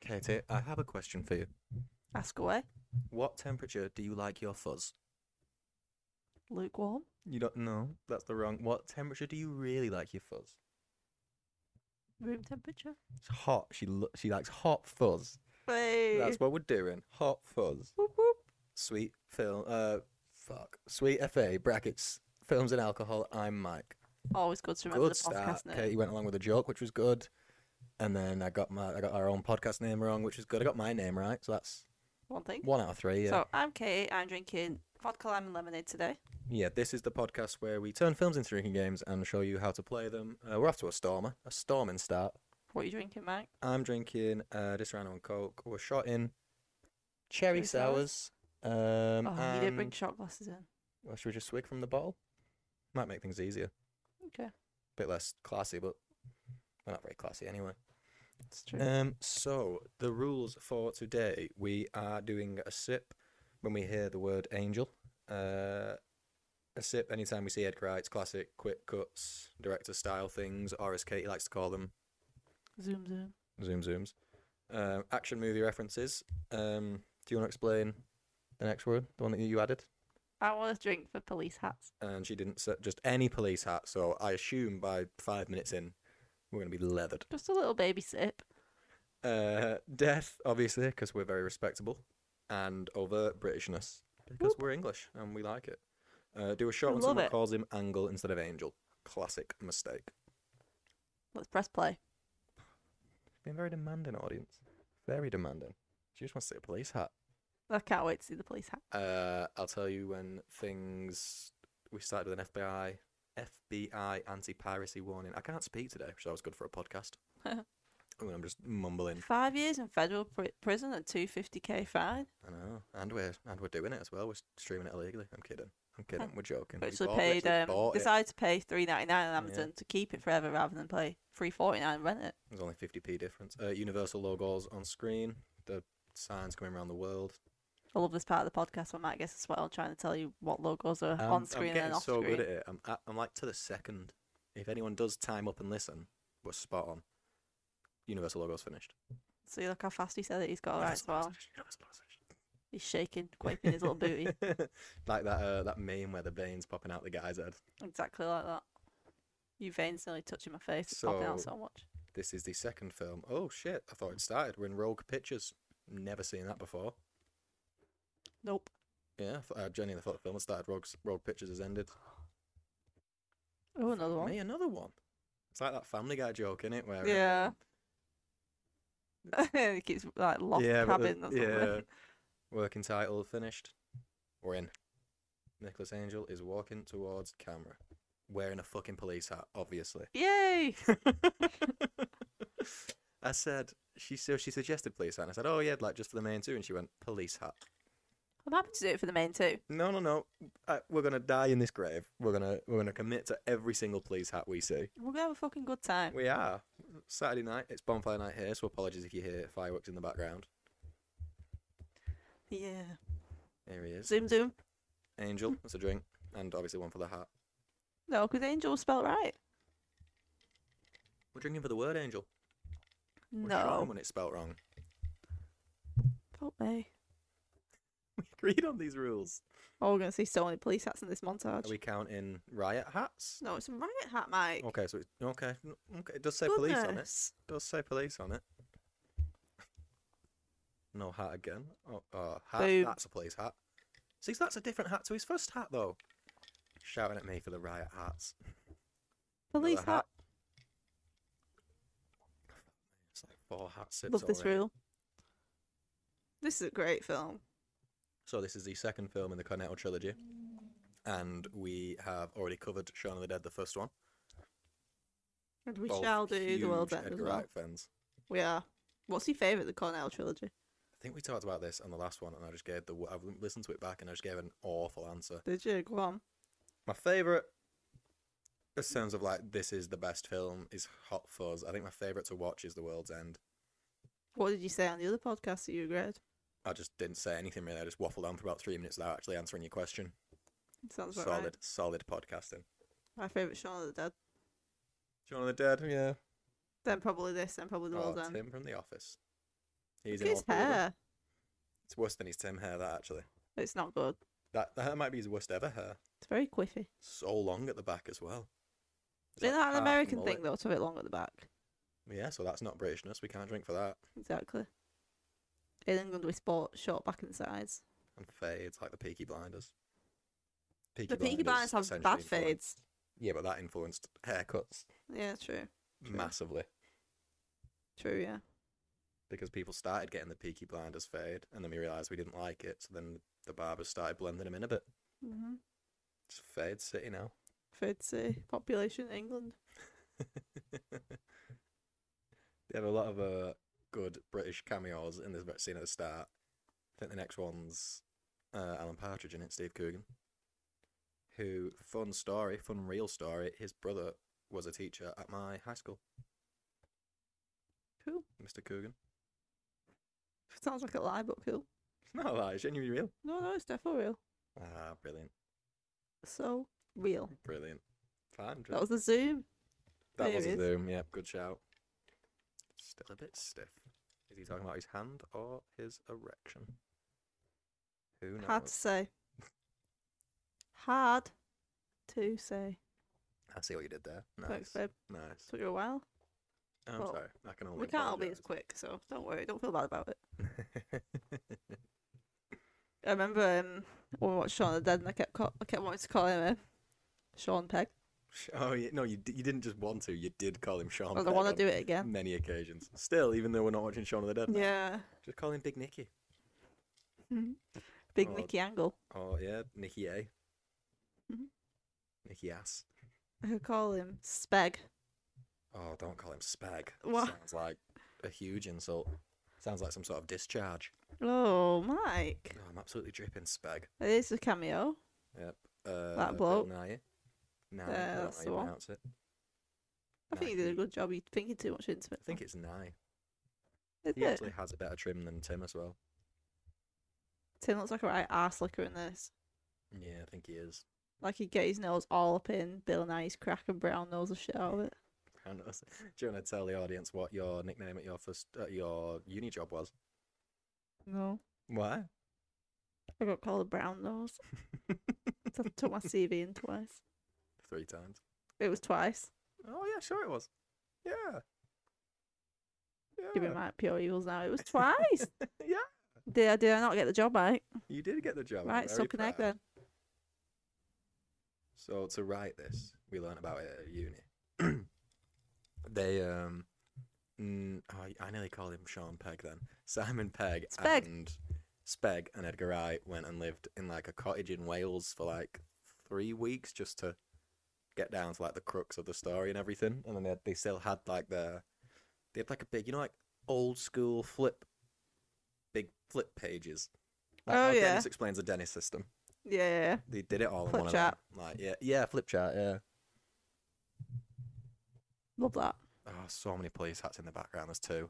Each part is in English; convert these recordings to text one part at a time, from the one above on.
Katie, I have a question for you. Ask away. What temperature do you like your fuzz? Lukewarm. You don't know. That's the wrong. What temperature do you really like your fuzz? Room temperature. It's hot. She lo- she likes hot fuzz. Hey. That's what we're doing. Hot fuzz. Whoop, whoop. Sweet film. Uh, fuck. Sweet FA brackets films and alcohol. I'm Mike. Always good to remember Good the podcast start. name. Katie went along with a joke, which was good. And then I got my I got our own podcast name wrong, which was good. I got my name right, so that's One thing. one out of three. Yeah. So I'm Kate. I'm drinking vodka lime and lemonade today. Yeah, this is the podcast where we turn films into drinking games and show you how to play them. Uh, we're off to a stormer, a storming start. What are you drinking, Mike? I'm drinking uh, this round on Coke. We're shot in cherry Cherry sours? sours. Um, oh, you didn't bring and- shot glasses in. Well, should we just swig from the bottle? Might make things easier. Okay, Bit less classy, but we're not very classy anyway. that's true. Um, so the rules for today, we are doing a sip when we hear the word angel. Uh, a sip anytime we see Edgar Wright's classic quick cuts, director style things, or as Katie likes to call them, zoom, zoom. zoom zooms. Uh, action movie references. Um, do you want to explain the next word, the one that you added? I want a drink for police hats. And she didn't set just any police hat, so I assume by five minutes in, we're going to be leathered. Just a little baby sip. Uh, death, obviously, because we're very respectable, and overt Britishness because Whoop. we're English and we like it. Uh, do a shot when Love someone it. calls him Angle instead of Angel. Classic mistake. Let's press play. Been very demanding, audience. Very demanding. She just wants to see a police hat. I can't wait to see the police hat. Uh, I'll tell you when things. We started with an FBI, FBI anti-piracy warning. I can't speak today, which is always good for a podcast. I mean, I'm just mumbling. Five years in federal pri- prison and two fifty k fine. I know, and we're and we're doing it as well. We're streaming it illegally. I'm kidding. I'm kidding. We're joking. We Actually bought- paid. literally Um, bought it. decided to pay three ninety nine on Yeah. Amazon to keep it forever rather than pay three forty nine and rent it. There's only 50p difference. Uh, Universal logos on screen. The signs coming around the world. I love this part of the podcast where Mike gets a sweat on trying to tell you what logos are Um, on screen I'm and then getting off so screen. good at it. I'm at, I'm like to the second. If anyone does time up and listen, we're spot on. Universal logos finished. See, look how fast he said it. He's got it right as Universal logos well. finished, Universal logos finished. He's shaking, quaking his little booty. like that uh, that meme where the veins popping out the guy's head. Exactly like that. Your veins nearly touching my face. It's popping out So- so much. This is the second film. Oh shit! I thought it started. We're in Rogue Pictures. Never seen that before. Nope. Yeah, I, thought, I genuinely thought the film had started. Rogue, Rogue Pictures has ended. Oh, another one. Me, another one. It's like that Family Guy joke, innit? Where uh, Yeah. he keeps like lost but the- cabin or something. yeah. Working title finished. We're in. Nicholas Angel is walking towards camera, wearing a fucking police hat, obviously. Yay! I said she so she suggested police hat. And I said, oh yeah, like just for the main two, and she went police hat. I'm happy to do it for the main two. No, no, no. I, we're gonna die in this grave. We're gonna we're gonna commit to every single police hat we see. We're gonna have a fucking good time. We are. Saturday night, it's bonfire night here, so apologies if you hear fireworks in the background. Yeah. Here he is. Zoom zoom. Angel, that's a drink. And obviously one for the hat. No, because Angel was spelled right. We're drinking for the word angel. We're showing no. when it's spelt wrong. Fuck me. We agreed on these rules. Oh, we're gonna see so many police hats in this montage. Are we counting riot hats? No, it's a riot hat, Mike. Okay, so it's okay. n- Okay, it does say police on it. Goodness. Does say police on it. No hat again. Oh, oh hat. Boom. That's a police hat. See, so that's a different hat to his first hat though. Shouting at me for the riot hats. Another Police hat. It's like four hat sips Love this already. rule. This is a great film. So this is the second film in the Cornetto trilogy, and we have already covered Shaun of the Dead, the first one. And we Both shall do the world's Oh, huge end as Edgar well. Wright fans. We are. What's your favourite? The Cornell trilogy. I think we talked about this on the last one, and I just gave the I've listened to it back, and I just gave an awful answer. Did you? Go on. My favorite, in terms of like this is the best film, is Hot Fuzz. I think my favorite to watch is The World's End. What did you say on the other podcast that you agreed? I just didn't say anything really. I just waffled on for about three minutes without actually answering your question. Sounds about solid, right. solid podcasting. My favourite Shaun of the Dead. Shaun of the Dead, yeah. Then probably this, then probably the Oh, World's End. Tim from The Office. He's in Look at all his three of them. hair. It's worse than his Tim hair, that actually. It's not good. That, that hair might be his worst ever hair. It's very quiffy. So long at the back as well. It's like Isn't that an half American mullet. thing though, to have it long at the back? Yeah, so that's not Britishness. We can't drink for that. Exactly. In England, we sport short back and sides. And fades like the Peaky Blinders. Peaky The Peaky Blinders have essentially bad influenced- fades. Yeah, but that influenced haircuts Yeah, true. True. massively True, yeah. because people started getting the Peaky Blinders fade, and then we realised we didn't like it. So then the barbers started blending them in a bit. Mm-hmm. It's fade city now. Fade say population England. they have a lot of uh, good British cameos in this scene at the start. I think the next one's uh, Alan Partridge in it, Steve Coogan. Who, fun story, fun real story, his brother was a teacher at my high school, Cool. Mr. Coogan. Sounds like a lie, but cool. It's not a lie, it's genuinely real. No, no, it's definitely real. Ah, brilliant, So real. brilliant. Fine, That was the Zoom. That was a There it Zoom. Yep, good shout. Still a bit stiff. Is he talking about his hand or his erection? Who knows? Hard to say. Hard to say. I see what you did there. Thanks, Nice. babe. Nice. Took you a while. I'm Well, sorry. I can only. we can't all be as apologise. quick, so don't worry. Don't feel bad about it. I remember um, when we watched Shaun of the Dead, and I kept call- I kept wanting to call him um, Sean Pegg. oh yeah, no, you d- you didn't just want to. You did call him Sean. Oh, I Pegg don't want on to do it again. Many occasions. Still, even though we're not watching Shaun of the Dead. now, Yeah. Just call him Big Nicky. Big Oh, Nicky Angle. Oh yeah, Nicky A. Mhm. Nicky ass. I could call him Speg. Oh, don't call him spag. What? Sounds like a huge insult. Sounds like some sort of discharge. Oh, Mike. Oh, I'm absolutely dripping spag. It is a cameo. Yep. Uh, bloke. Nye. Nye. Yeah, I don't know that's how the you one. pronounce it. I think he did a Nike. good job. You're thinking too much into it. I think it's Nye. Is He it? actually has a better trim than Tim as well. Tim looks like a right arse licker in this. Yeah, I think he is. Like he'd get his nose all up in Bill Nye's crack and brown nose the shit out of it. Brown nose. Do you want to tell the audience what your nickname at your first at your uni job was? No. Why? I got called a brown nose. so I took my CV in twice. Three times. It was twice. Oh yeah, sure it was. Yeah. Give me Yeah. my pure evils now. It was twice. Oh. yeah. did I did I not get the job right? You did get the job. I'm Right, very suck an egg proud. then. So to write this, we learned about it at uni. they um, mm, oh, I nearly called him Sean Pegg then. Simon Pegg Speg. and Speg and Edgar Wright went and lived in like a cottage in Wales for like three weeks just to get down to like the crux of the story and everything. And then they, they still had like their they had like a big you know like old school flip big flip pages. Like Oh, how yeah. Dennis explains the Dennis system Yeah, yeah, yeah. they did it all Flip in one chart. of them. Like yeah, yeah, flip chart, yeah. Love that. Oh, so many police hats in the background. There's two.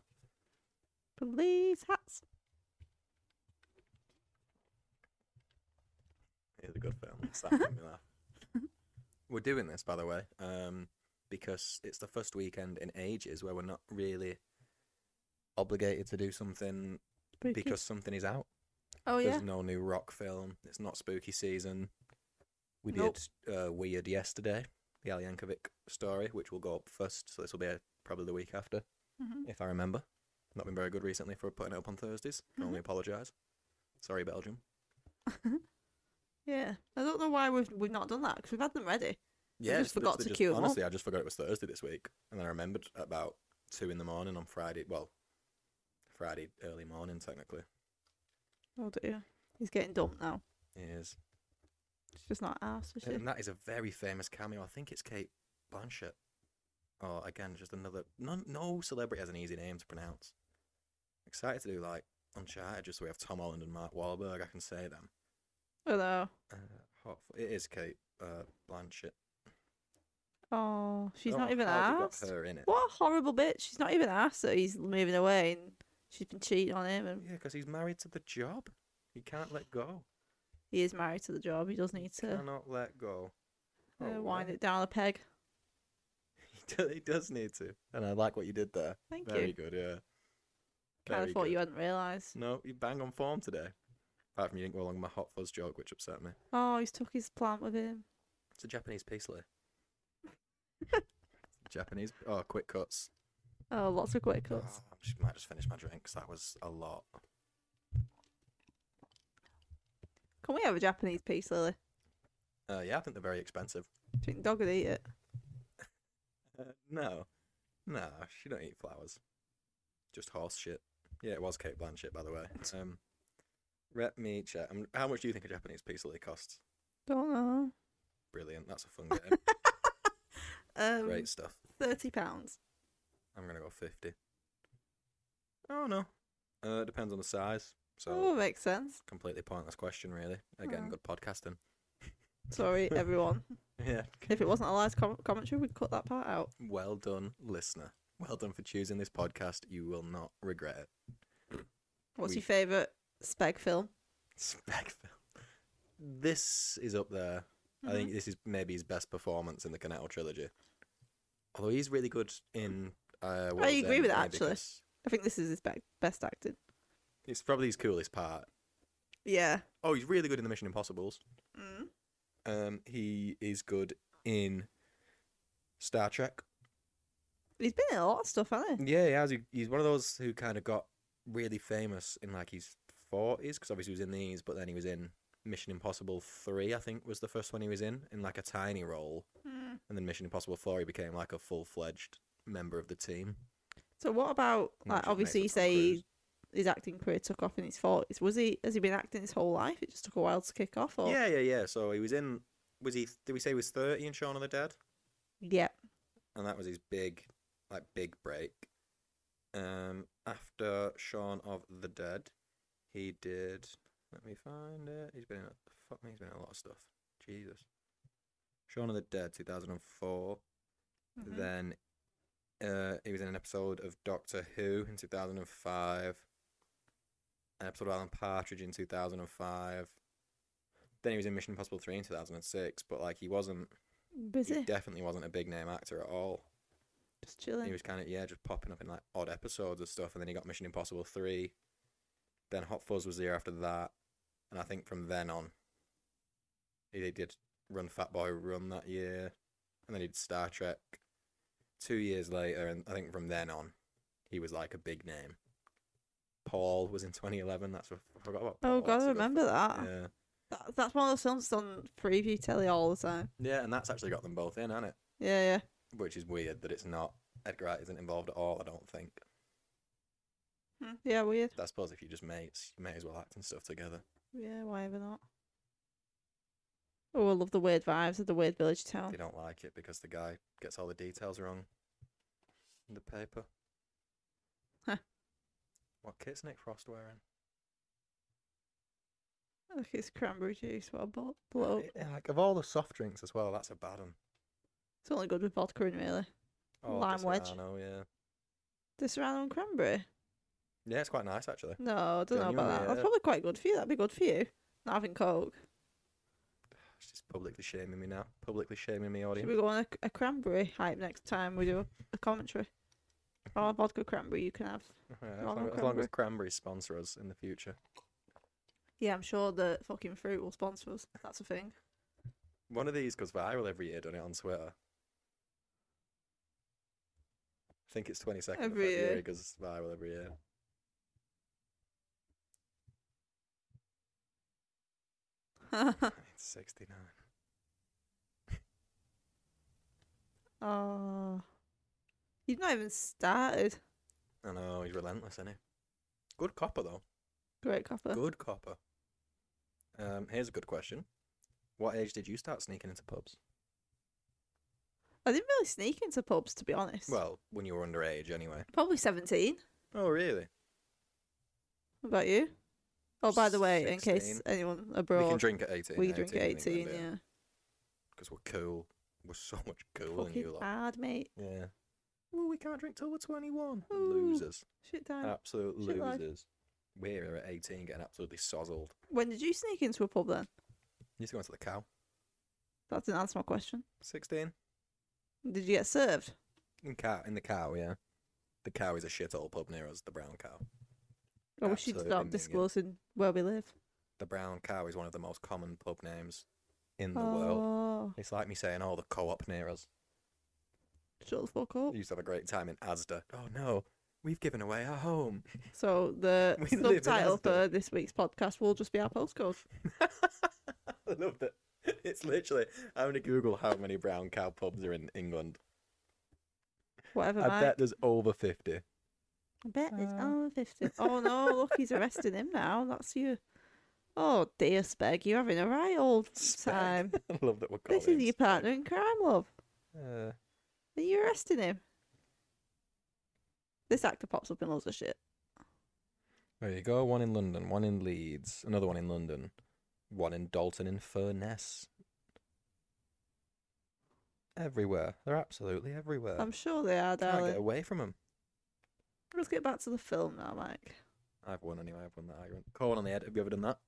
Police hats. It's a good film. It's that made me laugh. We're doing this, by the way, um, because it's the first weekend in ages where we're not really obligated to do something Spooky. because something is out. oh yeah. There's no new rock film. It's not spooky season. We Nope. did uh, Weird yesterday, the Al Yankovic story, which will go up first. So this will be uh probably the week after. hmm if I remember. Not been very good recently for putting it up on Thursdays. Can only apologise. Sorry, Belgium. Yeah. I don't know why we've we've not done that because we've had them ready. Yeah, just it's forgot literally to queue 'em up. Honestly, I just forgot it was Thursday this week, and then I remembered about two in the morning on Friday. Well, Friday early morning technically Oh dear. He's getting dumped now. it is, It's just not asked for shit. and that is a very famous cameo. I think it's Kate Blanchett, or again just another. No, no celebrity has an easy name to pronounce. Excited to do like Uncharted, just so we have Tom Holland and Mark Wahlberg. I can say them. Oh no. Uh, hopefully, it is Kate uh, Blanchett. Oh, she's Oh, not even how'd you got asked. her in it. What a horrible bitch. She's not even asked that he's moving away and she's been cheating on him and Yeah, because he's married to the job. He can't let go. he is married to the job. He does need to Cannot let go. uh, Oh, wind well. it down a peg. He, do, he does need to. And I like what you did there. Thank Very you. good, yeah. Kind Very of thought good. you hadn't realised. No, you bang on form today. Apart from you didn't go along with my hot fuzz joke, which upset me. Oh, he's took his plant with him. It's a Japanese piece, Lee. Japanese. Oh, quick cuts. Oh, lots of quick cuts. Oh, I just- might just finish my drink 'cause that was a lot. Can we have a Japanese piece, Lily? Uh, yeah, I think they're very expensive. Do you think the dog would eat it? Uh, no, no, she don't eat flowers. Just horse shit. Yeah, it was Kate Blanchett, by the way. Um, rep me check. Um, how much do you think a Japanese piece of Lee costs? Don't know. Brilliant. That's a fun game. Um, Great stuff. Thirty pounds. I'm gonna go fifty. Oh no. Uh, depends on the size. So Oh, makes sense. completely pointless question, really. Again, Oh. good podcasting. Sorry, everyone. Yeah. if it wasn't a live com- commentary, we'd cut that part out. Well done, listener. Well done for choosing this podcast. You will not regret it. What's We- your favourite Speg film? Speckville. This is up there. I think Mm-hmm. this is maybe his best performance in the Canetto trilogy. Although he's really good in. Uh, World's agree End, with that, only actually. because I think this is his be- best acting. It's probably his coolest part. Yeah. Oh, he's really good in the Mission Impossibles. Mm. Um, he is good in Star Trek. He's been in a lot of stuff, hasn't he? Yeah, he has. He, he's one of those who kind of got really famous in like his forties, because obviously he was in these, but then he was in Mission Impossible Three, I think, was the first one he was in, in like a tiny role, Mm. and then Mission Impossible Four, he became like a full fledged member of the team. So what about Not like just made obviously for Tom you say Cruise. his acting career took off in his forties. Was he has he been acting his whole life? It just took a while to kick off or Yeah, yeah, yeah. So he was in. Was he? Did we say he was thirty in Shaun of the Dead? Yeah. and that was his big, like big break. Um, after Shaun of the Dead, he did. Let me find it. He's been in. a- Fuck me, he's been in a lot of stuff. Jesus. Shaun of the Dead, two thousand and four. Mhm. Then, uh, he was in an episode of Doctor Who in two thousand and five. An episode of Alan Partridge in two thousand and five. Then he was in Mission Impossible three in two thousand and six, but like he wasn't. Busy. He definitely wasn't a big name actor at all. Just chilling. He was kind of yeah, just popping up in like odd episodes of stuff, and then he got Mission Impossible three. Then Hot Fuzz was the year after that, and I think from then on, he did- did Run Fat Boy Run that year, and then he did Star Trek. Two years later, and I think from then on, he was like a big name. Paul was in 2011. That's what I forgot about. Paul, oh god, that's I a good remember that. film. Yeah, That- That's one of those films that's on preview telly all the time. yeah, and that's actually got them both in, hasn't it? Yeah, yeah. Which is weird that it's not Edgar Wright isn't involved at all. I don't think. Hmm, Yeah, weird. I suppose if you just mates, you may as well act and stuff together. Yeah, why ever not? Oh, I love the weird vibes of the weird village town. They don't like it because the guy gets all the details wrong in the paper. Huh. What kit's Nick Frost wearing? Look, it's cranberry juice. What a blo- blow. Eh, like of all the soft drinks as well, that's a bad one. It's only good with vodka in, really. Oh, Lime wedge. Disaronno, yeah. The serrano and cranberry? Yeah, it's quite nice actually. No, I don't know Genuinely, about that. That's yeah. probably quite good for you. That'd be good for you. Not having Coke. She's publicly shaming me now. Publicly shaming me Should audience. we go on a, a cranberry hype next time we do a, a commentary? Or a vodka cranberry you can have. Yeah, as, Well, long, no as long as Cranberries sponsor us in the future. Yeah, I'm sure the fucking fruit will sponsor us. That's a thing. One of these goes viral every year, doesn't it, on Twitter? I think it's 22nd of Every February year. it goes viral every year. It's 69. oh. You've not even started. I know, he's relentless, isn't he? Good copper, though. Great copper. Good copper. Um, here's a good question. What age did you start sneaking into pubs? I didn't really sneak into pubs, to be honest. Well, when you were underage, anyway. Probably 17. Oh, really? What about you? Oh, by the way, in 16. case anyone we can abroad, drink at 18. we drink at 18, yeah. Because we're cool. We're so much cooler than Fucking you lot. hard, mate. Yeah. Well, we can't drink till we're 21. Ooh. Losers. Shit time. Absolute shit life. losers. We're at 18 getting absolutely sozzled. when did you sneak into a pub then? You used to go into the cow. That didn't answer my question. 16? Did you get served? In, cow, in the cow, yeah. The cow is a shithole pub near us, the brown cow. I wish you'd absolute stop minion. disclosing where we live. The Brown Cow is one of the most common pub names in the world. Oh, It's like me saying, "Oh, the co-op near us." shut the fuck up. We used to have a great time in Asda. Oh no, we've given away our home. So the We live in subtitle Asda. for this week's podcast will just be our postcode. I loved it. It's literally. I'm gonna Google how many Brown Cow pubs are in England. Whatever. I mate. bet there's over fifty. I bet it's Uh. oh, 50. Oh no, look, he's arresting him now. That's you. Oh dear, Speg, you're having a right old Speg. time. I love that we're calling. This is him your partner in crime, love. Speg. Uh, Are you arresting him? This actor pops up in loads of shit. there you go. One in London, one in Leeds, another one in London, one in Dalton in Furness. Everywhere. They're absolutely everywhere. I'm sure they are, Can't darling. get away from them. Let's get back to the film now, Mike. I've won anyway. I've won that argument. Corn on the head. Have you ever done that?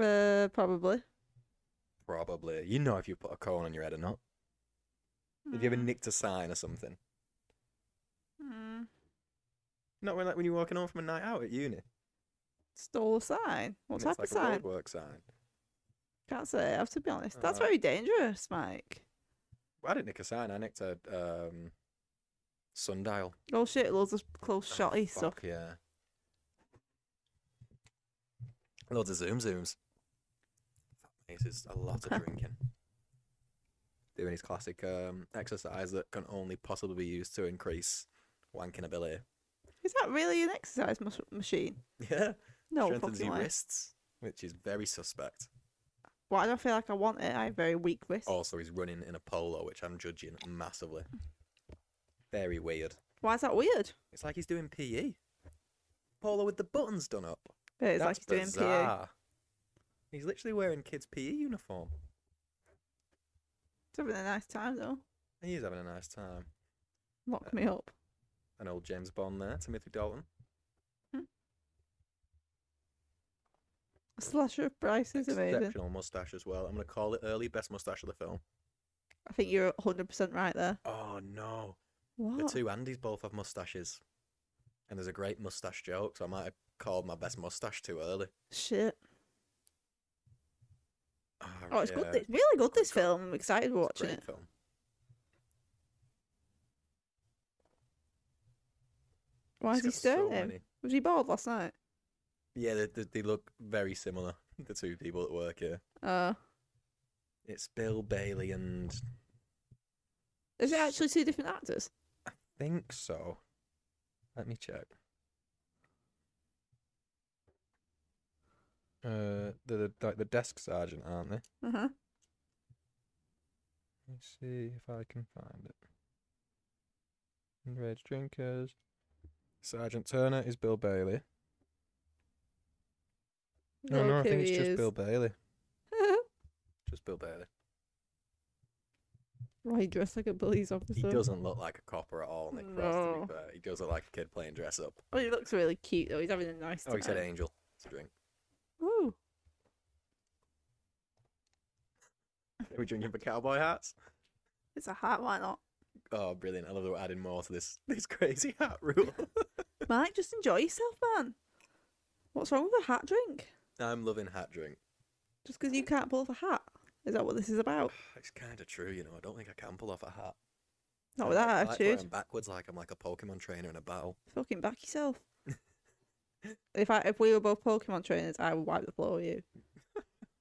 Uh, probably. Probably. You know if you put a cone on your head or not. If you ever Mm, nicked a sign or something. mm. Not when like when you're walking home from a night out at uni. Stole a sign. What and type it's of like sign? a roadwork sign. Can't say. I have to be honest. That's Uh, very dangerous, Mike. Well, I didn't nick a sign. I nicked a um, sundial. Oh shit, loads of close Oh, shotty stuff. fuck Yeah. Loads of zoom zooms. This is a lot of drinking. Doing his classic um, exercise that can only possibly be used to increase wanking ability. Is that really an exercise mas- machine? Yeah. Oh, No Strengthens fucking your way. wrists, which is very suspect. Why do I feel like I want it? I have very weak wrists. Also, he's running in a polo, which I'm judging massively. Very weird. Why is that weird? It's like he's doing PE. Polo with the buttons done up. Yeah, It's That's like he's doing E. PE. bizarre. He's literally wearing kids' PE uniform. It's having a nice time though. He is having a nice time. Lock me up. An old James Bond there, Timothy Dalton. A slasher of price is amazing. Exceptional mustache as well. I'm gonna call it early best mustache of the film. I think you're 100% right there. Oh no, What? the two Andys both have mustaches, and there's a great mustache joke. So I might have called my best mustache too early. Shit. Oh, it's good. Ah, yeah. It's really good, this film. I'm excited It's a watching great it. Film. Why It's is he got so staring at him? many- Was he bored last night? Yeah, they, they, they look very similar. The two people that work here. Uh, It's Bill Bailey and is it actually two different actors? think so. Let me check. Uh, the like the desk sergeant, aren't they? Uh huh. Let's see if I can find it. Underage drinkers. Sergeant Turner is Bill Bailey. No, no, I think it's just Bill Bailey. Just Bill Bailey. Why he dressed like a police officer? He doesn't look like a copper at all, Nick Frost, to No. be fair. He does look like a kid playing dress up. Oh, he looks really cute though. He's having a nice time. Oh, he said angel to drink. Ooh. Are we drinking for cowboy hats? It's a hat, why not? Oh, brilliant. I love that we're adding more to this this crazy hat rule. Mike, just enjoy yourself, man. What's wrong with a hat drink? I'm loving hat drink. Just because you can't pull off a hat? Is that what this is about? It's kind of true, you know. I don't think I can pull off a hat. Not I with that like- I like attitude. wearing backwards like I'm like a Pokemon trainer in a battle. Fucking back yourself. if I if we were both Pokemon trainers, I would wipe the floor with you.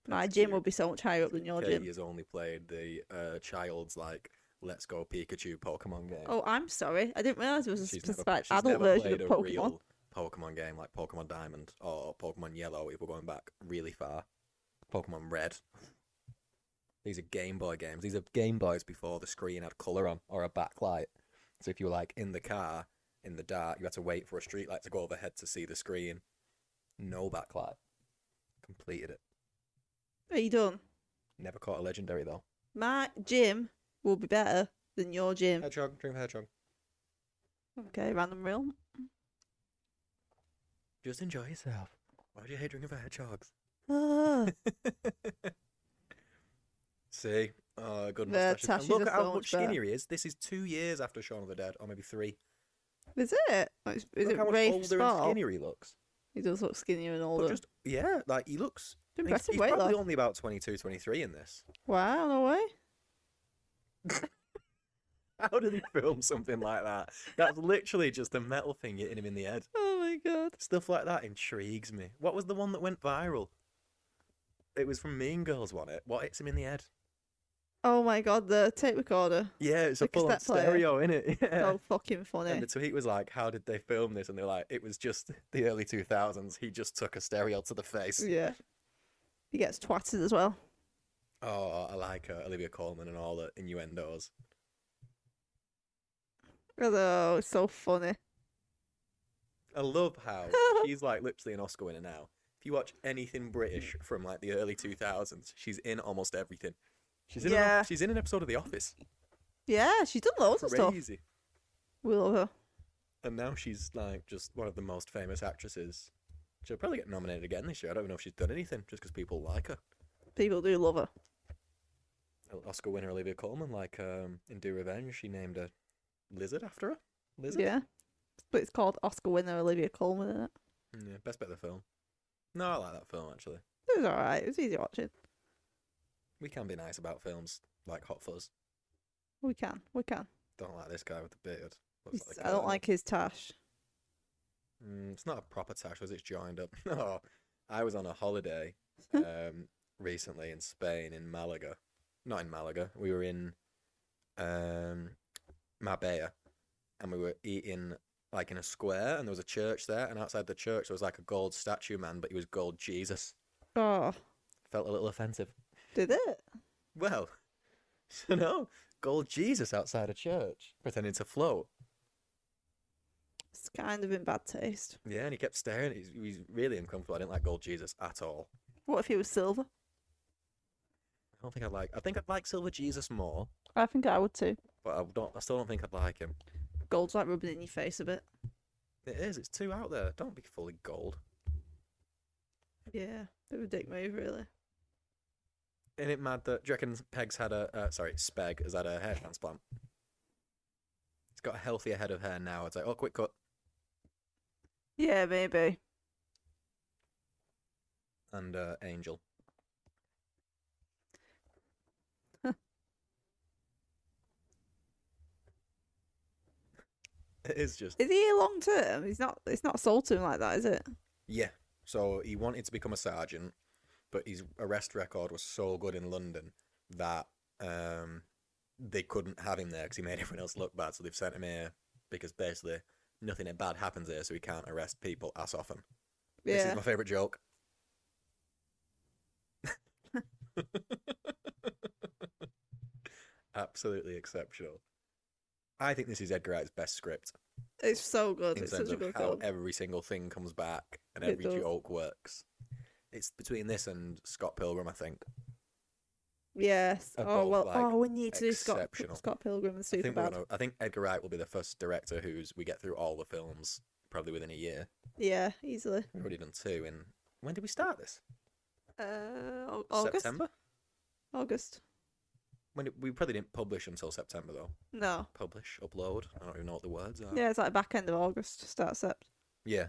My That's gym cute. would be so much higher up than your Katie gym. has only played the uh, child's like Let's Go Pikachu Pokemon game. Oh, I'm sorry. I didn't realise there was a she's never, specific she's adult never version of played a Pokemon. real Pokemon game like Pokemon Diamond or Pokemon Yellow. If we're going back really far, Pokemon Red. These are Game Boy games. These are Game Boys before the screen had color on or a backlight. So if you were like in the car in the dark, you had to wait for a street light to go overhead to see the screen. No backlight. Completed it. Are you done? Never caught a legendary though. My gym will be better than your gym. Hedgehog, dream of hedgehog. Okay, random realm. Just enjoy yourself. Why do you hate drinking for hedgehogs? Ah, See, uh, good Their mustaches. And tashes look are at so how much much better. skinnier he is. This is two years after Shaun of the Dead, or maybe three. Is it? Oh, it's- Is Look it how much Rafe's older and fault? skinnier he looks. He does look skinnier and But older. just yeah, like he looks. It's He's, impressive he's weight probably loss. only about 22, 23 in this. Wow, no way. How did they film something like that? That's literally just a metal thing hitting him in the head. Oh my god. Stuff like that intrigues me. What was the one that went viral? It was from Mean Girls, wasn't it? What hits him in the head? Oh my god, the tape recorder. Yeah, it's a The full on cassette player. stereo, in it. Yeah. So fucking funny. And the tweet was like, "How did they film this?" And they're like, "It was just the early 2000s. He just took a stereo to the face." Yeah. He gets twatted as well. Oh, I like her, Olivia Colman and all the innuendos. Oh, it's so funny. I love how she's like literally an Oscar winner now. If you watch anything British from like the early 2000s, she's in almost everything. She's in. an- Yeah. she's in an episode of The Office. Yeah, she's done loads of stuff. Crazy. We love her. And now she's like just one of the most famous actresses. She'll probably get nominated again this year. I don't even know if she's done anything, just because people like her. People do love her. Oscar winner Olivia Colman, like um, in Do Revenge, she named a lizard after her. Lizard? Yeah. But it's called Oscar winner Olivia Colman, isn't it? Yeah, best bet of the film. No, I like that film actually. It was alright. It was easy watching. We can be nice about films like Hot Fuzz. We can. We can. Don't like this guy with the beard. Looks He's- like a I don't colonel. like his tash. Mm, it's not a proper tash, as it's joined up. No, I was on a holiday um, recently in Spain, in Malaga. Not in Malaga. We were in um, Marbella, and we were eating like in a square, and there was a church there, and outside the church there was like a gold statue man, but he was gold Jesus. Oh, Felt a little offensive. did it? Well, you know, gold Jesus outside a church, pretending to float. It's kind of in bad taste. Yeah, and he kept staring. He was- he was really uncomfortable. I didn't like gold Jesus at all. What if he was silver? I don't think I'd like. I think I'd like Silver Jesus more, I think I would too. but I don't. I still don't think I'd like him. Gold's like rubbing in your face a bit. It is. It's too out there. Don't be fully gold. Yeah. Bit of a dick move, really. Isn't it mad that? Do you reckon Peg's had a? Uh, sorry, Speg has had a hair transplant. It's got a healthier head of hair now. It's like, oh, quick cut. Yeah, maybe. And uh, Angel. Huh. it is just Is he here long term? He's not. It's not sold to him like that, is it? Yeah. So he wanted to become a sergeant, but his arrest record was so good in London that um, they couldn't have him there because he made everyone else look bad. So they've sent him here because basically nothing bad happens here, so he can't arrest people as often. This Yeah. is my favourite joke. Absolutely exceptional. I think this is Edgar Wright's best script It's so good. in It's such terms a of good how e-, film. every single thing comes back and It every does. joke works. It's between this and Scott Pilgrim, I think. Yes. are Oh both, well. like, oh, we need to do Scott exceptional. Scott Pilgrim and I think, we're Superbad. gonna, I think Edgar Wright will be the first director who's we get through all the films probably within a year. Yeah, easily. We've already done two. In when did we start this? Uh, Au- August. September. August. When did, we probably didn't publish until September though. No. Publish, upload. I don't even know what the words are. Yeah, it's like back end of August, start Sept. Yeah.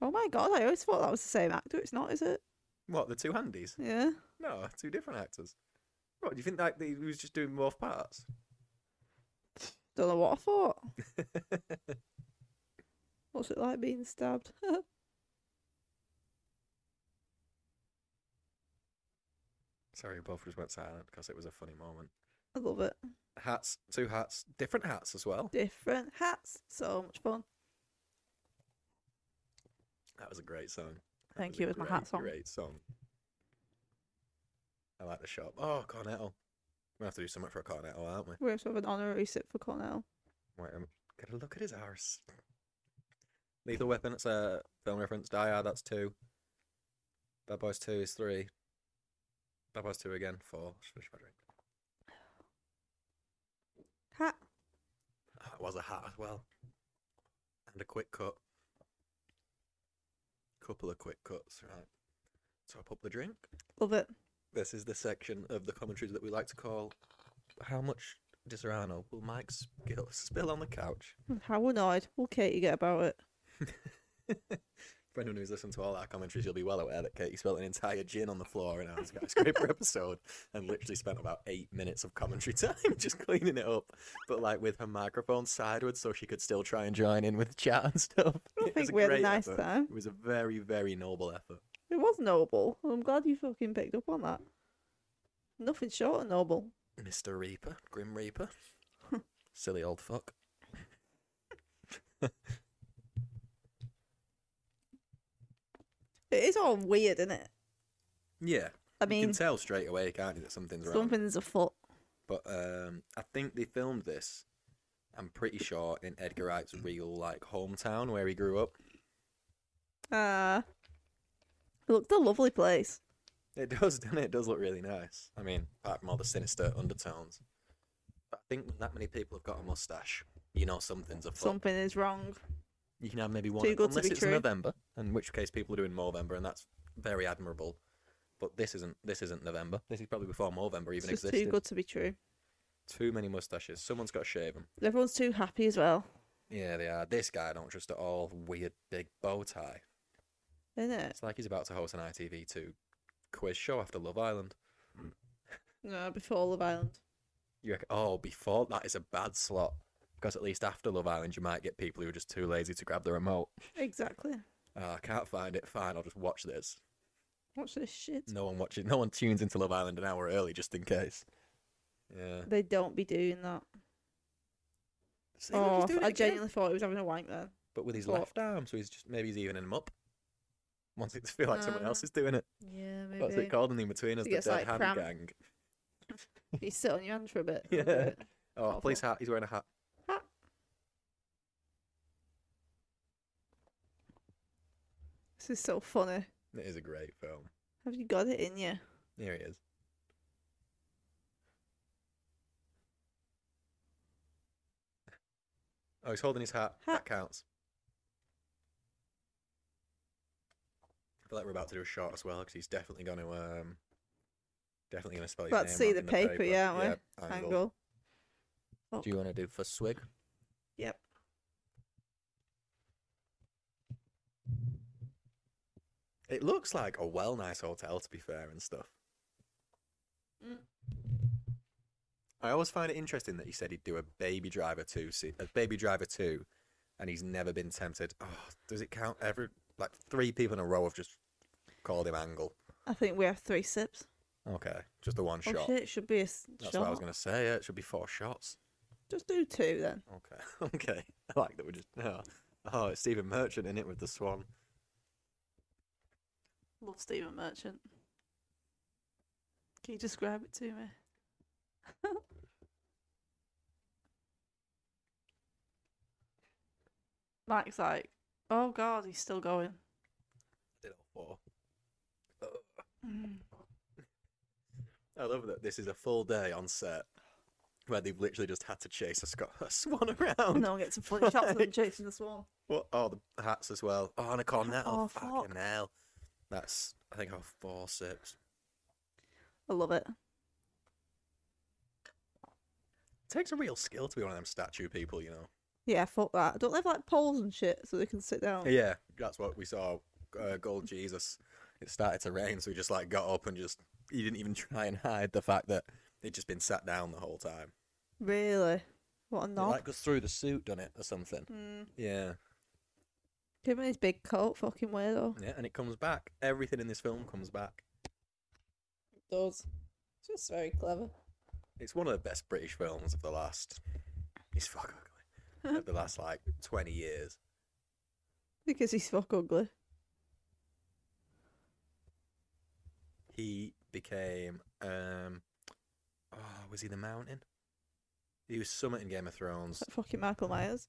Oh my god, I always thought that was the same actor. It's not, is it? What the two handies? Yeah. No, two different actors. What do you think? Like he was just doing more parts. Don't know what I thought. What's it like being stabbed? Sorry, we both just went silent because it was a funny moment. I love it. hats, two hats, different hats as well. Different hats. So much fun. That was a great song. That Thank was a you. It was my great, hat song. Great song. I like the shop. Oh, Cornetto. We have to do something for a Cornetto, aren't we? We have to have an honorary sip for Cornell. Wait, I'm gonna look at his arse. Lethal Weapon. It's a film reference. Die Hard. That's two. Bad Boys Two is three. Bad Boys Two again. Four. Let's finish my drink. Hat. Oh, it was a hat as well. And a quick cut. Couple of quick cuts, right. Top up the drink. Love it. This is the section of the commentaries that we like to call How Much Di Serrano will Mike spill, spill on the couch. How annoyed will Katie get about it? For anyone who's listened to all our commentaries, you'll be well aware that Katie spilled an entire gin on the floor in our skyscraper episode and literally spent about eight minutes of commentary time just cleaning it up, but like with her microphone sideways so she could still try and join in with chat and stuff. I It was think we had a great nice effort. time. It was a very, very noble effort. It was noble. I'm glad you fucking picked up on that. Nothing short of noble. Mr. Reaper, Grim Reaper. Silly old fuck. It is all weird, isn't it? Yeah. I you mean, can tell straight away, can't you, that something's wrong. something's afoot. But um, I think they filmed this. I'm pretty sure in Edgar Wright's real like hometown where he grew up. Ah, it looked a lovely place. It does, doesn't it? It does look really nice. I mean, apart from all the sinister undertones. But I think when that many people have got a mustache, you know something's afoot. Something is wrong. You can have maybe one, Too good to unless be it's true. November, in which case people are doing Movember, and that's very admirable. But this isn't. This isn't November. This is probably before Movember It's even just existed. too good to be true. Too many mustaches. Someone's got to shave 'em. Everyone's too happy as well, Yeah, they are. This guy I don't trust at all. Weird big bow tie. isn't it? It's like he's about to host an ITV2 quiz show after Love Island. No, before Love Island. You reckon, oh, before that is a bad slot because at least after Love Island you might get people who are just too lazy to grab the remote. Exactly. Oh, I can't find it. Fine, I'll just watch this. Watch this shit. No one watches. No one tunes into Love Island an hour early just in case. Yeah. They don't be doing that. See, look, he's Oh, doing it I again, genuinely thought he was having a wank then. But with his thought- left arm, so he's just maybe he's evening him up. Wants it to feel like someone else Ah, is doing it. Yeah, maybe. What's it called? And in between us, He the gets, Dead like, Hand cramped. Gang. You sit on your hand for a bit. Yeah. and do it. Oh, police hat. He's wearing a hat. This is so funny. It is a great film. Have you got it in you? Here he is. Oh, he's holding his hat. That Hat. counts. I feel like we're about to do a shot as well because he's definitely going to um, definitely going to spell his About to name see out the in paper, yeah, aren't we? Yeah, angle. Angle. Do you want to do for swig? Yep. It looks like a well nice hotel to be fair and stuff. Mm. I always find it interesting that he said he'd do a Baby Driver two, se- a Baby Driver two, and he's never been tempted. Oh, does it count? Every like three people in a row have just called him Angle. I think we have three sips. Okay, just the one Oh shot. shit, it should be a s- That's shot. what I was gonna say. Yeah, it should be four shots. Just do two then. Okay, okay. I like that we're just oh, oh it's Stephen Merchant in it with the swan. Love Stephen Merchant. Can you describe it to me? Mike's like, oh god, he's still going. Did all four. Ugh. I love that this is a full day on set where they've literally just had to chase a, sco- a swan around. No one gets a funny shot for them chasing the swan. What? Oh, the hats as well. Oh, and a cornet. Oh, Oh, fucking hell. That's, I think, oh, four sips. I love it. takes a real skill to be one of them statue people, you know. Yeah, fuck that. Don't they have like poles and shit so they can sit down? Yeah, that's what we saw. Uh, Gold Jesus. It started to rain, so he just like got up and just he didn't even try and hide the fact that he'd just been sat down the whole time. Really? What a It, knob. like goes through the suit, done it or something. Mm. Yeah. Give him his big coat, fucking weirdo. Yeah, and it comes back. Everything in this film comes back. does. It's just very clever. It's one of the best British films of the last. He's fuck ugly. of the last like twenty years. Because he's fuck ugly. He became um oh, was he the mountain? He was Summit in Game of Thrones. Like fucking Michael Myers.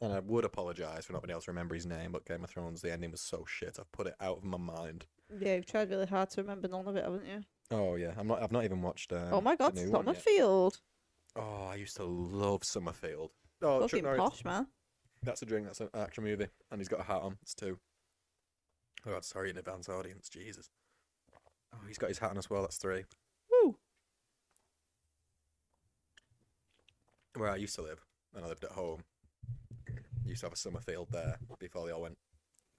And I would apologise for not being able to remember his name, but Game of Thrones, the ending was so shit. I've put it out of my mind. Yeah, you've tried really hard to remember none of it, haven't you? Oh yeah. I'm not I've not even watched um, oh my the god, new one yet. Summerfield. Oh, I used to love Summerfield. Oh, Chuck fucking Norris. posh, man. That's a drink. That's an action movie, and he's got a hat on. It's two. Oh, God, sorry in advance, audience. Jesus. Oh, he's got his hat on as well. That's three. Woo. where I used to live, and I lived at home, used to have a summer field there before they all went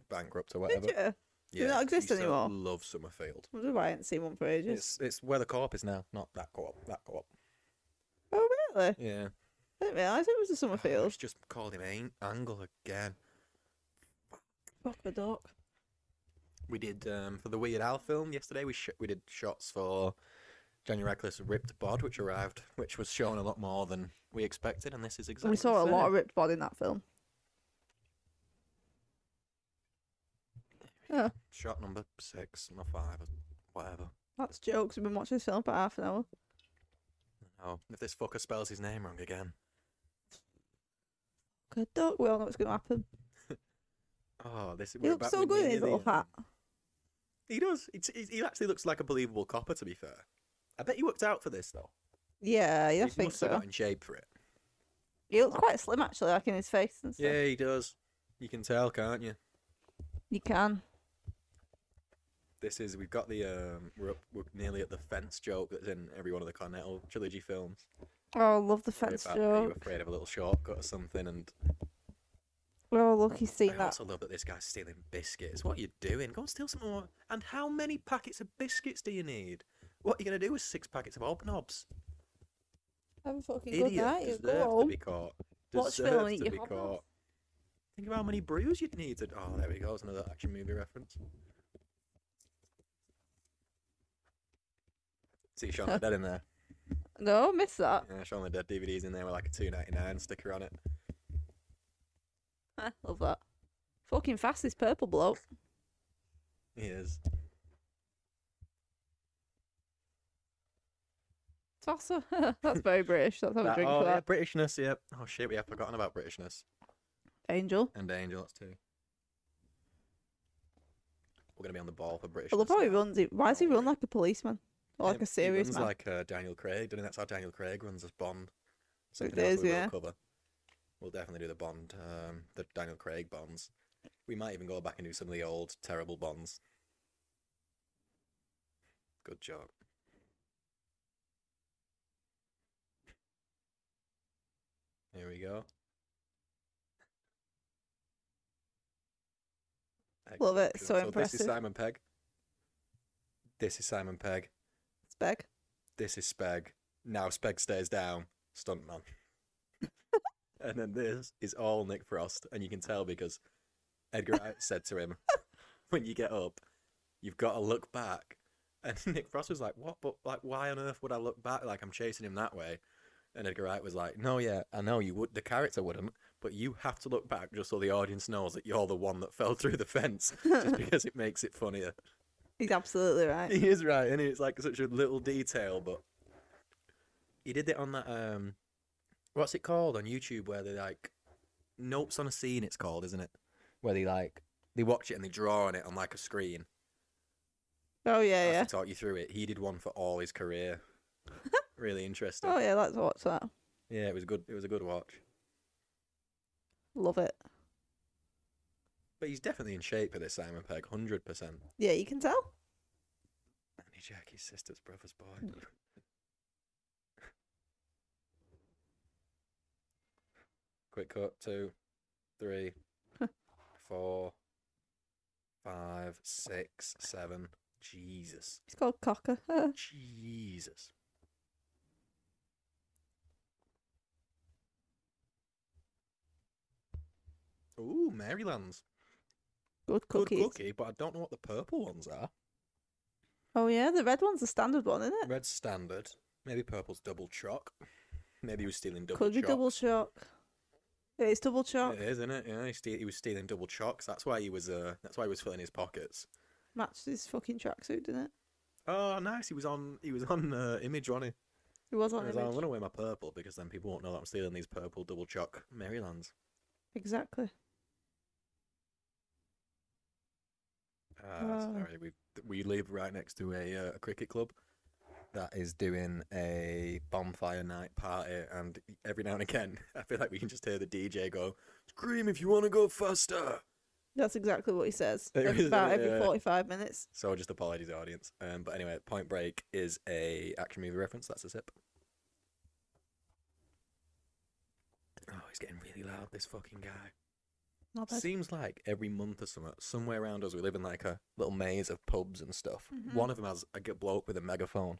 bankrupt or whatever. Did you? Do they not exist used to anymore? Love Summerfield. wonder why I haven't seen one for ages. It's it's where the co-op is now, not that co-op. That co-op. Oh, really? Yeah. I didn't realise it was a Oh, Summerfield. it's just called him Ain- Angle again. Proper dog. We did um, for the Weird Al film yesterday. We sh- we did shots for Daniel Radcliffe's Ripped Bod, which arrived, which was shown a lot more than we expected, and this is exactly. we saw a the lot same. of ripped bod in that film. Yeah, shot number six, number five, or whatever. that's jokes. We've been watching this film for half an hour. Oh, if this fucker spells his name wrong again. Good dog. We all know what's going to happen. Oh, this. He we're looks back so with good in me his little again. hat. He does. It's, he he actually looks like a believable copper. To be fair, I bet he worked out for this though. Yeah, yeah, I he think must have so. got in shape for it. He looks quite slim actually, like in his face and stuff. Yeah, he does. You can tell, can't you? You can. This is we've got the um we're up, we're nearly at the fence joke that's in every one of the Cornetto trilogy films. Oh, I love the Worry fence about, Are you joke. afraid of a little shortcut or something? And Oh, look, he's seen I that. also love that this guy's stealing biscuits. What are you doing? Go and steal some more. And how many packets of biscuits do you need? What are you gonna do with six packets of hobnobs? Have a fucking good Idiot, night. You deserve go to home. be caught. Watch Deserves film and eat to your be hobnobs. caught. Think of how many brews you'd need to. Oh, there we go. It's another action movie reference. See Shaun of the Dead in there. No, miss that. Yeah, Shaun of the Dead DVDs in there with like a two ninety nine sticker on it. Ah, love that. Fucking fast, this purple bloke. He is. Tosser. that's very British. Let's have a That- drink oh, for yeah, that. Britishness. Yep. Oh shit, we have forgotten about Britishness Angel. and Angel. That's two. We're gonna be on the ball for Britishness. I love how he now. runs. It. Why does he run like a policeman? Or like Um, a serious he runs man? like uh, Daniel Craig. Don't think that's how Daniel Craig runs as Bond. Something is, else we yeah. will cover. We'll definitely do the Bond, um, the Daniel Craig Bonds. We might even go back and do some of the old terrible Bonds. Good job. Here we go. Love it, Excellent. so This is impressive. Simon Pegg. This is Simon Pegg. Spec. This is Speg. Now Speg stares down. Stuntman. and then this is all Nick Frost. And you can tell because Edgar Wright said to him, when you get up, you've got to look back. And Nick Frost was like, what? But like, why on earth would I look back? Like, I'm chasing him that way. And Edgar Wright was like, no, yeah, I know you would. The character wouldn't. But you have to look back just so the audience knows that you're the one that fell through the fence just because it makes it funnier. He's absolutely right. He is right, and it's like such a little detail, but he did it on that um, what's it called on YouTube where they like notes on a scene. It's called, isn't it? Where they like they watch it and they draw on it on like a screen. Oh, as yeah, they yeah. talk you through it. He did one for all his career. really interesting. Oh, yeah, let's watch that. Yeah, it was good. It was a good watch. Love it. But he's definitely in shape for this Simon Pegg, hundred percent. Yeah, you can tell. Annie Jackie's sister's brother's boy. Quick cut. Two, three, four, five, six, seven. Jesus. He's called Cocker. Uh, Jesus. Ooh, Maryland's. good cookies. Good cookie, but I don't know what the purple ones are. Oh, yeah, the red one's the standard one, isn't it? Red standard. Maybe purple's double chalk. Maybe he was stealing double Could be double chocks. shock. Yeah, it's double shock. It is, isn't it? Yeah, he, ste- he was stealing double chocks. That's why he was. Uh, that's why he was filling his pockets. Matched his fucking tracksuit, didn't it? Oh, nice. He was on. He was on uh, image, wasn't he? It was He on was image. like, I'm gonna wear my purple because then people won't know that I'm stealing these purple double chock Marylands. Exactly. Uh, Wow. Sorry, we we live right next to a, uh, a cricket club that is doing a bonfire night party, and every now and again, I feel like we can just hear the DJ go, "Scream if you want to go faster." That's exactly what he says. It Every- is, about every yeah. 45 minutes. So just apologies, audience. Um, but anyway, Point Break is a action movie reference. That's a sip. Oh, he's getting really loud, this fucking guy. Not bad. Seems like every month or something, somewhere around us, we live in like a little maze of pubs and stuff. Mhm. One of them has a g- bloke with a megaphone,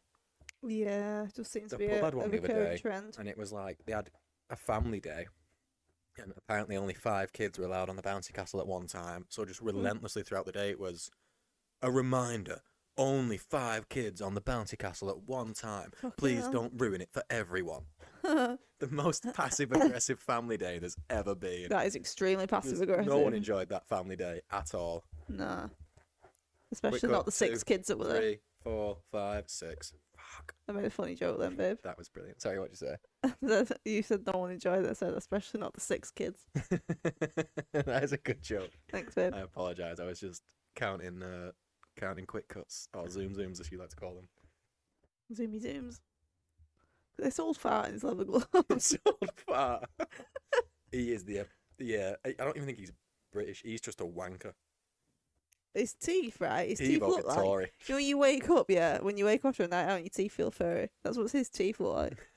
Yeah, just seems The to be pub a, had one a the other recurring day. trend. and it was like they had a family day, and apparently only five kids were allowed on the bouncy castle at one time. So Hmm. just relentlessly throughout the day, it was a reminder: only five kids on the bouncy castle at one time. Fucking Please hell. don't ruin it for everyone. the most passive aggressive family day there's ever been. That is extremely passive There's- aggressive. No one enjoyed that family day at all. Nah. Especially cut, not the six two, kids that were there. Three, four, five, six. Fuck. I made a funny joke then, babe. That was brilliant. Sorry, what'd you say? That- you said no one enjoyed it, I said especially not the six kids. that is a good joke. Thanks, babe. I apologise. I was just counting uh, counting quick cuts or zoom zooms as you like to call them. Zoomy zooms. They sold fat in his leather gloves. so far. he is the uh, yeah. I I don't even think he's British. He's just a wanker. his teeth, right? His He teeth voted look like. Tory. You know, when you wake up, yeah. When you wake up after a night out, your teeth feel furry. That's what his teeth look like.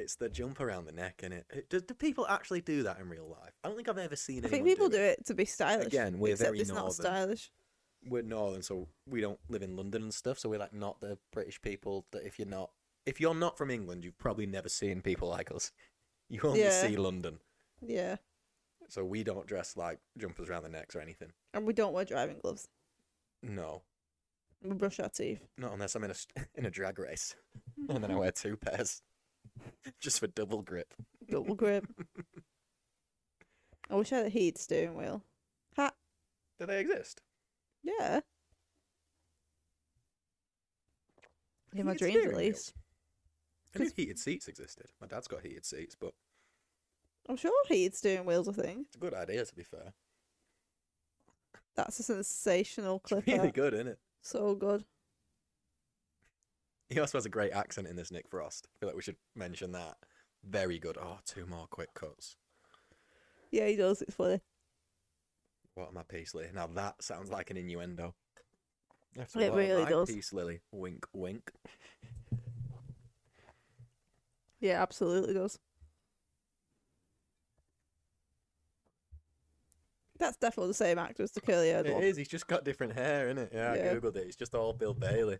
It's the jump around the neck, and it, it do, do people actually do that in real life? I don't think I've ever seen. I think anyone people do it to be stylish. Again, we're except very it's northern. not stylish. we're northern, so we don't live in London and stuff. So we're like not the British people that if you're not if you're not from England, you've probably never seen people like us. You only Yeah. see London, Yeah, so we don't dress like jumpers around the necks or anything. and we don't wear driving gloves. No, We brush our teeth. not unless I'm in a st- in a drag race, and then I wear two pairs just for double grip. Double grip. I wish I had a heated steering wheel. Ha! Do they exist? Yeah. In my Heated dreams, at steering wheels? least. I knew heated seats existed. My dad's got heated seats, but I'm sure heated steering wheels a thing. it's a good idea to be fair. That's a sensational clip. It's really good, isn't it? So good. He also has a great accent in this Nick Frost. I feel like we should mention that. Very good. Oh, two more quick cuts. Yeah, he does. It's funny. What am I peace lily? Now that sounds like an innuendo. That's It what really I does. Peace lily. Wink, wink. Yeah, absolutely does. That's definitely the same actor as the curly haired It one. is. He's just got different hair, isn't it? Yeah, Yeah. I googled it. It's just all Bill Bailey.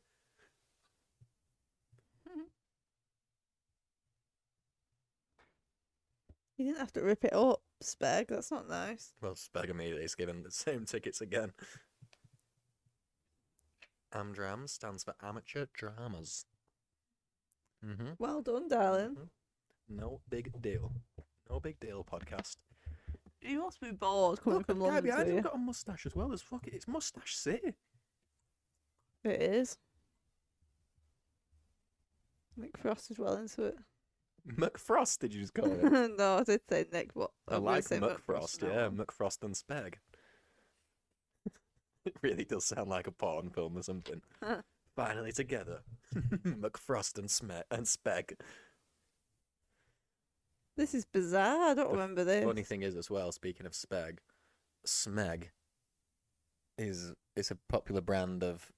You didn't have to rip it up, Speg. That's not nice. Well, Speg immediately is given the same tickets again. AmDram stands for Amateur Dramas. Mm-hmm. Well done, darling. Mhm. No big deal. No big deal podcast. You must be bored coming Look, from the guy London. behind to him you. got a mustache as well. As fuck it, it's mustache city. It is. Nick Frost is well into it. McFrost, did you just call it? no, I did say Nick, but Oh, I I'm gonna like say McFrost. now. Yeah, McFrost and Spag. it really does sound like a porn film or something. Finally together, McFrost and Sme- and Speg. This is bizarre. I don't remember this. Funny thing is, as well, speaking of Speg, Smeg is it's a popular brand of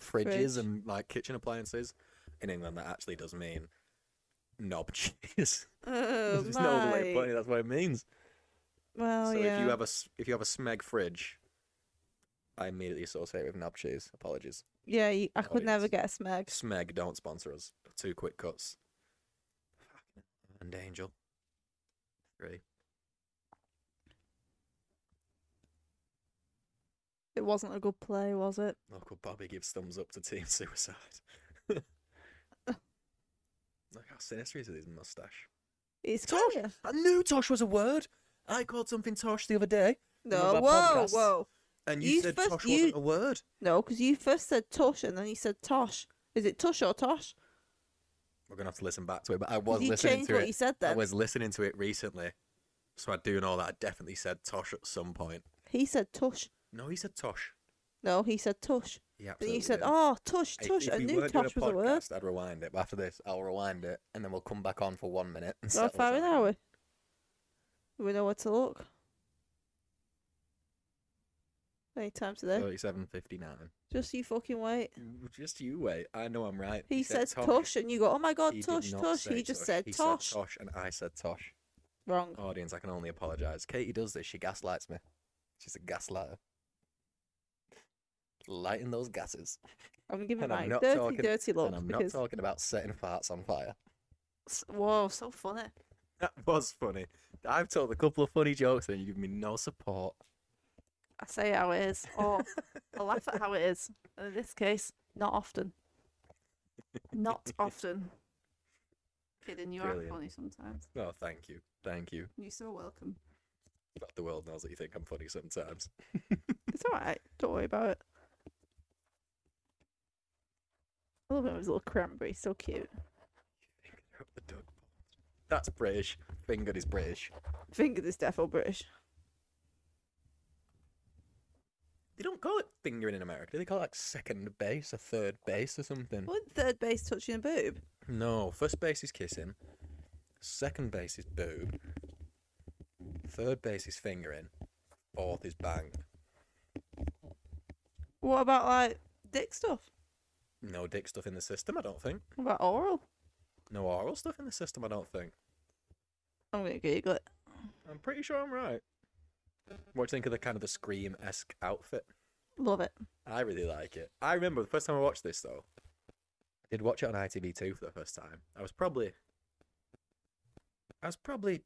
fridges Fridge. and like kitchen appliances in England. That actually does mean knob cheese. Oh, There's no other way of my. putting it. That's what it means. Well, so Oh, yeah. if you have a s- if you have a Smeg fridge, I immediately associate it with knob cheese. Apologies, Yeah, you, I could never audience. get a smeg. Smeg don't sponsor us. Two quick cuts. And Angel. Three. It wasn't a good play, was it? Local Bobby gives thumbs up to Team Suicide. Look how sinister he is with his mustache. It's Tosh! clear. I knew Tosh was a word. I called something Tosh the other day, No, about whoa, podcasts? whoa. and you, You said first- Tosh you- wasn't a word. No, because you first said Tosh and then you said Tosh. Is it Tush or Tosh? We're gonna have to listen back to it, but I 'Cause was you listening changed to what it. you said I then. was listening to it recently, so I do know that I definitely said Tosh at some point. He said Tush. No, he said Tosh. No, he said Tush. Yeah, Then you said, oh, Tush, Tush. I knew Tosh was a word. I'd rewind it. But after this, I'll rewind it, and then we'll come back on for one minute. And How settle far in down. are we? Do we know where to look? Any time today? Thirty-seven fifty-nine. Just you fucking wait. Just you wait. I know I'm right. He, said, Tosh and you go, oh my god, He did Tush, not Tush. say He just Tosh. said He Tosh. Tosh, and I said Tosh. Wrong. Audience, I can only apologise. Katie does this. She gaslights me. She's a gaslighter. Lighting those gases. I'm giving And I'm my not dirty, talking- dirty look and I'm because. not talking about setting farts on fire. S- Whoa, so funny. That was funny. I've told a couple of funny jokes and you give me no support. I say it how it is, or I laugh at how it is. And in this case, not often. Not often. Kidding, you Brilliant. are funny sometimes. Oh, thank you. Thank you. You're so welcome. But the world knows that you think I'm funny sometimes. It's all right. Don't worry about it. I love him with his little cranberry. So cute. Finger up the duck pond. That's British. Fingered is British. Finger this defo British. They don't call it fingering in America. They call it like second base or third base or something. What third base touching a boob? No, first base is kissing. Second base is boob. Third base is fingering. Fourth is bang. What about like dick stuff? No dick stuff in the system, I don't think. What about oral? No oral stuff in the system, I don't think. I'm gonna Google it. I'm pretty sure I'm right. What do you think of the kind of the scream esque outfit? Love it. I really like it. I remember the first time I watched this though. I did watch it on ITV2 for the first time. I was probably I was probably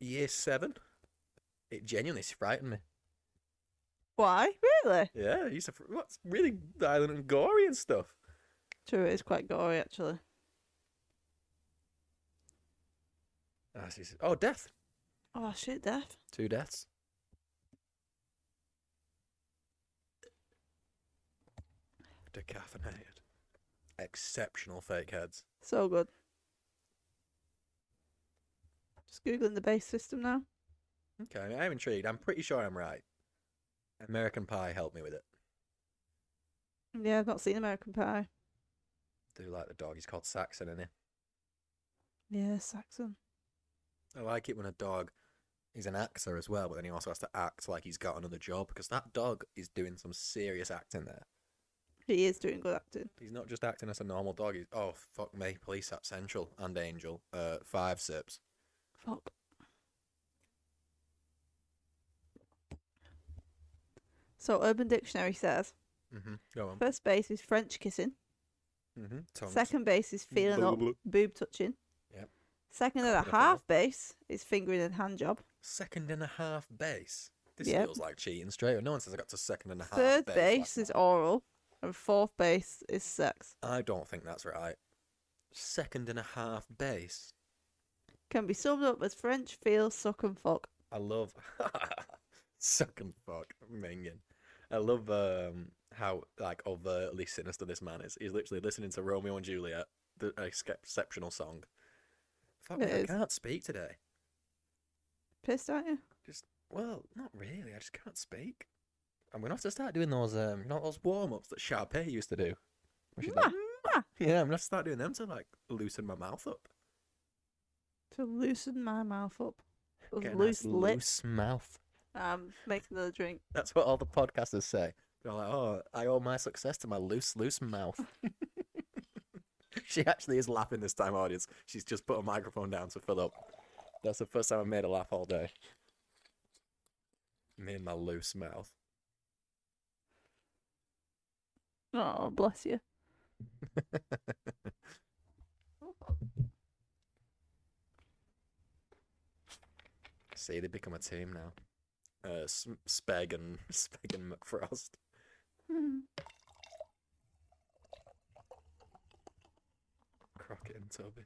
year 7. It genuinely frightened me. Why? Really? Yeah, it used to fr- what's really violent and gory and stuff. True, it is quite gory actually. Ah, she's- Oh, death. Oh shit, death. Two deaths. Decaffeinated. Exceptional fake heads. So good. Just googling the base system now. Okay, I'm intrigued. I'm pretty sure I'm right. American Pie helped me with it. Yeah, I've not seen American Pie. do like the dog. He's called Saxon, isn't Yeah, Saxon. he? I like it when a dog is an actor as well, but then he also has to act like he's got another job because that dog is doing some serious acting there. He is doing good acting. He's not just acting as a normal dog. He's oh fuck me, police at Central and Angel. Uh, five sips. Fuck. So Urban Dictionary says Mm-hmm. Go on. first base is French kissing. Mm-hmm. Second base is feeling up, Blah, boob touching. Yep. Second and Cock a and a half base is fingering and hand job. second and a half base. This Yep. feels like cheating straight. away. No one says I got to second and a half. Third base. base is oral, and fourth base is sex. I don't think that's right. Second and a half base. Can be summed up as French feel, suck, and fuck. I love suck and fuck minging. I love um, how like overtly sinister this man is. He's literally listening to Romeo and Juliet, the ex- exceptional song. Fuck, me, It I is. can't speak today. Pissed, aren't you? Well, not really. I just can't speak. I'm gonna have to start doing those um, you know, those warm ups that Sharpay used to do. Where she's like, Mwah! yeah, I'm gonna have to start doing them to like loosen my mouth up. To loosen my mouth up. Those Get a nice loose lips. loose mouth. Um, make another drink. That's what all the podcasters say. They're like, "Oh, I owe my success to my loose, loose mouth." she actually is laughing this time, audience. She's just put a microphone down to fill up. That's the first time I made her laugh all day. Me and my loose mouth. Oh, bless you. See, they become a team now. Uh, S- Speg and Speg and McFrost. Hmm. Crockett and Toby.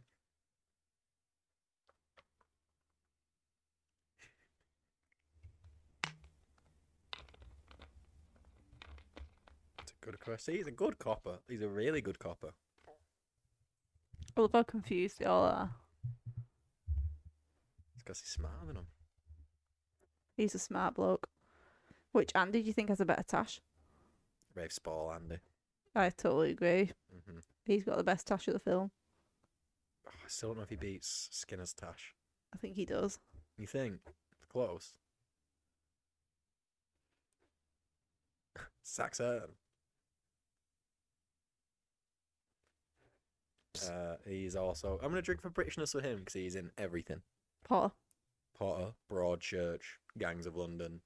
It's a good question. He's a good copper. He's a really good copper. I love how confused they all are. It's because he's smarter than him. He's a smart bloke. Which Andy do you think has a better tash? Rave Spall, Andy. I totally agree. Mm-hmm. He's got the best tash of the film. Oh, I still don't know if he beats Skinner's Tash. I think he does. You think? Close. Saxon. Psst. Uh, he's also. I'm gonna drink for Britishness for him because he's in everything. Potter. Potter, Broadchurch, Gangs of London,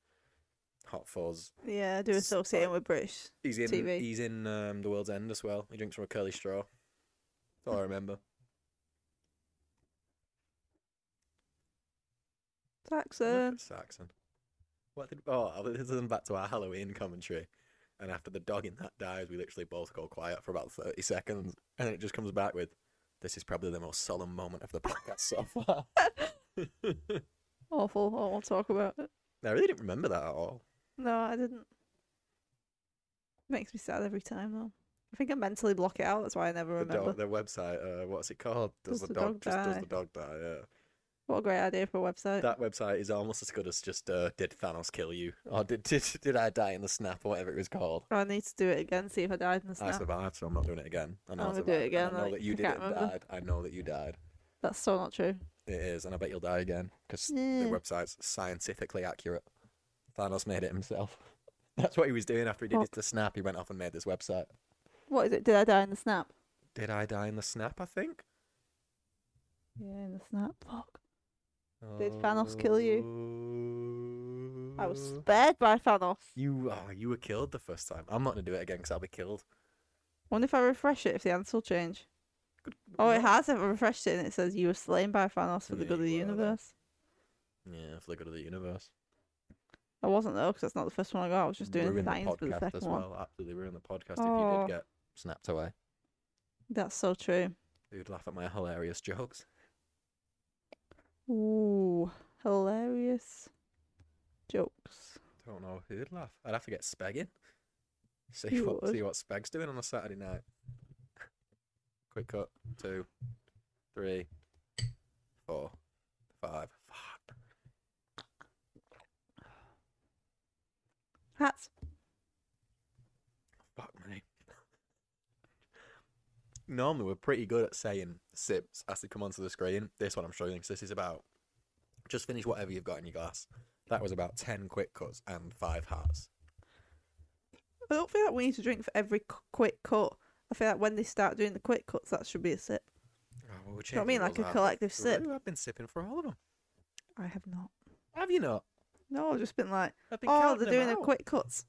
Hot Fuzz. Yeah, I do associate Spy- him with British. He's in. TV. He's in um, The World's End as well. He drinks from a curly straw. That's all I remember. Saxon. Saxon. What did? Oh, I was listening back to our Halloween commentary, and after the dog in that dies, we literally both go quiet for about thirty seconds, and it just comes back with, "This is probably the most solemn moment of the podcast so far." I Awful. I won't talk about it. really didn't remember that at all. No, I didn't. Makes me sad every time though. I think I mentally block it out. That's why I never The remember. dog, their website. Uh, what's it called? Does, the, dog, just does the dog die? Yeah. What a great idea for a website. That website is almost as good as just uh, "Did Thanos kill you?" or "Did did, did I die in the snap?" or whatever it was called. I need to do it again. See if I died in the I snap. survived, Ah, so I'm not doing it again. I know I'm I gonna survived, do it and again, I know like, that you I didn't can't remember. died. I know that you died. That's so not true. It is, and I bet you'll die again because Yeah. the website's scientifically accurate. Thanos made it himself. That's what he was doing after he did Fuck. his the snap. He went off and made this website. What is it? Did I die in the snap? Did I die in the snap? I think. Yeah, in the snap. Fuck. Did Thanos kill you? I was spared by Thanos. Oh. You, oh, you were killed the first time. I'm not gonna do it again because I'll be killed. Wonder if I refresh it if the answer will change. Oh, it has. I've refreshed it and it says you were slain by Thanos for the Yeah, good of the you were, then. universe. Yeah, for the good of the universe. I wasn't though, because that's not the first one I got. I was just doing Ruined science for the podcast second as one. well. Absolutely ruined the podcast if Oh. you did get snapped away. That's so true. Who'd laugh at my hilarious jokes? Ooh, hilarious jokes. Don't know who'd laugh. I'd have to get Speg in. See You what would. see what Speg's doing on a Saturday night. Quick cut. Two, three, four, five. Fuck. Hats. Fuck me. Normally we're pretty good at saying sips as they come onto the screen. This one I'm showing because this is about just finish whatever you've got in your glass. That was about ten quick cuts and five hearts. I don't feel like we need to drink for every c- quick cut. I feel like when they start doing the quick cuts, that should be a sip. Oh, well, we'll Do you know what I change mean? the Like rules a out. collective Ooh, sip. I've been sipping for all of them. I have not. Have you not? No, I've just been like, I've been oh, counting they're them doing the out. quick cuts.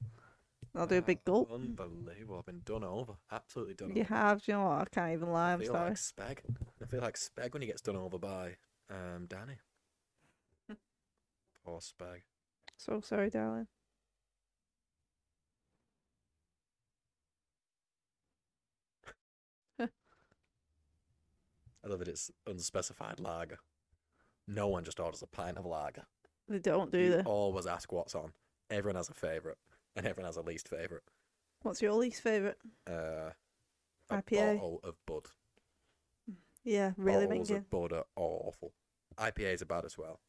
And I'll do a big Ah, gulp. Unbelievable. I've been done over. Absolutely done You over. have, do you know what? I can't even lie. I I'm feel sorry. like Speg. I feel like Speg when he gets done over by um, Danny. Poor Speg. So sorry, darling. I love that it's unspecified lager. No one just orders a pint of lager. They don't do you the. always ask what's on. Everyone has a favourite, and everyone has a least favourite. What's your least favourite? Uh, a IPA. bottle of Bud. Yeah, really Bottles minging. of Bud are awful. IPAs are bad as well.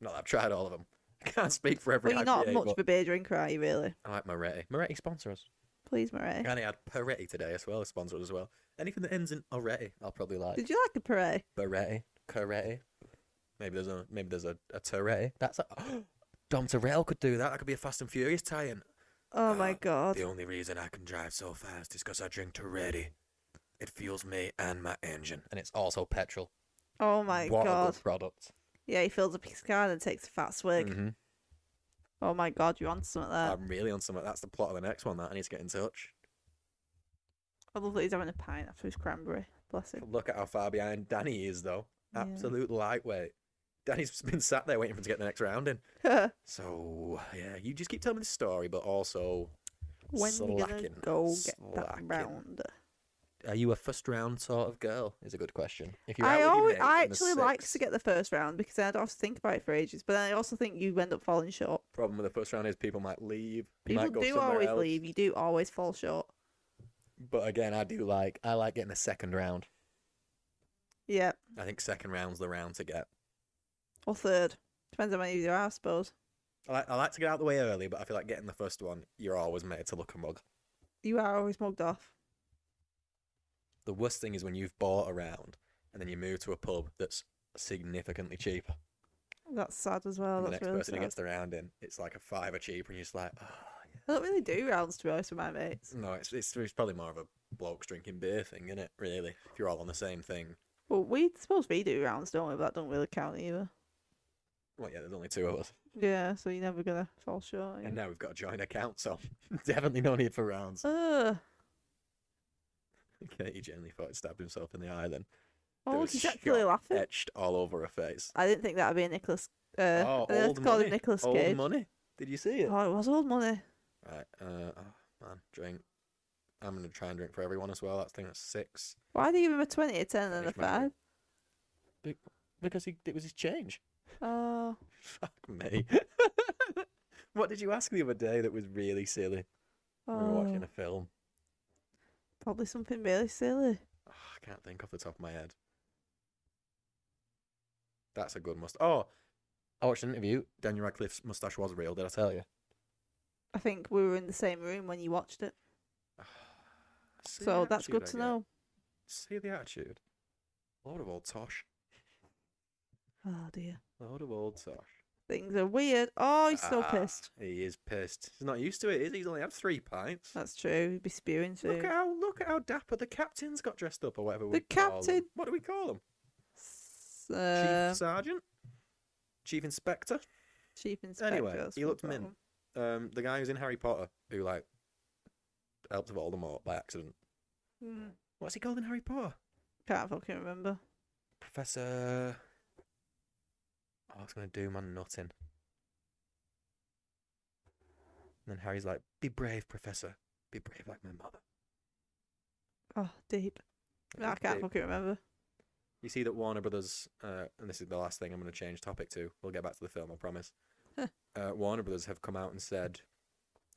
Not that I've tried all of them. I can't speak for every Well, you're IPA. not much but of a beer drinker, are you, really? I like Moretti. Moretti sponsor us. Please, Murray. And I had Peretti today as well, sponsored as well. Anything that ends in Oretti, I'll probably like. Did you like the parade? Beretti, Coretti. Maybe there's a maybe there's a, a Toretti. That's a Dom Torrell could do that. That could be a Fast and Furious tie-in. Oh my Uh, god. The only reason I can drive so fast is because I drink Toretti. It fuels me and my engine, and it's also petrol. Oh my what a god. good product! Yeah, he fills up his car and takes a fat swig. Mhm. Oh my god, you're on something there. I'm really on something. That's the plot of the next one. That I need to get in touch. I love that he's having a pint after his cranberry. Bless him. Look at how far behind Danny is, though. Yeah. Absolute lightweight. Danny's been sat there waiting for him to get the next round in. when So yeah, you just keep telling me the story, but also we gonna Slacking, go get that slacking. round? Are you a first round sort of girl? Is a good question. If out I with always, your mates I in the actually like to sixth- get the first round because then I don't have to think about it for ages. But then I also think you end up falling short. Problem with the first round is people might leave. you People might go do somewhere always else. leave. You do always fall short. But again, I do like I like getting a second round. Yeah, I think second round's the round to get. or third. Depends how many there are, I suppose. I like, I like to get out the way early, but I feel like getting the first one, you're always made to look a mug. You are always mugged off. The worst thing is when you've bought a round and then you move to a pub that's significantly cheaper. That's sad as well. and the Oh, That's next really person sad. who gets the round in, it's like a fiver cheaper, and you're just like, oh, yeah. I don't really do rounds to be honest with my mates. No, it's, it's it's probably more of a blokes drinking beer thing, isn't it? Really, if you're all on the same thing. Well, we suppose we do rounds, don't we? But that don't really count either. Well, yeah, there's only two of us. Yeah, so you're never gonna fall short. And now we've got a joint account, so definitely no need for Oh. rounds. Ugh. Katie generally thought he stabbed himself in the eye then. There Oh, look, was he's actually shock laughing. Etched all over her face. I didn't think that'd be a Nicholas. Uh, oh, I old called money. him Nicholas old Cage. money. Did you see it? Oh, it was old money. Right. Uh, oh, man, drink. I'm gonna try and drink for everyone as well. That's I think that's six. Why do you give him a twenty, a ten, and a Finish my five? drink. Be- Because he, it was his change. Oh, Fuck me. what did you ask the other day that was really silly? We were watching oh, a film. probably something really silly. Oh, I can't think off the top of my head. That's a good must. Oh, I watched an interview. Daniel Radcliffe's mustache was real. Did I tell you? I think we were in the same room when you watched it, See the so that's attitude good I to get. know. See the attitude. Load of old tosh. Oh dear, Load of old tosh. things are weird. Oh, he's so Ah, pissed. He is pissed. He's not used to it, is he? He's only had three pints. That's true. He'd be spewing soon. Look at how look at how dapper the captain's got dressed up or whatever. we The call them. captain. What do we call him? S- uh, Chief sergeant, chief inspector. chief inspector. Anyway, that's he what looked we've got mint. him. Um, the guy who's in Harry Potter who like helped Voldemort by accident. Hmm, What's he called in Harry Potter? Can't fucking remember. Professor. Oh, it's gonna do my nutting. And then Harry's like, "Be brave, Professor. Be brave like my mother." Oh, deep. It I is can't deep. fucking remember. You see that Warner Brothers, uh, and this is the last thing I'm going to change topic to. We'll get back to the film, I promise. uh, Warner Brothers have come out and said,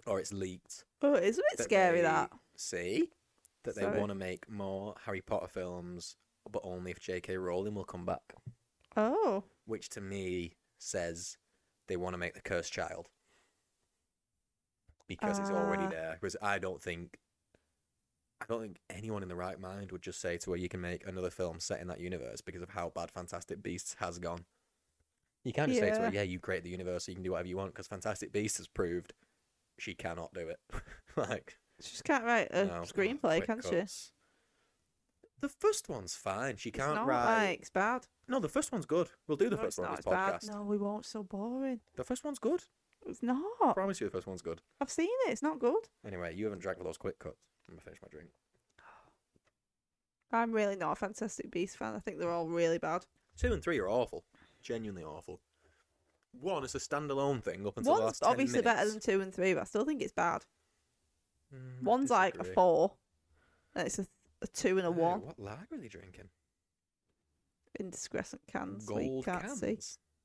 or it's leaked. Oh, it's a bit that scary they- that. See? That they Sorry. want to make more Harry Potter films, but only if J.K. Rowling will come back. Oh, Which to me says they want to make The Cursed Child. Because it's already Ah. there. Because I don't think. I don't think anyone in the right mind would just say to her, you can make another film set in that universe because of how bad Fantastic Beasts has gone. You can't just say to her, yeah, you create the universe, so you can do whatever you want, because Fantastic Beasts has proved she cannot do it. like, she just can't write a no, Uh, screenplay, quick can she? cuts. The first one's fine. She It's can't not write. like it's bad. No, the first one's good. We'll do the No, first it's one on not, this it's podcast. bad. No, we won't. It's so boring. The first one's good. It's I not. promise you, the first one's good. I've seen it. It's not good. Anyway, you haven't drank for those quick cuts. I'm gonna finish my drink. I'm really not a Fantastic Beast fan. I think they're all really bad. Two and three are awful. Genuinely awful. One is a standalone thing up until the One's last ten obviously better than minutes. two and three, but I still think it's bad. Mm, I One's like a disagree. four, and it's a, th- a two and a Oh, one What lager are they drinking? indiscretion cans. so you Gold can't cans. see.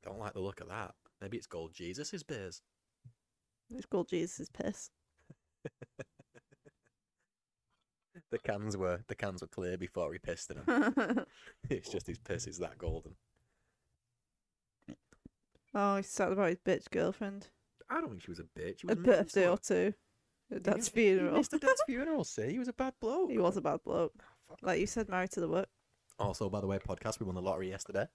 Don't like the look of that. Maybe it's gold Jesus's beers. It's called Jesus' piss. The cans were the cans were clear before he pissed in them. oh, it's just his piss is that golden. Oh, he's sad about his bitch girlfriend. I don't think she was a bitch. She A was mean birthday to or her. two. At He dad's was- he funeral. missed her dad's funeral. See, he was a bad bloke. He was a bad bloke. Oh, fuck. Like you said, married to the work. Also, by the way, podcast we won the lottery yesterday.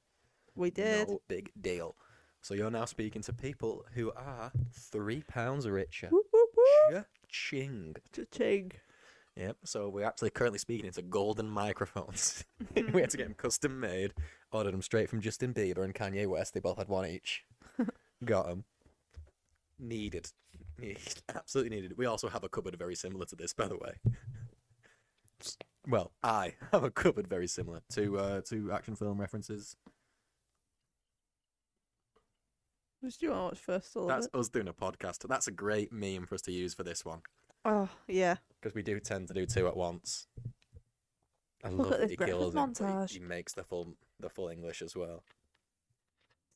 We did. No big deal. So you're now speaking to people who are three pounds richer. Whoop, whoop, whoop. Ching. Cha-ching. Yep. So we're actually currently speaking into golden microphones. we had to get them custom made. Ordered them straight from Justin Bieber and Kanye West. They both had one each. Got them. Needed. Needed. Absolutely needed. We also have a cupboard very similar to this, by the way. Well, I have a cupboard very similar to uh, to action film references. Which do you want to watch first? All That's of it? us doing a podcast. That's a great meme for us to use for this one Oh, yeah. because we do tend to do two at once. I love Look at that this he kills him, breakfast but montage. he, he makes the full the full English as well.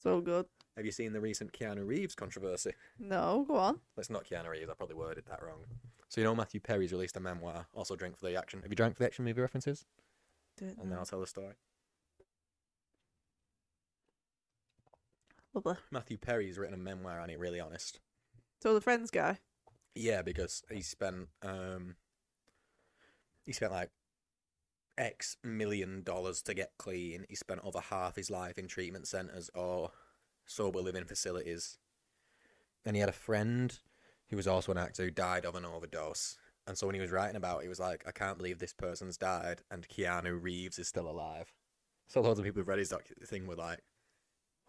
So good. Have you seen the recent Keanu Reeves controversy? No, go on. Well, It's not Keanu Reeves. I probably worded that wrong. So you know Matthew Perry's released a memoir. Also, drink for the action. Have you drank for the action movie references? Do it And then now. I'll tell the story. Lovely. Matthew Perry's written a memoir on it. Really honest. So the friends guy. Yeah, because he spent um he spent like X million dollars to get clean. He spent over half his life in treatment centres or sober living facilities. And he had a friend who was also an actor who died of an overdose. And so when he was writing about it, he was like, I can't believe this person's died and Keanu Reeves is still alive. So loads of people who've read his doc- thing were like,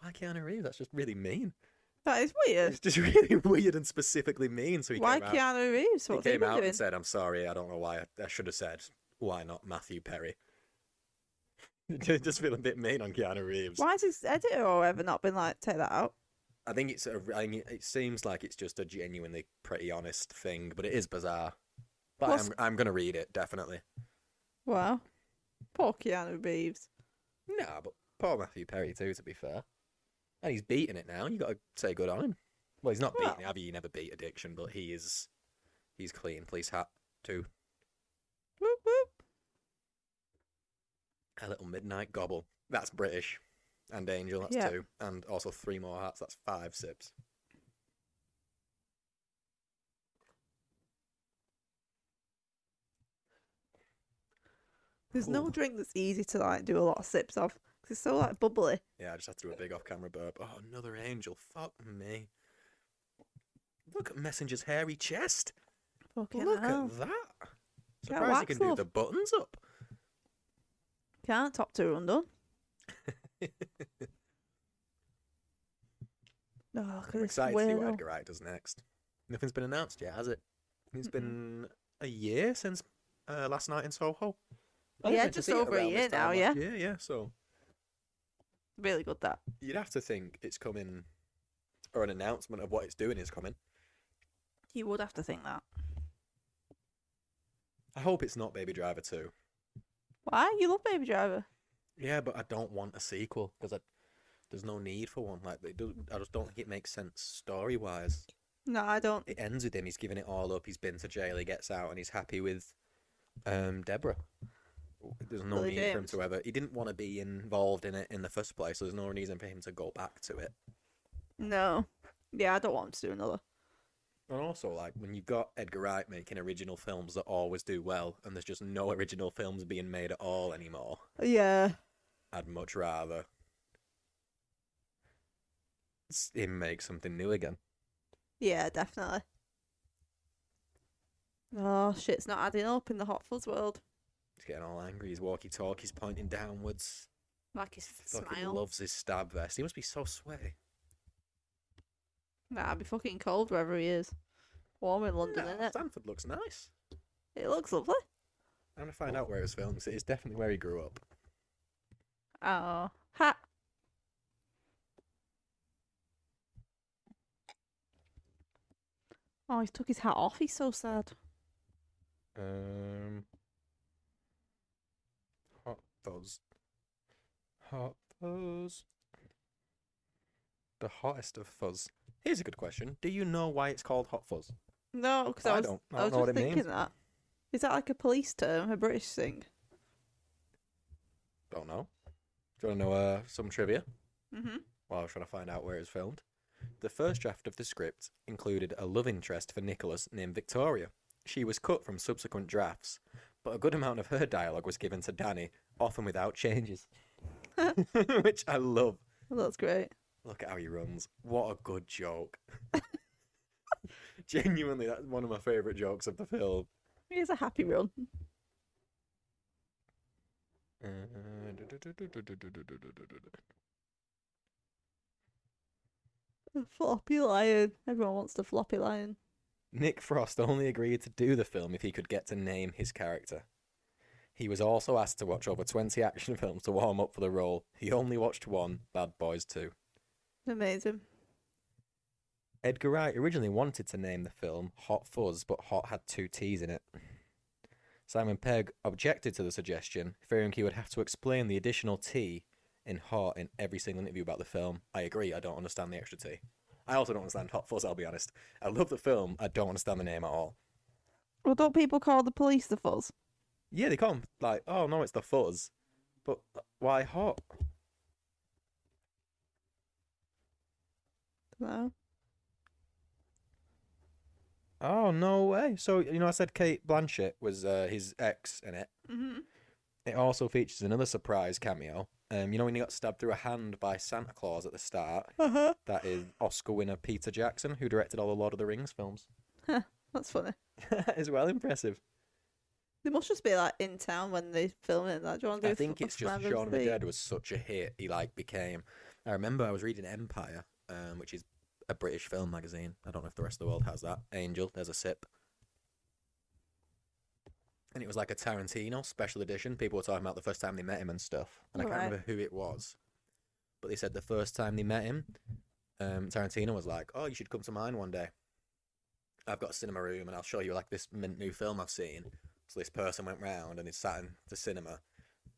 Why Keanu Reeves? That's just really mean. That is weird. It's just really weird and specifically mean. So he Why came out, Keanu Reeves? he What they came were out doing? and said, "I'm sorry. I don't know why. I, I should have said why not Matthew Perry." just feel a bit mean on Keanu Reeves. Why has his editor or whatever not been like, take that out? I think it's a, I think it- it seems like it's just a genuinely pretty honest thing, but it is bizarre. But Plus- I'm I'm gonna read it definitely. Wow. Poor Keanu Reeves. No, but poor Matthew Perry too. To be fair, and he's beating it now. You got to say good on him. Well, he's not beating Well- it. Have you never beat addiction? But he is. He's clean. Police hat too. Whoop, whoop. A little midnight gobble. That's British. And Angel. That's Yeah. two. And also three more hats. That's five sips. There's no Ooh. drink that's easy to like do a lot of sips of 'cause it's so like bubbly. Yeah, I just have to do a big off-camera burp. Oh, another angel. Fuck me. Look at Messenger's hairy chest. Fucking Look hell. at that. Get Surprised you wax can do off. the buttons up. Can't top two are undone. No, I'm because excited to see what weirdo. Edgar Wright does next. Nothing's been announced yet, has it? It's Mm-mm. been a year since uh, last night in Soho. I was Yeah, meant to just see it over a around year this time now, last yeah. year, yeah. So Really good that. you'd have to think it's coming, or an announcement of what it's doing is coming. You would have to think that. I hope it's not Baby Driver 2. Why? You love Baby Driver. Yeah, but I don't want a sequel because there's no need for one. Like, it does, I just don't think it makes sense story wise. No, I don't. it ends with him. He's given it all up. He's been to jail. He gets out, and he's happy with um, Deborah. There's no Lily need for him James. to ever. He didn't want to be involved in it in the first place. So there's no reason for him to go back to it. No. Yeah, I don't want to do another. And also, like when you've got Edgar Wright making original films that always do well, and there's just no original films being made at all anymore, Yeah. I'd much rather s- him make something new again. Yeah, definitely. Oh, shit's not adding up in the Hot Fuzz world. He's getting all angry. His walkie-talkie's pointing downwards. Like his Fucking smile. loves his stab vest. He must be so sweaty. Nah, it'd be fucking cold wherever he is. Warm in London, Yeah, innit? Stanford looks nice. It looks lovely. I'm gonna find out where it was filmed. 'cause It is definitely where he grew up. Oh. Ha! Oh, he's took his hat off. He's so sad. Um, hot fuzz, hot fuzz, the hottest of fuzz. Here's a good question: Do you know why it's called hot fuzz? No, because I I was, don't- I I don't was know what just it thinking means. that. Is that like a police term, a British thing? Don't know. Do you want to know uh, some trivia? Mm-hmm. While I was trying to find out where it was filmed, the first draft of the script included a love interest for Nicholas named Victoria. She was cut from subsequent drafts, but a good amount of her dialogue was given to Danny, often without changes, which I love. that's great. Look at how he runs. What a good joke. Genuinely, that's one of my favourite jokes of the film. Here's a happy run. Uh, A floppy lion. Everyone wants the floppy lion. Nick Frost only agreed to do the film if he could get to name his character. He was also asked to watch over 20 action films to warm up for the role. He only watched one, Bad Boys 2. Amazing. Edgar Wright originally wanted to name the film Hot Fuzz, but Hot had two T's in it. Simon Pegg objected to the suggestion, fearing he would have to explain the additional T in Hot in every single interview about the film. I agree, I don't understand the extra T. I also don't understand Hot Fuzz, I'll be honest. I love the film, I don't understand the name at all. Well, don't people call the police the fuzz? Yeah, they can't, like, oh no, it's the Fuzz. But uh, why Hot? No. Oh, no way. So, you know, I said Kate Blanchett was uh, his ex in it. Mm-hmm. It also features another surprise cameo. Um, you know when he got stabbed through a hand by Santa Claus at the start? Uh-huh. That is Oscar winner Peter Jackson, who directed all the Lord of the Rings films. That's funny. that is well impressive. They must just be like in town when they film it. Like, do you want to do I a think fu- it's just random Shaun of the thing? Dead was such a hit, he like became. I remember I was reading Empire, um, which is a British film magazine. I don't know if the rest of the world has that. Angel, there's a sip. And it was like a Tarantino special edition. People were talking about the first time they met him and stuff. And I can't Right. remember who it was. But they said the first time they met him, um, Tarantino was like, Oh, you should come to mine one day. I've got a cinema room and I'll show you like this mint new film I've seen. So this person went round and he sat in the cinema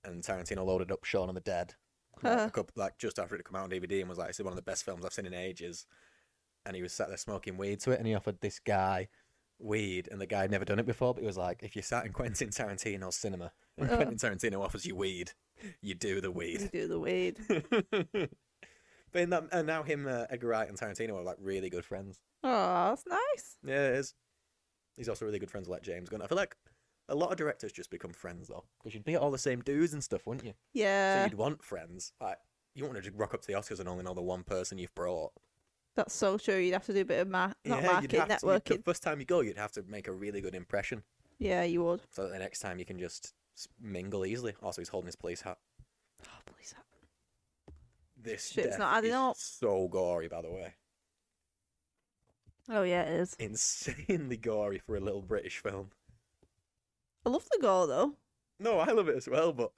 and Tarantino loaded up Shaun of the Dead like, a couple, like just after it had come out on DVD and was like, "It's one of the best films I've seen in ages." And he was sat there smoking weed to it, and he offered this guy weed, and the guy had never done it before, but he was like, "If you sat in Quentin Tarantino's cinema, and Oh. Quentin Tarantino offers you weed, you do the You weed." do the weed. but in that, and now him, uh, Edgar Wright, and Tarantino are like really good friends. Oh, that's nice. Yeah, it is. He's also really good friends with like James Gunn. I feel like a lot of directors just become friends though, because you'd be all the same dudes and stuff, wouldn't you? So Yeah, you'd want friends. Like you don't want to just rock up to the Oscars and only know the one person you've brought. that's so true. You'd have to do a bit of ma- not you'd marketing, have to- you'd- networking. the first time you go, you'd have to make a really good impression, Yeah, you would. so that the next time you can just s- mingle easily. Also, he's holding his police hat. Oh, please. help. This Shit's death not adding is up. So gory, by the way, Oh yeah, it is. insanely gory for a little British film. I love the gore though. No, I love it as well, but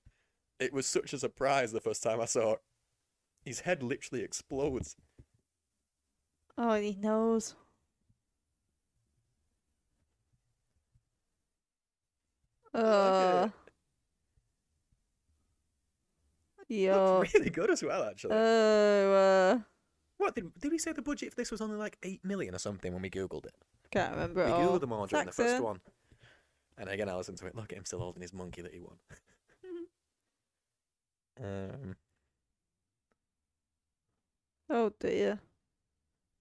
it was such a surprise the first time I saw it. His head literally explodes. Oh, and he knows. Uh, Uh. like yo. Looks really good as well, actually. Oh, uh, what did, did we say the budget for this was only like eight million or something when we googled it? can't remember We at all. googled them all during the first Saxon. one. And again, I listened to it. Look at him still holding his monkey that he won. um, Oh dear.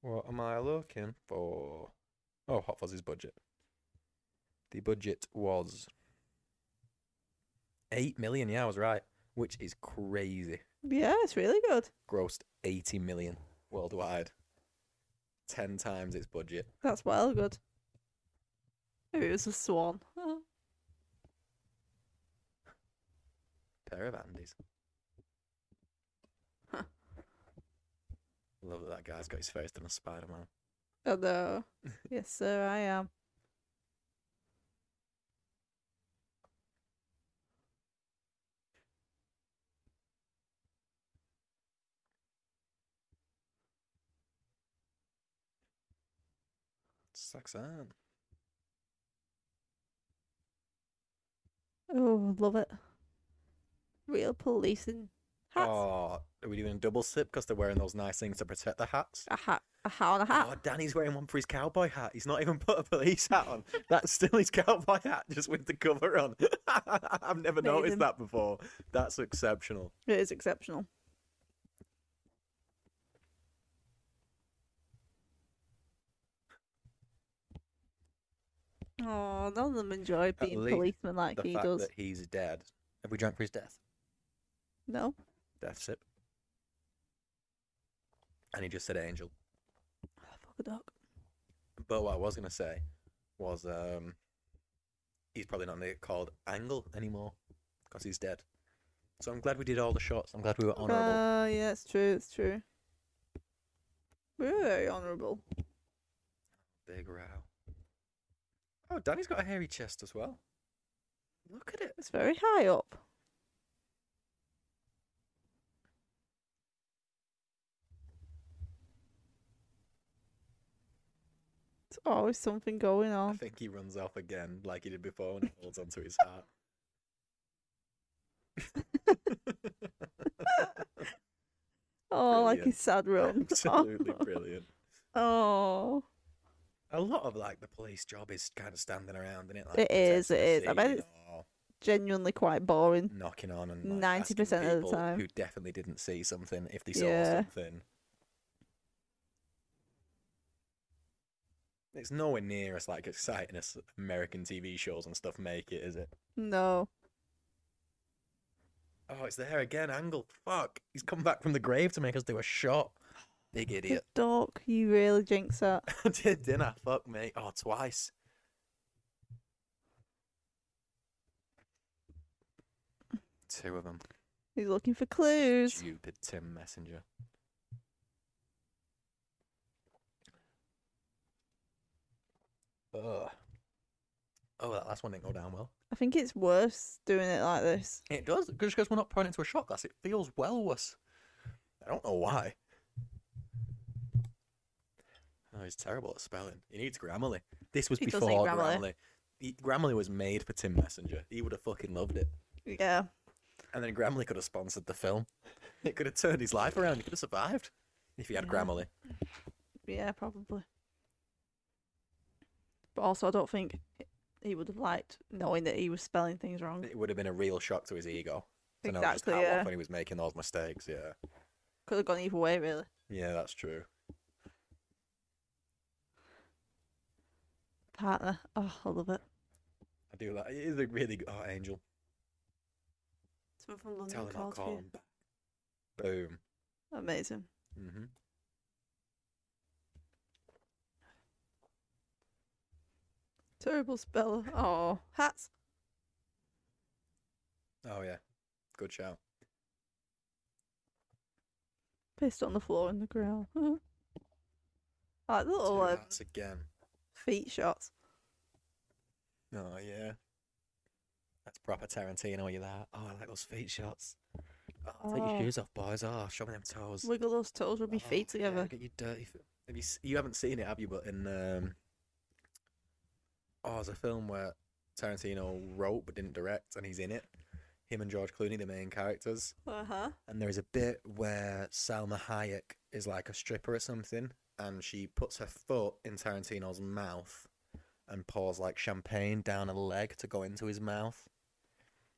what am I looking for? Oh, Hot Fuzzy's budget. The budget was eight million. Yeah, I was right, which is crazy. Yeah, it's really good. Grossed eighty million worldwide, ten times its budget. That's well good. Maybe it was a swan. Oh, Pair of Andes. Huh. Love that that guy's got his face done as Spider Man. Oh, no. yes, sir, I am. Saxon. Oh, love it. Real policing. Hats. Oh, are we doing a double sip because they're wearing those nice things to protect the hats? A hat. A hat on a hat. Oh, Danny's wearing one for his cowboy hat. He's not even put a police hat on. That's still his cowboy hat, just with the cover on. I've never noticed Amazing. that before. That's exceptional. It is exceptional. Oh, none of them enjoy being least policemen like The he fact does. that he's dead. Have we drank for his death? No. Death sip. And he just said angel. Oh, fuck a dog. But what I was gonna say was, um, he's probably not gonna get called Angle anymore because he's dead. So I'm glad we did all the shots. I'm glad we were honourable. Uh, yeah, it's true, it's true. We were very honourable. Big row. Oh, Danny's got a hairy chest as well. Look at it. It's very high up. It's always something going I on. think he runs off again like he did before and holds onto his heart. Oh, like Brilliant. his sad room. Absolutely brilliant. Oh, A lot of like the police job is kind of standing around, isn't it? Like, It is, protecting it the is. I bet scene it's- or- genuinely quite boring. knocking on and like, 90% asking of the people time. who definitely didn't see something if they saw Yeah. something. It's nowhere near as like exciting as American TV shows and stuff make it, is it? No. Oh, it's there again, Angle. Fuck, he's come back from the grave to make us do a shot. Big The idiot. doc, you really jinx that. Did dinner? Fuck me. Oh, twice. Two of them. He's looking for clues. Stupid Tim Messenger. Ugh. Oh, that last one didn't go down well. I think it's worse doing it like this. It does. Just because we're not pouring into a shot glass, it feels well worse. I don't know why. Oh, he's terrible at spelling. He needs Grammarly. This was He does need before Grammarly. Grammarly. He- Grammarly was made for Tim Messenger. He would have fucking loved it. Yeah. And then Grammarly could have sponsored the film. It could have turned his life around. He could have survived if he had Yeah. Grammarly. Yeah, probably. But also, I don't think he would have liked knowing that he was spelling things wrong. It would have been a real shock to his ego. To know just Exactly. how Yeah. often he was making those mistakes. Yeah. Could have gone either way, really. Yeah, that's true. Partner. Oh, I love it. I do like. It is a really good. Oh, Angel. Someone from London Tell him I'll called call him back. Boom. Amazing. Mm-hmm. Terrible speller. Oh, hats. Oh yeah, good shout. Pissed on the floor in the ground. I like the little Two uh, hats again. feet shots. Oh yeah, that's proper Tarantino. You that? Oh, I like those feet shots. Oh, take your Oh. shoes off, boys. Oh, show me them toes. Wiggle those toes, rub your Oh, feet yeah, together. get your dirty. F- have you s- you haven't seen it, have you? But in um, oh, there's a film where Tarantino wrote but didn't direct, and he's in it. Him and George Clooney, the main characters. Uh huh. and there is a bit where Salma Hayek is like a stripper or something, and she puts her foot in Tarantino's mouth and pours like champagne down a leg to go into his mouth.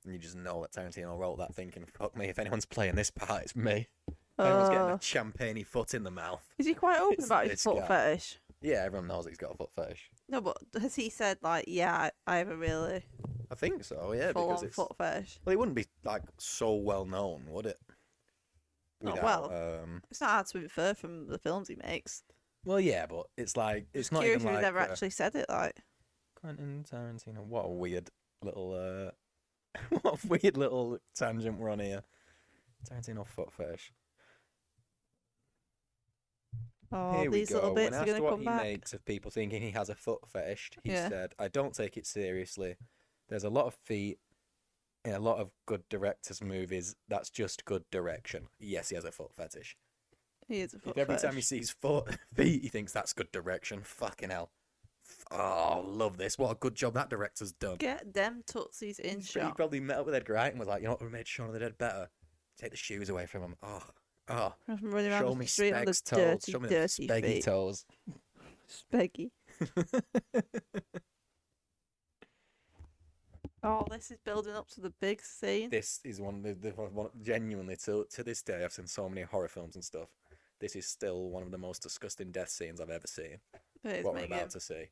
And you just know that Tarantino wrote that thinking, fuck me, if anyone's playing this part, it's me. If anyone's getting a champagne foot in the mouth. Is he quite open It's about his this foot guy. fetish? Yeah, everyone knows he's got a foot fetish. No, but has he said like, yeah, I, I have a really I think so, yeah, full because on it's. foot fetish? Well, it wouldn't be like so well known, would it? Not Um, It's not hard to infer from the films he makes. well, yeah, but it's like it's not Curious even if like he's ever uh, actually said it. Like, Quentin Tarantino. What a weird little uh what a weird little tangent we're on here. Tarantino foot fetish. oh, here we these little go. bits when are asked gonna what come he back. makes of people thinking he has a foot fetish, he Yeah. said, I don't take it seriously. There's a lot of feet in a lot of good directors' movies. That's just good direction. Yes, he has a foot fetish. He is a foot if every time he fetish. sees foot feet, he thinks that's good direction. Fucking hell. F- Oh, love this. What a good job that director's done. Get them tootsies in But He shot. probably met up with Edgar Wright and was like, you know what, we made Shaun of the Dead better. Take the shoes away from him. Oh, oh, Have them running around show the me street on the Speg's toes. dirty, Show me them dirty Speggy feet. toes. Speggy. Oh, this is building up to the big scene. this is one, the, the one genuinely to to this day. I've seen so many horror films and stuff. This is still one of the most disgusting death scenes I've ever seen. It's what we're making about it- to see.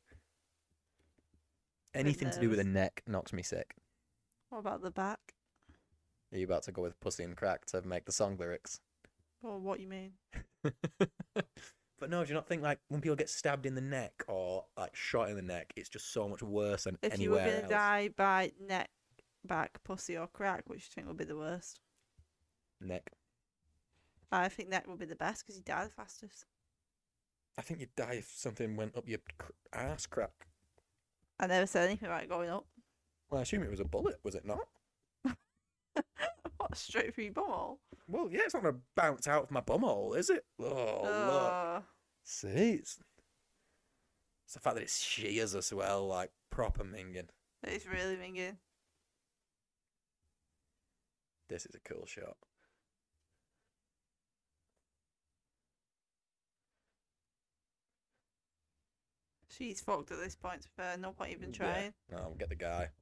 Anything to do with a neck knocks me sick. What about the back? Are you about to go with pussy and crack to make the song lyrics? Or what you mean? But no, do you not think like when people get stabbed in the neck or like shot in the neck, it's just so much worse than If you were anywhere going to else. die by neck, back, pussy, or crack, which do you think would be the worst? Neck. I think neck would be the best because you die the fastest. I think you'd die if something went up your cr- ass crack. I never said anything about it going up. Well, I assume it was a bullet, was it not? What straight through your bumhole? Well, yeah, it's not gonna bounce out of my bumhole, is it? Oh, look. Ugh. See, it's... it's the fact that it's shears as well, like proper minging. it's really minging. This is a cool shot. She's fucked at this point. To be fair, no point even Yeah. trying. No, I'll get the guy.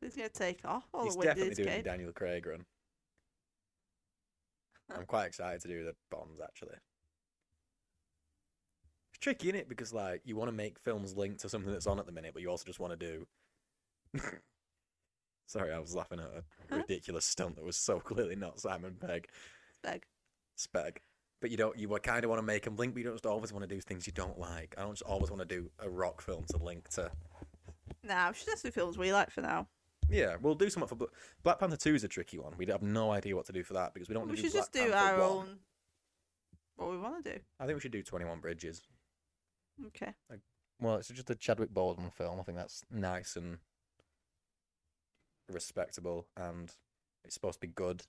So he's gonna take off all He's the way to definitely his doing the cave. Daniel Craig run. I'm quite excited to do the Bonds actually. It's tricky, is it? Because like you want to make films linked to something that's on at the minute, but you also just want to do. Sorry, I was laughing at a ridiculous stunt that was so clearly not Simon Pegg. Like, Speg. But you don't. You kind of want to make them link, but you don't just always want to do things you don't like. I don't just always want to do a rock film to link to. nah, we should just do films we like for now. Yeah, we'll do something for Bla- Black Panther Two is a tricky one. We have no idea what to do for that because we don't. We want to should Black just do Panther our 1. own. What we want to do. I think we should do Twenty One Bridges. Okay. Well, it's just a Chadwick Boseman film. I think that's nice and respectable, and it's supposed to be good.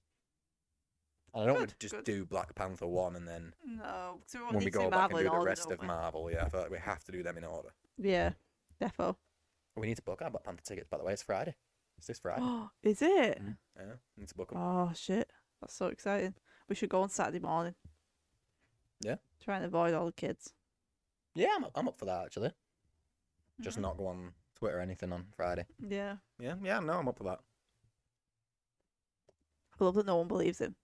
And I don't want to Good, just good. do Black Panther One and then No, because we won't when need we to go do back Marvel and do in the order, rest don't of we? Marvel. Yeah, I feel like we have to do them in order. Yeah, defo. We need to book our Black Panther tickets. By the way, it's Friday. It's this Friday. Oh, is it? Mm. yeah, we need to book 'em. Oh shit, that's so exciting. We should go on Saturday morning. Yeah. Try and avoid all the kids. Yeah, I'm up, I'm up for that actually. Just Mhm. not go on Twitter or anything on Friday. Yeah. Yeah, yeah, no, I'm up for that. I love that no one believes him.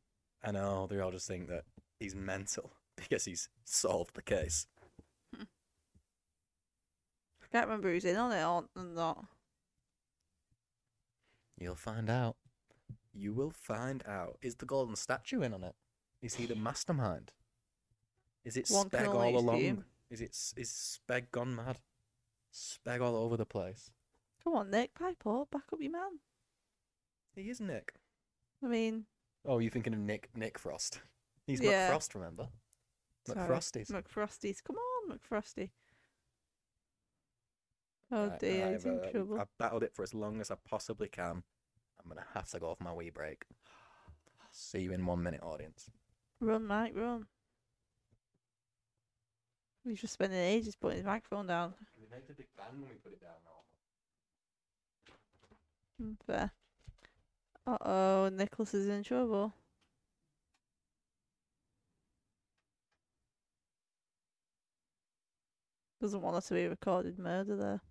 I know they all just think that he's mental because he's solved the case. I can't remember who's in on it or or not. You'll find out. You will find out. Is the golden statue in on it? Is he the mastermind? Is it One can Speg only all along? assume. Is it s- is Speg gone mad? Speg all over the place. Come on, Nick, pipe up, back up your man. He is Nick. I mean, Oh, you're thinking of Nick Nick Frost. He's Yeah. McFrost, remember? sorry. McFrosties. McFrosties, come on, McFrosty. Oh Right, dear, I've, he's in uh, trouble. I've battled it for as long as I possibly can. I'm gonna have to go off my wee break. See you in one minute, audience. Run, Mike, run. He's just spending ages putting his microphone down. It makes a big bang when we put it down. Mm, Fair. Uh oh, Nicholas is in trouble. Doesn't want us to be recorded murder there.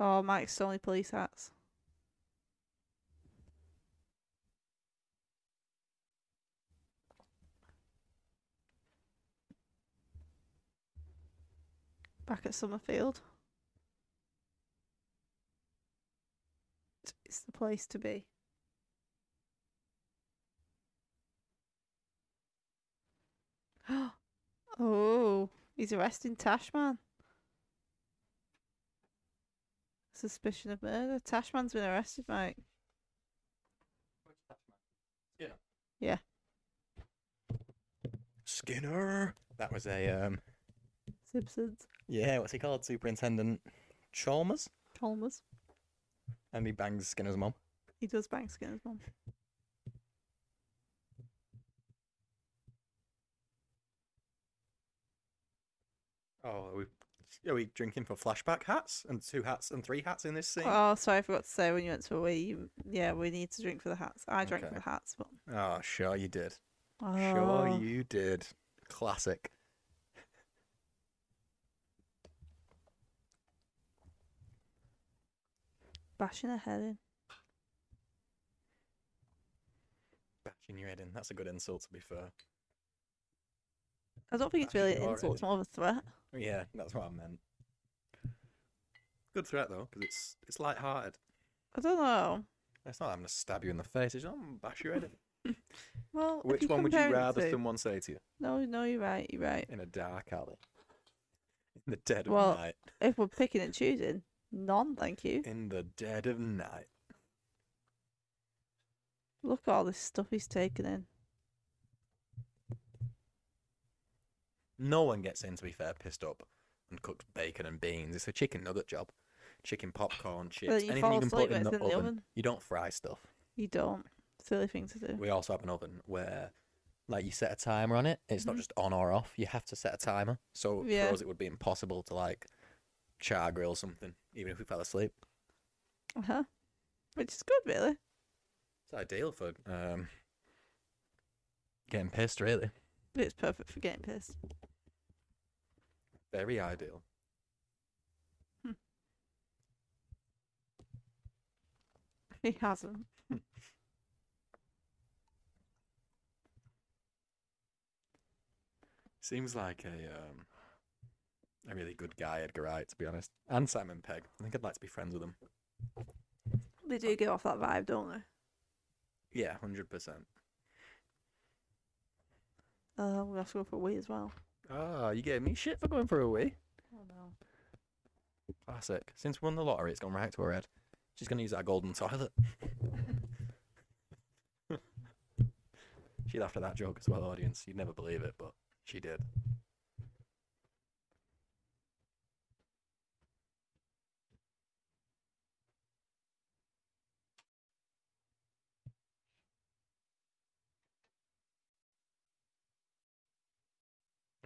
Oh, Mike's only police hats. Back at Summerfield. It's the place to be. oh, he's arresting Tashman. Suspicion of murder. Tashman's been arrested, mate. Skinner. That was a um. Simpsons. Yeah, what's he called? Superintendent Chalmers. Chalmers. And he bangs Skinner's mom. He does bang Skinner's mum. Oh, are we are we drinking for flashback hats and two hats and three hats in this scene? Oh, sorry, I forgot to say when you went to a wee. you- Yeah, we need to drink for the hats. I drank Okay. for the hats, but. oh, sure you did. Oh, Sure you did. Classic. Bashing her head in. Bashing your head in. That's a good insult, to be fair. I don't think it's Bashing really her an insult, it's head more of a threat. Oh, Yeah, that's what I meant. Good threat though, because it's it's light-hearted. I don't know. It's not having to stab you in the face. It's not gonna bash your head. in. Well, if Which one would you compare it rather to- someone say to you No, no, you're right. You're right. in a dark alley, in the dead of Well- night? If we're picking and choosing, none, thank you. In the dead of night. Look at all this stuff he's taken in. No one gets in, to be fair, pissed up and cooks bacon and beans. It's a chicken nugget job. Chicken popcorn, chips, you anything fall you can asleep put when in the, it's in the oven. oven. You don't fry stuff. You don't. Silly thing to do. We also have an oven where, like, you set a timer on it. It's not Mhm. just on or off. You have to set a timer. So Yeah. for us, it would be impossible to like char grill something, even if we fell asleep. Uh huh. Which is good, really. It's ideal for um, getting pissed, really. It's perfect for getting pissed. Very ideal. He hasn't. Seems like a um, a really good guy, Edgar Wright, to be honest, and Simon Pegg. I think I'd like to be friends with him. They do give off that vibe, don't they? Yeah, hundred percent. Uh, we have to go for a wee as well. Ah, you gave me shit for going for a wee. Oh no. Classic. Since we won the lottery, it's gone right to her head. She's going to use our golden toilet. she laughed at that joke as well, audience. You'd never believe it, but she did.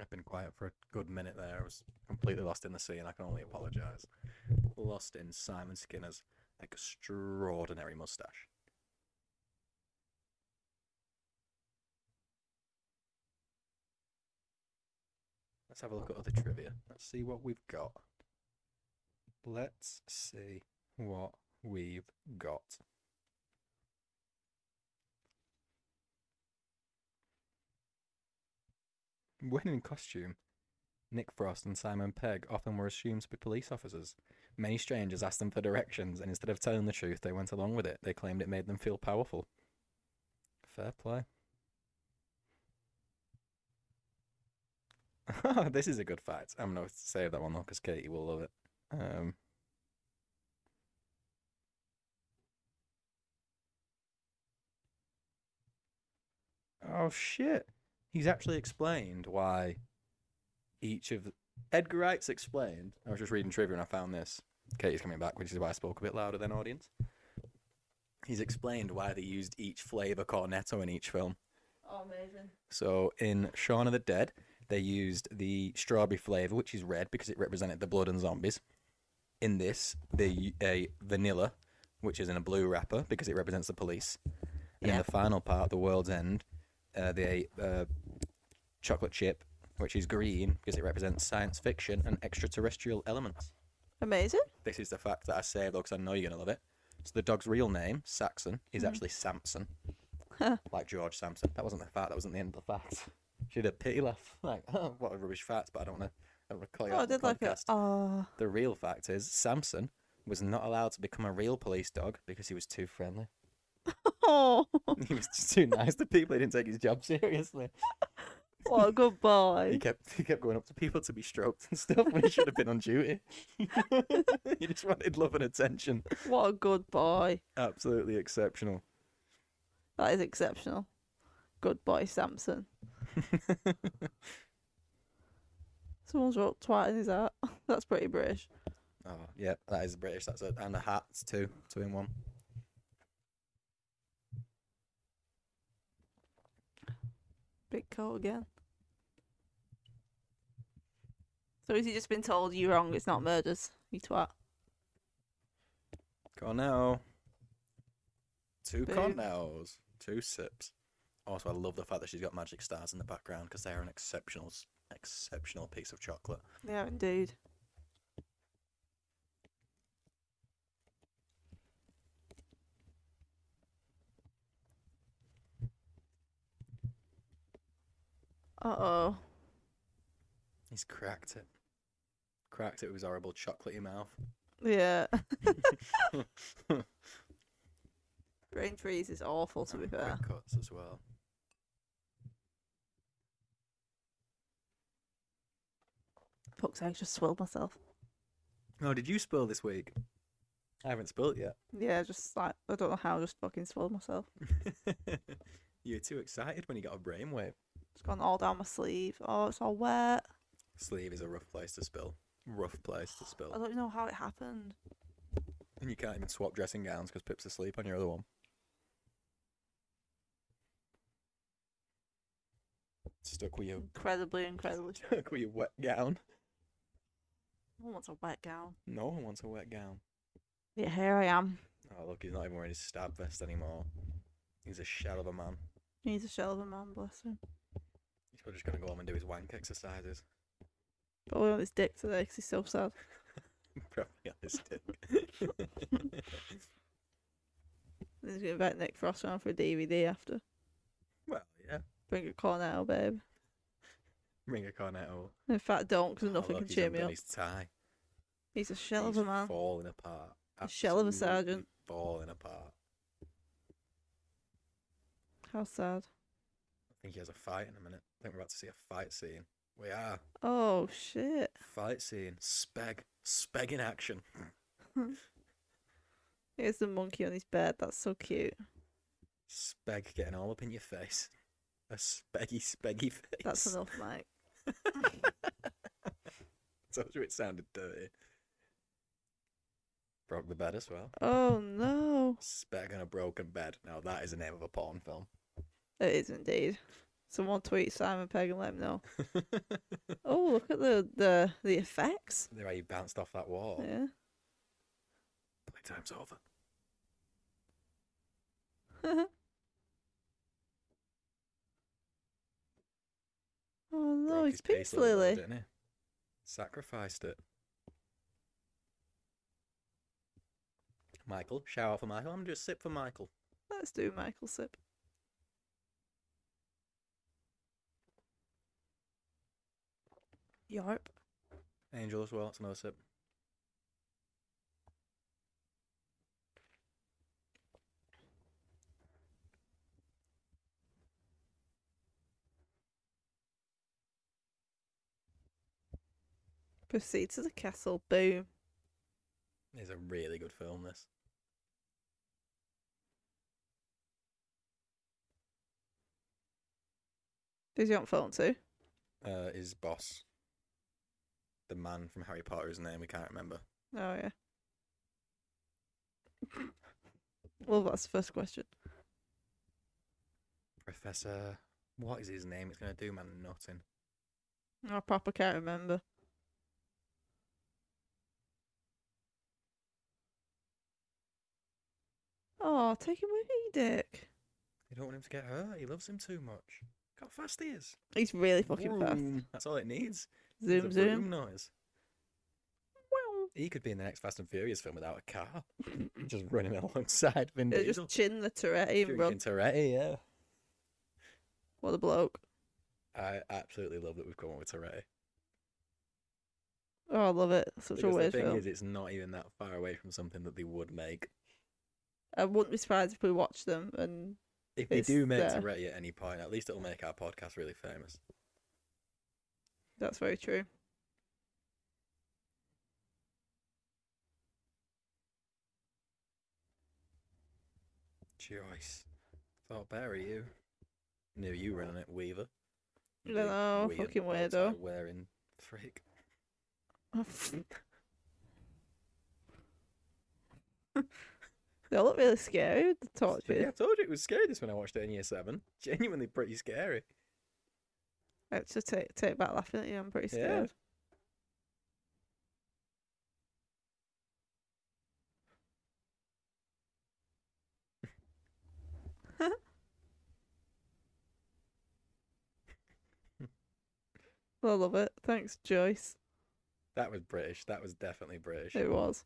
I've been quiet for a good minute there. I was completely lost in the sea, and I can only apologise. Lost in Simon Skinner's extraordinary mustache. Let's have a look at other trivia. Let's see what we've got. Let's see what we've got. When in costume, Nick Frost and Simon Pegg often were assumed to be police officers. Many strangers asked them for directions, and instead of telling the truth, they went along with it. They claimed it made them feel powerful. Fair play. this is a good fact. I'm going to save that one though, because Katie will love it. Um, oh shit! He's actually explained why each of the... Edgar Wright's explained. I was just reading trivia and I found this. Katie's coming back, which is why I spoke a bit louder than audience. He's explained why they used each flavour cornetto in each film. Oh, amazing. So in Shaun of the Dead, they used the strawberry flavour, which is red because it represented the blood and zombies. In this, they u- a vanilla, which is in a blue wrapper because it represents the police. And in Yeah. the final part, the world's end, uh, they ate uh, chocolate chip, which is green because it represents science fiction and extraterrestrial elements. Amazing. This is the fact that I saved though, because I know you're gonna love it. So the dog's real name, Saxon, is Mm. actually Samson, Oh, like George Samson. That wasn't the fact. That wasn't the end of the fact. She did a pity laugh, like oh, what a rubbish fact. But I don't want to. I don't want to call you Oh, I out on did the like it. podcast. Oh, The real fact is Samson was not allowed to become a real police dog because he was too friendly. oh He was just too nice to people. He didn't take his job seriously. what a good He boy. kept he kept going up to people to be stroked and stuff when he should have been on duty. he just wanted love and attention. What a good boy. Absolutely exceptional. That is exceptional. Good boy, Samson. Someone's wrote twat in his hat. That's pretty British. Oh, yeah, that is British. That's it. And the hats too, two in one. Big coat again. So has he just been told you wrong? It's not murders. You twat. Cornell. Two Boo. Cornells. Two sips. Also, I love the fact that she's got magic stars in the background because they are an exceptional, s- exceptional piece of chocolate. Yeah, indeed. Uh oh. He's cracked it. Cracked it with his horrible chocolatey mouth. Yeah. Brain freeze is awful, to be fair. Quick cuts as well. Fuck's sake, I just swilled myself. Oh, did you spill this week? I haven't spilled yet. Yeah, just like, I don't know how I just fucking swilled myself. you were too excited when you got a brainwave. It's gone all down my sleeve. Oh, it's all wet. Sleeve is a rough place to spill. Rough place to spill. I don't know how it happened. And you can't even swap dressing gowns because Pip's asleep on your other one. Stuck with your Incredibly, incredibly. stuck with your wet gown. No one wants a wet gown. No one wants a wet gown. Yeah, here I am. Oh look, he's not even wearing his stab vest anymore. He's a shell of a man. He's a shell of a man, bless him. He's probably just gonna go home and do his wank exercises. Probably on his dick today because he's so sad. probably on his dick. And he's going to invite Nick Frost round for a DVD after. well, yeah. Bring a Cornell, babe. Ring a cornetto. In fact, don't because Oh, nothing look, can he's cheer me undone up. His tie. He's a shell he's of a man. Falling apart. A shell of a Absolutely sergeant. Falling apart. How sad. I think he has a fight in a minute. I think we're about to see a fight scene. We are. Oh, shit. Fight scene. Speg. Speg in action. Here's the monkey on his bed. That's so cute. Speg getting all up in your face. A speggy, speggy face. That's enough, Mike. Told you it sounded dirty. Broke the bed as well. Oh no, Speg on a broken bed. Now that is the name of a porn film. it is indeed. Someone tweet Simon Pegg and let him know. Oh, look at the the the effects. the way you bounced off that wall. Yeah. Playtime's over. oh no, Broke Oh, he's his peace peace lily, lily. didn't he? Sacrificed it. Michael, shower for Michael. I'm gonna do a sip for Michael. Let's do Michael sip. Yarp. Angel as well. It's another sip. Proceed to the castle. Boom. It's a really good film. This. Who's he on phone to? Uh, his boss, the man from Harry Potter, his name we can't remember. Oh yeah. well, that's the first question. Professor. What is his name? It's gonna do man nothing. I proper can't remember. Oh, take him with you, Dick. You don't want him to get hurt. He loves him too much. Look how fast he is. He's really fucking fast. Vroom. That's all it needs. is Zoom, a zoom. vroom noise. He could be in the next Fast and Furious film without a car. just running alongside Vin Yeah, Diesel. just chin the Tourette and run. Drinking Tourette, yeah. What a bloke. I absolutely love that we've come up with Tourette. Oh, I love it. Such a because the weird thing film. is, it's not even that far away from something that they would make. I wouldn't be surprised if we watched them and If they It's do make there. Tourette at any point, at least it'll make our podcast really famous. that's very true. Joyce. Thought better of you. Knew you running it, Weaver. You No, big no, "Oh, fucking bow-tie weirdo. Wearing frick. they look really scary with the Yeah, I torches. told you it was scary this when I watched it in year seven. Genuinely pretty scary. Actually, take, Uh, take back laughing at you. I'm pretty Yeah. scared. I love it. Thanks, Joyce. That was British. That was definitely British. It was.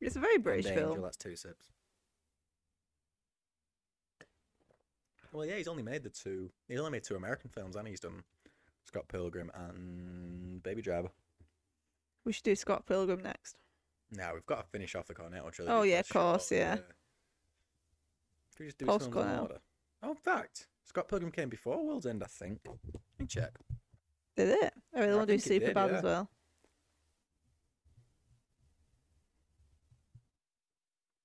It's a very And British Angel, film. that's two sips. Well, yeah, he's only made the two. He's only made two American films, and he's done Scott Pilgrim and Baby Driver. We should do Scott Pilgrim next. Now we've got to finish off the Cornetto trilogy. Oh, yeah, first, of course, surely, yeah. Can we just do Post Post films in Cornetto. order? Oh, in fact, Scott Pilgrim came before World's End, I think. Let me check. Did it? I really I want to do think it Super did, Bad yeah. as well.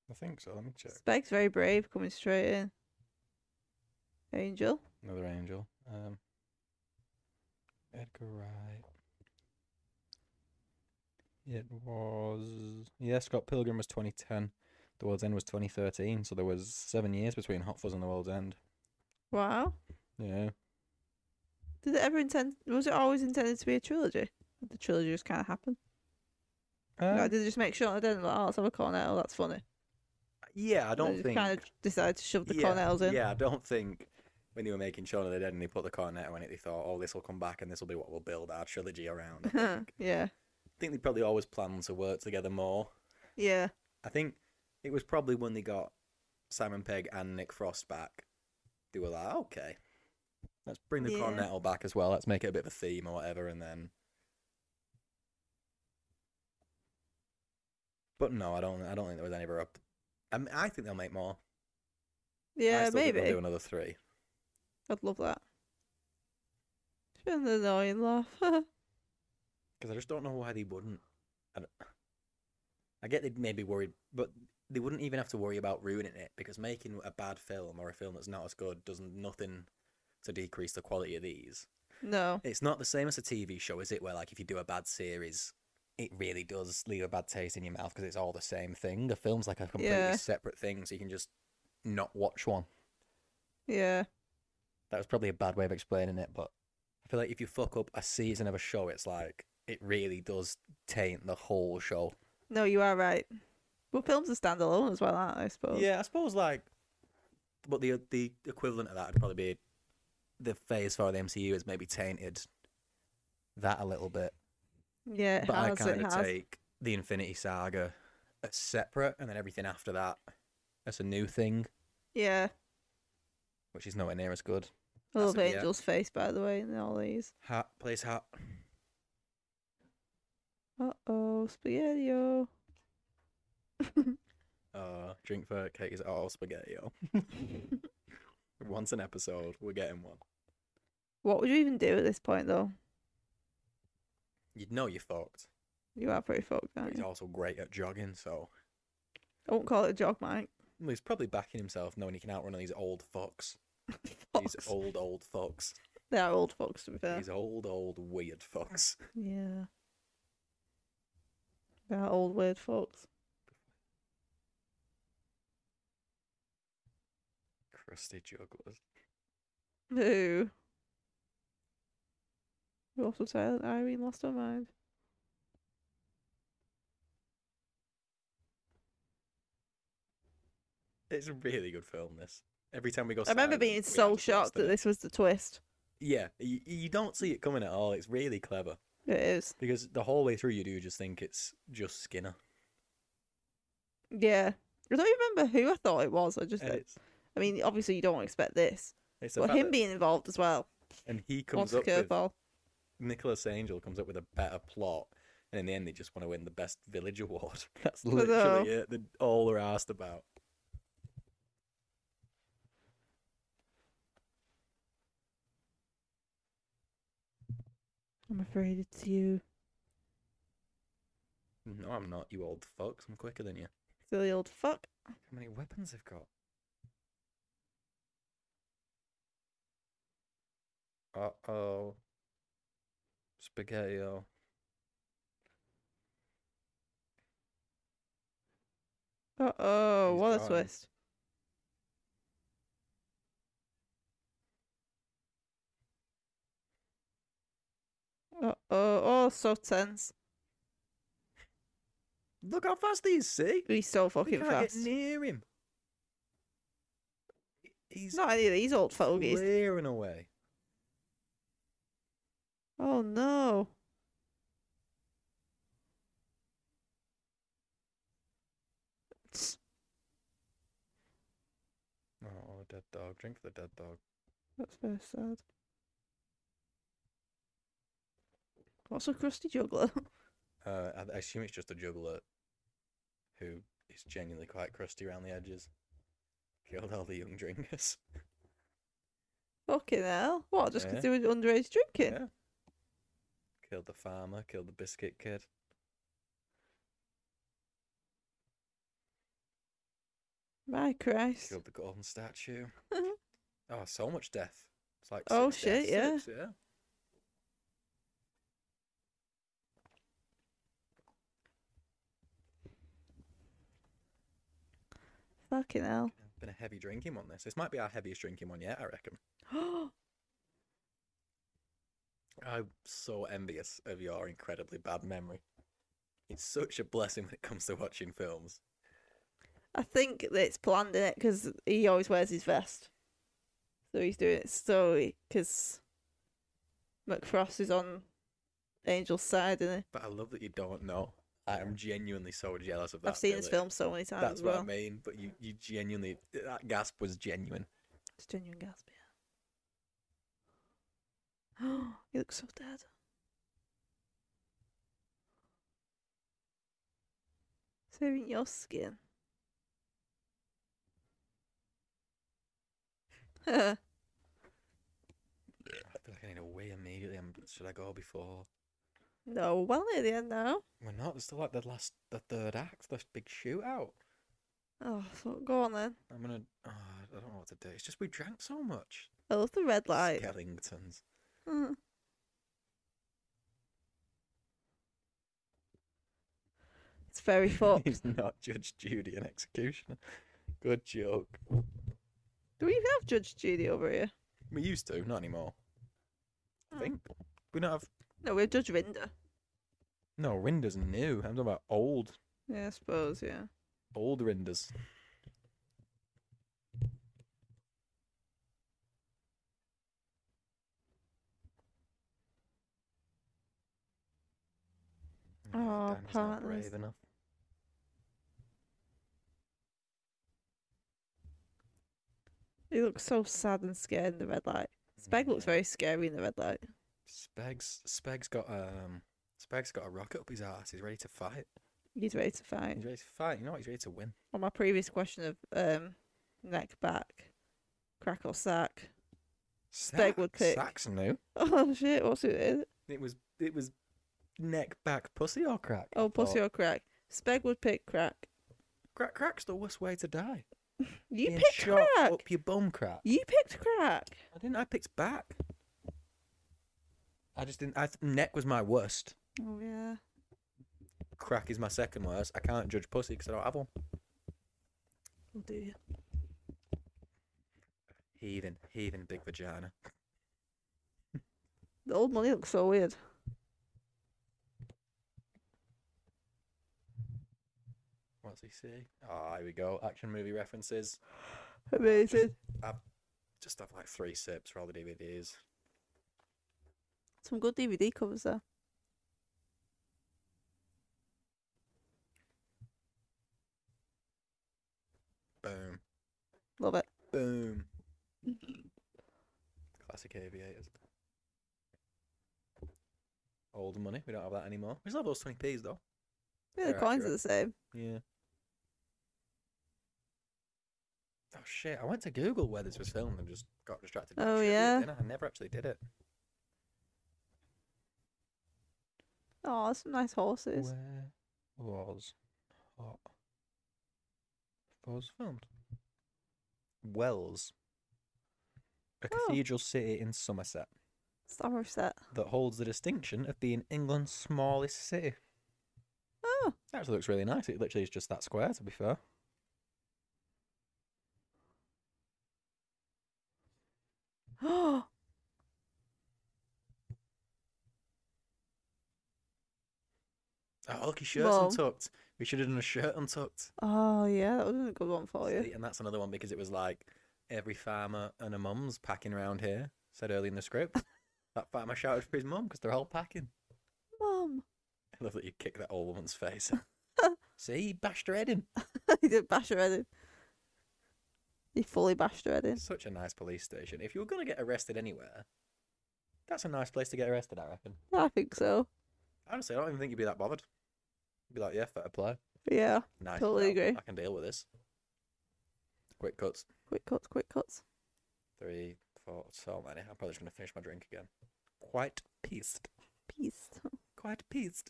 I think so. Let me check. Speg's very brave coming straight in. Angel. Another angel. Um, Edgar Wright. It was yeah. Scott Pilgrim was 2010. The World's End was 2013. So there was seven years between Hot Fuzz and The World's End. Wow. Yeah. Did it ever intend? Was it always intended to be a trilogy? Did The trilogy just kind of happened. Like, Um, did they just make sure I didn't like, oh, let's have a Cornell. That's funny. yeah, I don't they think. Kind of decided to shove the yeah, Cornells in. Yeah, I don't think when they were making Shaun of the Dead and they put the Cornetto in it, they thought, "Oh, this will come back and this will be what we'll build our trilogy around." I Yeah. think. yeah. I think they probably always planned to work together more. Yeah. I think it was probably when they got Simon Pegg and Nick Frost back. They were like, okay, let's bring the Yeah. Cornetto back as well. Let's make it a bit of a theme or whatever, and then. But no, I don't. I don't think there was any up. I, mean, I think they'll make more. I Yeah, still think maybe. they'll do another three. I'd love that. It's been an annoying laugh. Because I just don't know why they wouldn't. I, don't- I get they'd maybe worried, but they wouldn't even have to worry about ruining it because making a bad film or a film that's not as good does nothing to decrease the quality of these. No. It's not the same as a TV show, is it? Where like if you do a bad series, it really does leave a bad taste in your mouth because it's all the same thing. A film's like a completely Yeah. separate thing, so you can just not watch one. Yeah. That was probably a bad way of explaining it, but I feel like if you fuck up a season of a show, it's like it really does taint the whole show. No, you are right. Well, films are standalone as well, aren't they? I suppose. Yeah, I suppose like, but the the equivalent of that would probably be the Phase Four of the MCU has maybe tainted that a little bit. Yeah. It but I has, it kind of has. take the Infinity Saga as separate, and then everything after that as a new thing, Yeah. which is nowhere near as good. I That's love it, yeah. Angel's face, by the way, in all these. Hat plays hat. Uh oh, spaghetti. Uh, drink for cake is all spaghetti. Once an episode, we're getting one. What would you even do at this point, though? You'd know you're fucked. You are pretty fucked, But aren't he's you? also great at jogging, so I won't call it a jog, Mike. Well, he's probably backing himself knowing he can outrun all these old fucks. These Fox. old, old fucks. They are old fox, to be fair. These old, old, weird fucks. Yeah. They are old weird fox. Crusty jugglers. Boo. We also silent Irene lost her mind. It's a really good film, this. Every time we go I remember silent, we being had so to shocked blast it. that this was the twist. Yeah, you, you don't see it coming at all. It's really clever. It is. Because the whole way through, you do just think it's just Skinner. Yeah. I don't remember who I thought it was. I just, And it's, I mean, obviously you don't expect this, it's the but fact him that- being involved as well. and he comes What's a up with curveball? Nicholas Angel comes up with a better plot, and in the end, they just want to win the best village award. That's know. literally it. They're, all they're asked about. I'm afraid it's you, No, I'm not. You old fucks. I'm quicker than you. silly old fuck. How many weapons they've got? Uh oh. Spaghetti. oh. Uh oh, He's what a gone. twist. Uh oh, oh, so tense. Look how fast he is. See, He's so we fucking can't fast. get near him. He's Not any of these old fogies. clearing away. Oh no. Oh, dead dog. Drink for the dead dog. That's very sad. What's a crusty juggler? Uh, I, I assume it's just a juggler who is genuinely quite crusty around the edges. Killed all the young drinkers. Fucking hell. What, just 'cause Yeah. they were underage drinking? Yeah. Killed the farmer, killed the biscuit kid. My Christ. Killed the golden statue. oh, so much death. It's like Mm-hmm. Oh, six shit, yeah. deaths, yeah. Fucking hell. Been a heavy drinking one. This. This might be our heaviest drinking one yet. I reckon. I'm so envious of your incredibly bad memory. It's such a blessing when it comes to watching films. I think that it's planned in it because he always wears his vest. So he's doing it slowly because McFrost is on Angel's side, and But I love that you don't know. I am genuinely so jealous of that. I've seen this Billy. film so many times That's as what well. I mean. But you, you genuinely that gasp was genuine. It's genuine gasp. Yeah. he looks so dead. Saving your skin. I feel like I need to wee immediately. i should I go before? no, well near the end now. We're not. It's still like the last, the third act, the big shootout. Oh, so go on then. I'm gonna. Oh, I don't know what to do. It's just we drank so much. I love the red light. Skellingtons. Mm. It's very fucked. He's not Judge Judy and executioner. Good joke. Do we even have Judge Judy over here? We used to, not anymore. I Oh. think we don't have. No, we have Judge Rinder. No, Rinder's new. I'm talking about old, Yeah, I suppose, yeah. old Rinders. Oh, Dan's not partners. brave enough. He looks so sad and scared in the red light. Speg looks Yeah. very scary in the red light. Speg's Speg's got um Speg's got a rocket up his ass. He's ready to fight. He's ready to fight. He's ready to fight. You know what? He's ready to win. On my previous question of um, neck, back, crack or sack. Speg would Sax- pick. Sax knew. Oh shit, what's it? is? It was it was neck back pussy or crack. I Oh, pussy thought. or crack. Speg would pick crack. crack. Crack's the worst way to die. You Being picked shot crack. up your bum, crack. You picked crack. I didn't. I picked back. I just didn't. I th- neck was my worst. Oh yeah. Crack is my second worst. I can't judge pussy because I don't have one. Oh dear. Heathen, heathen, big vagina. The old money looks so weird. What's he say? Ah, here we go. Action movie references. Amazing. Just have like three sips for all the DVDs. Some good DVD covers there. Boom, Love it. boom. Classic aviators. Old money. We don't have that anymore. We still have those twenty p's though. Yeah, the They're coins are accurate. the same. Yeah. Oh shit! I went to Google where this was filmed and just got distracted. by Oh, trivia yeah? dinner. I never actually did it. Oh, that's some nice horses. Where was Hot Fuzz filmed? Wells, a Oh. cathedral city in Somerset Somerset. that holds the distinction of being England's smallest city. Oh, That actually looks really nice. It literally is just that square, to be fair. oh, Oh, look, his shirt's Well- untucked. We should have done a shirt untucked. oh yeah, that was a good one for you. See, and that's another one because it was like every farmer and a mum's packing around here, said early in the script. that farmer shouted for his mum because they're all packing. Mum, I love that you kick that old woman's face. See, he bashed her head in. he did bash her head in. He fully bashed her head in. It's such a nice police station. If you were going to get arrested anywhere, that's a nice place to get arrested, I reckon. I think so. Honestly, I don't even think you'd be that bothered. You'd be like, yeah, fair play. Yeah. Nice. Totally job. agree. I can deal with this. Quick cuts. Quick cuts, quick cuts. Three, four, so many. I'm probably just going to finish my drink again. Quite pissed. Peace. quite pissed.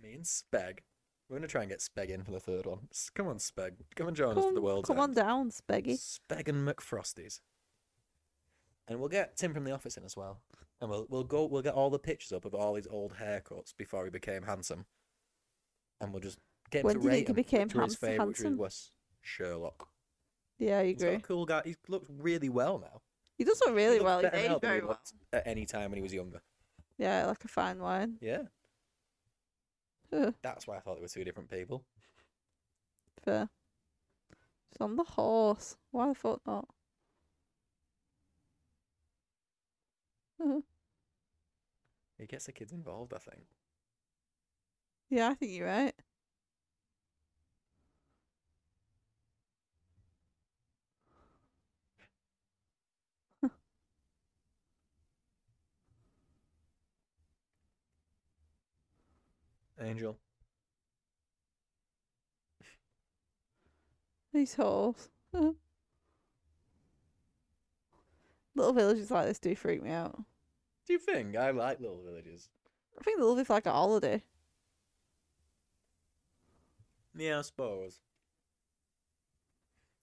Me and Speg. We're gonna try and get Speg in for the third one. S- Come on, Speg. Come and join us for the Come, world. come on down, Speggy. Speg and McFrosties. And we'll get Tim from the office in as well. And we'll we'll go we'll get all the pictures up of all his old haircuts before he became handsome. And we'll just get him When to do you rate think he him, became which were his handsome- favourite, which handsome? was Sherlock. Yeah, I He's got a agree. cool guy. He looks really well now. He does look He really looks well. He's better now aged than he very well. looked At any time when he was younger. Yeah, like a fine wine. Yeah. Ugh, That's why I thought they were two different people. Fair. It's on the horse. Why the fuck not? He gets the kids involved, I think. Yeah, I think you're right. Angel. These horse. Little villages like this do freak me out. Do you think I like little villages? I think they love it for like a holiday. Yeah, I suppose.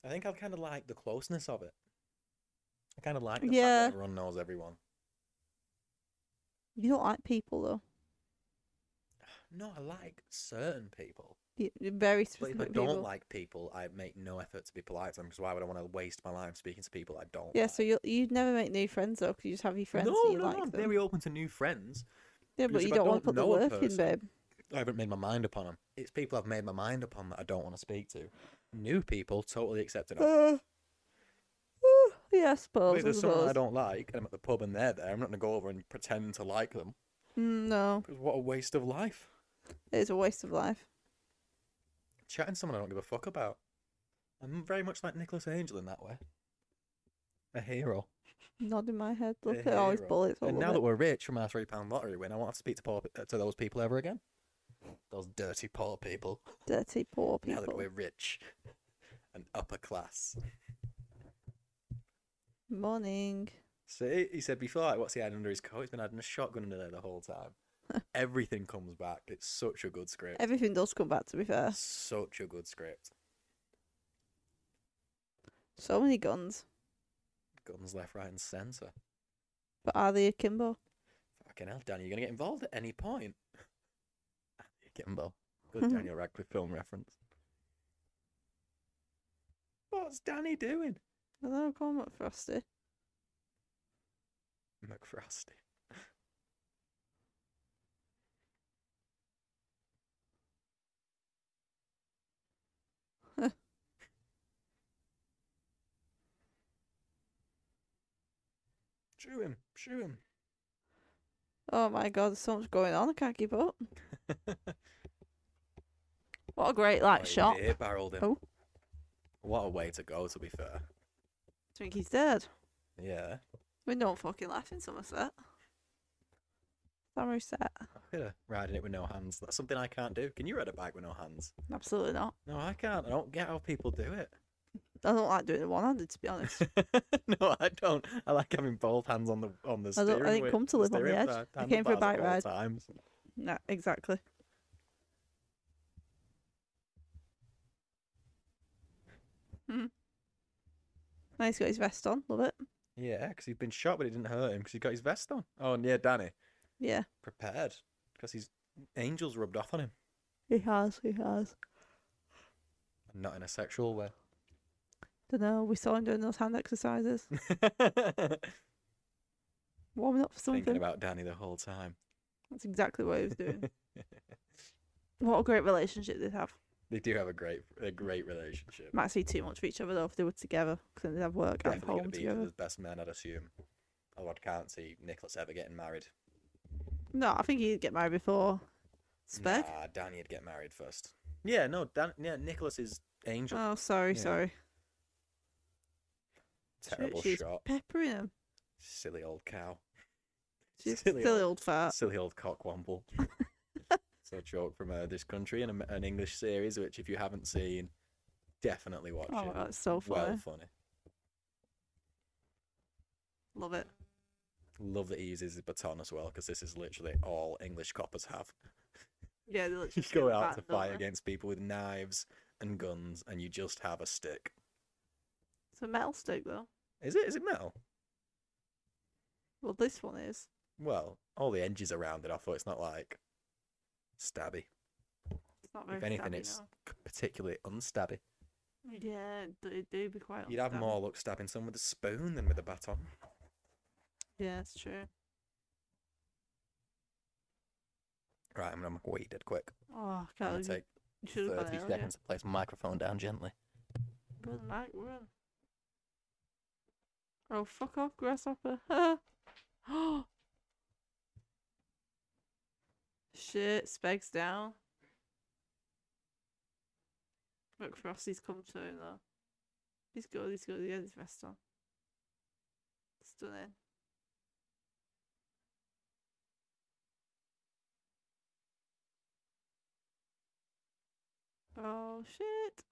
I think I kind of like the closeness of it. I kind of like the Yeah. fact that everyone knows everyone. You don't like people though. No, I like certain people. You- You're very But specific if I people. don't like people, I make no effort to be polite to them because why would I want to waste my life speaking to people I don't yeah, like? so you you'd never make new friends though, 'cause you just have your friends no, and you no, like no, I'm them. very open to new friends. yeah, because but if you I don't want don't to put the know a work in, person- babe. I haven't made my mind upon them. It's people I've made my mind upon that I don't want to speak to. New people, totally accepted. of. Uh, uh, yeah, I But suppose. if I there's someone I suppose. don't like and I'm at the pub and they're there, I'm not going to go over and pretend to like them. Mm, no, Because what a waste of life. it's a waste of life. Chatting to someone I don't give a fuck about. I'm very much like Nicholas Angel in that way. A hero. Nodding my head. A Look at all his hero. bullets. all and of now it. that we're rich from our three pound lottery win, I won't have to speak to poor, pe- to those people ever again. Those dirty poor people. dirty poor Now that people, we're rich and upper class. morning. See, he said before, like, what's he had under his coat? He's been hiding a shotgun under there the whole time. Everything comes back. It's such a good script. Everything does come back. To be fair, Such a good script. so many guns, Guns left, right, and centre. but are they akimbo? Fucking hell, Daniel, you're going to get involved at any point. get involved. Good Daniel Radcliffe film reference. What's Danny doing? I don't know. Call them frosty. McFrosty. Shoot him! Shoot him! Oh my god, there's so much going on. I can't keep up. What a great like Oh, he shot. did, barreled him. Oh. What a way to go, to be fair. think he's dead. Yeah. We don't fucking laugh in Somerset. Somerset. Yeah, Riding it with no hands. That's something I can't do. Can you ride a bike with no hands? Absolutely not. No, I can't. I don't get how people do it. I don't like doing it one-handed, to be honest. no, I don't. I like having both hands on the on the I steering don't- I didn't wheel- come to live on the steering edge. pad- I came for a handlebars at bike all ride. Times. no, exactly. Hmm. Now he's got his vest on. Love it. Yeah, because he's been shot, but it didn't hurt him because he got his vest on. Oh, and yeah, Danny Yeah, prepared because his angels rubbed off on him, he has. He has. and not in a sexual way. Don't know. We saw him doing those hand exercises, warming up for Thinking something. about Danny the whole time. That's exactly what he was doing. what a great relationship they have. They do have a great a great relationship. Might see too much for each other though if they were together, because they'd have work and Definitely gonna home be each together. other's best men, I'd assume. Although I can't see Nicholas ever getting married. No, I think he'd get married before Speg. Nah, Danny'd get married first. Yeah, no, Dan. Yeah, Nicholas is angel. Oh, sorry, Yeah. sorry. She- Terrible she's shot. peppering him. Silly old cow. She's Silly silly, old- old, fat. Silly old cockwomble. it's a joke from uh, this country and an English series, which if you haven't seen, definitely watch Oh, it. that's so Well funny. funny. Love it. Love that he uses his baton as well, because this is literally all English coppers have. Yeah, they You literally go get out to battened, don't fight they? against people with knives and guns, and you just have a stick. It's a metal stick though. Is it? Is it metal? Well, this one is. Well, all the edges are rounded off, so it's not like stabby. It's not very. if anything, stabby, it's no. c- particularly unstabby. Yeah, they do be quite. You'd have unstabby. more luck stabbing someone with a spoon than with a baton. Yeah, it's true. Right, I'm gonna make way dead quick. Oh, I I'm gonna can't. take you should 30 have gone earlier. seconds to place my microphone down gently. Run, Mike, run. Oh, fuck off, grasshopper. Oh. Shit, Speg's down. Look, Frosty's come to him, though. He's good, he's good, he had his vest on. Stunning. Oh, shit.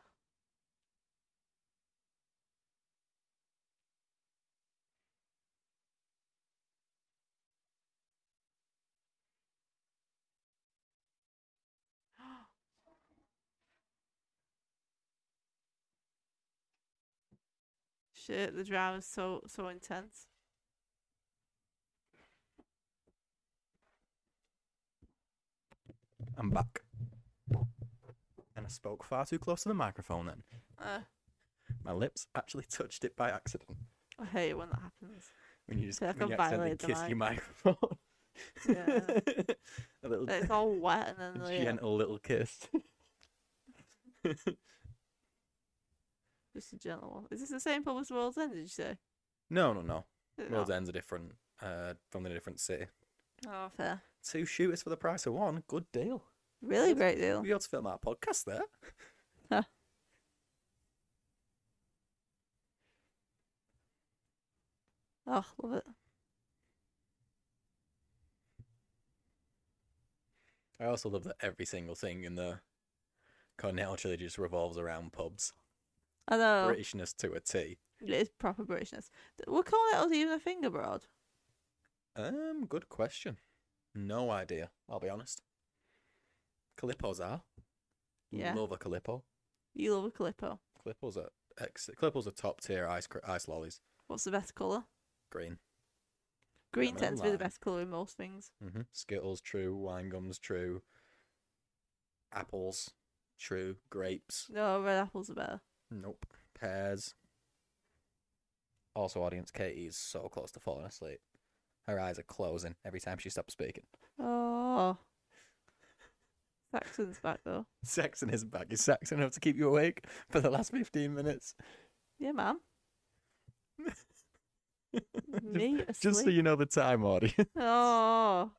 shit. The drama's so so intense. I'm back. And I spoke far too close to the microphone then. Uh, My lips actually touched it by accident. I hate it when that happens. When you just Yeah, I when you feel accidentally violated the kiss your microphone. Yeah. a little it's all wet and then yeah, gentle little kiss. just a gentle one. Is this the same pub as World's End? Did you say? no, no, no. Is it World's not? End's a different, uh, from a different city. Oh, fair. Two shooters for the price of one. Good deal. Really great deal. We ought to film our podcast there. Oh, love it. I also love that every single thing in the Cornell trilogy just revolves around pubs. I know. Britishness to a T. It is proper Britishness. Th- We're calling it even a finger broad. Um, good question. No idea. I'll be honest. Calippos are. Yeah. Love a Calippo. You love a Calippo. Calippo's are ex- Calippo's are top tier ice cr- ice lollies. What's the best colour? Green. Green I'm tends to be the online. best colour in most things. Mm-hmm. Skittles, true. Wine gums, true. Apples, true. Grapes, No, red apples are better. nope. Pears. Also, audience, Katie is so close to falling asleep. Her eyes are closing every time she stops speaking. Oh. Saxon's back though. Saxon is back. Is Saxon enough to keep you awake for the last 15 minutes? Yeah, ma'am. Me asleep. Just so you know the time, audience. Oh.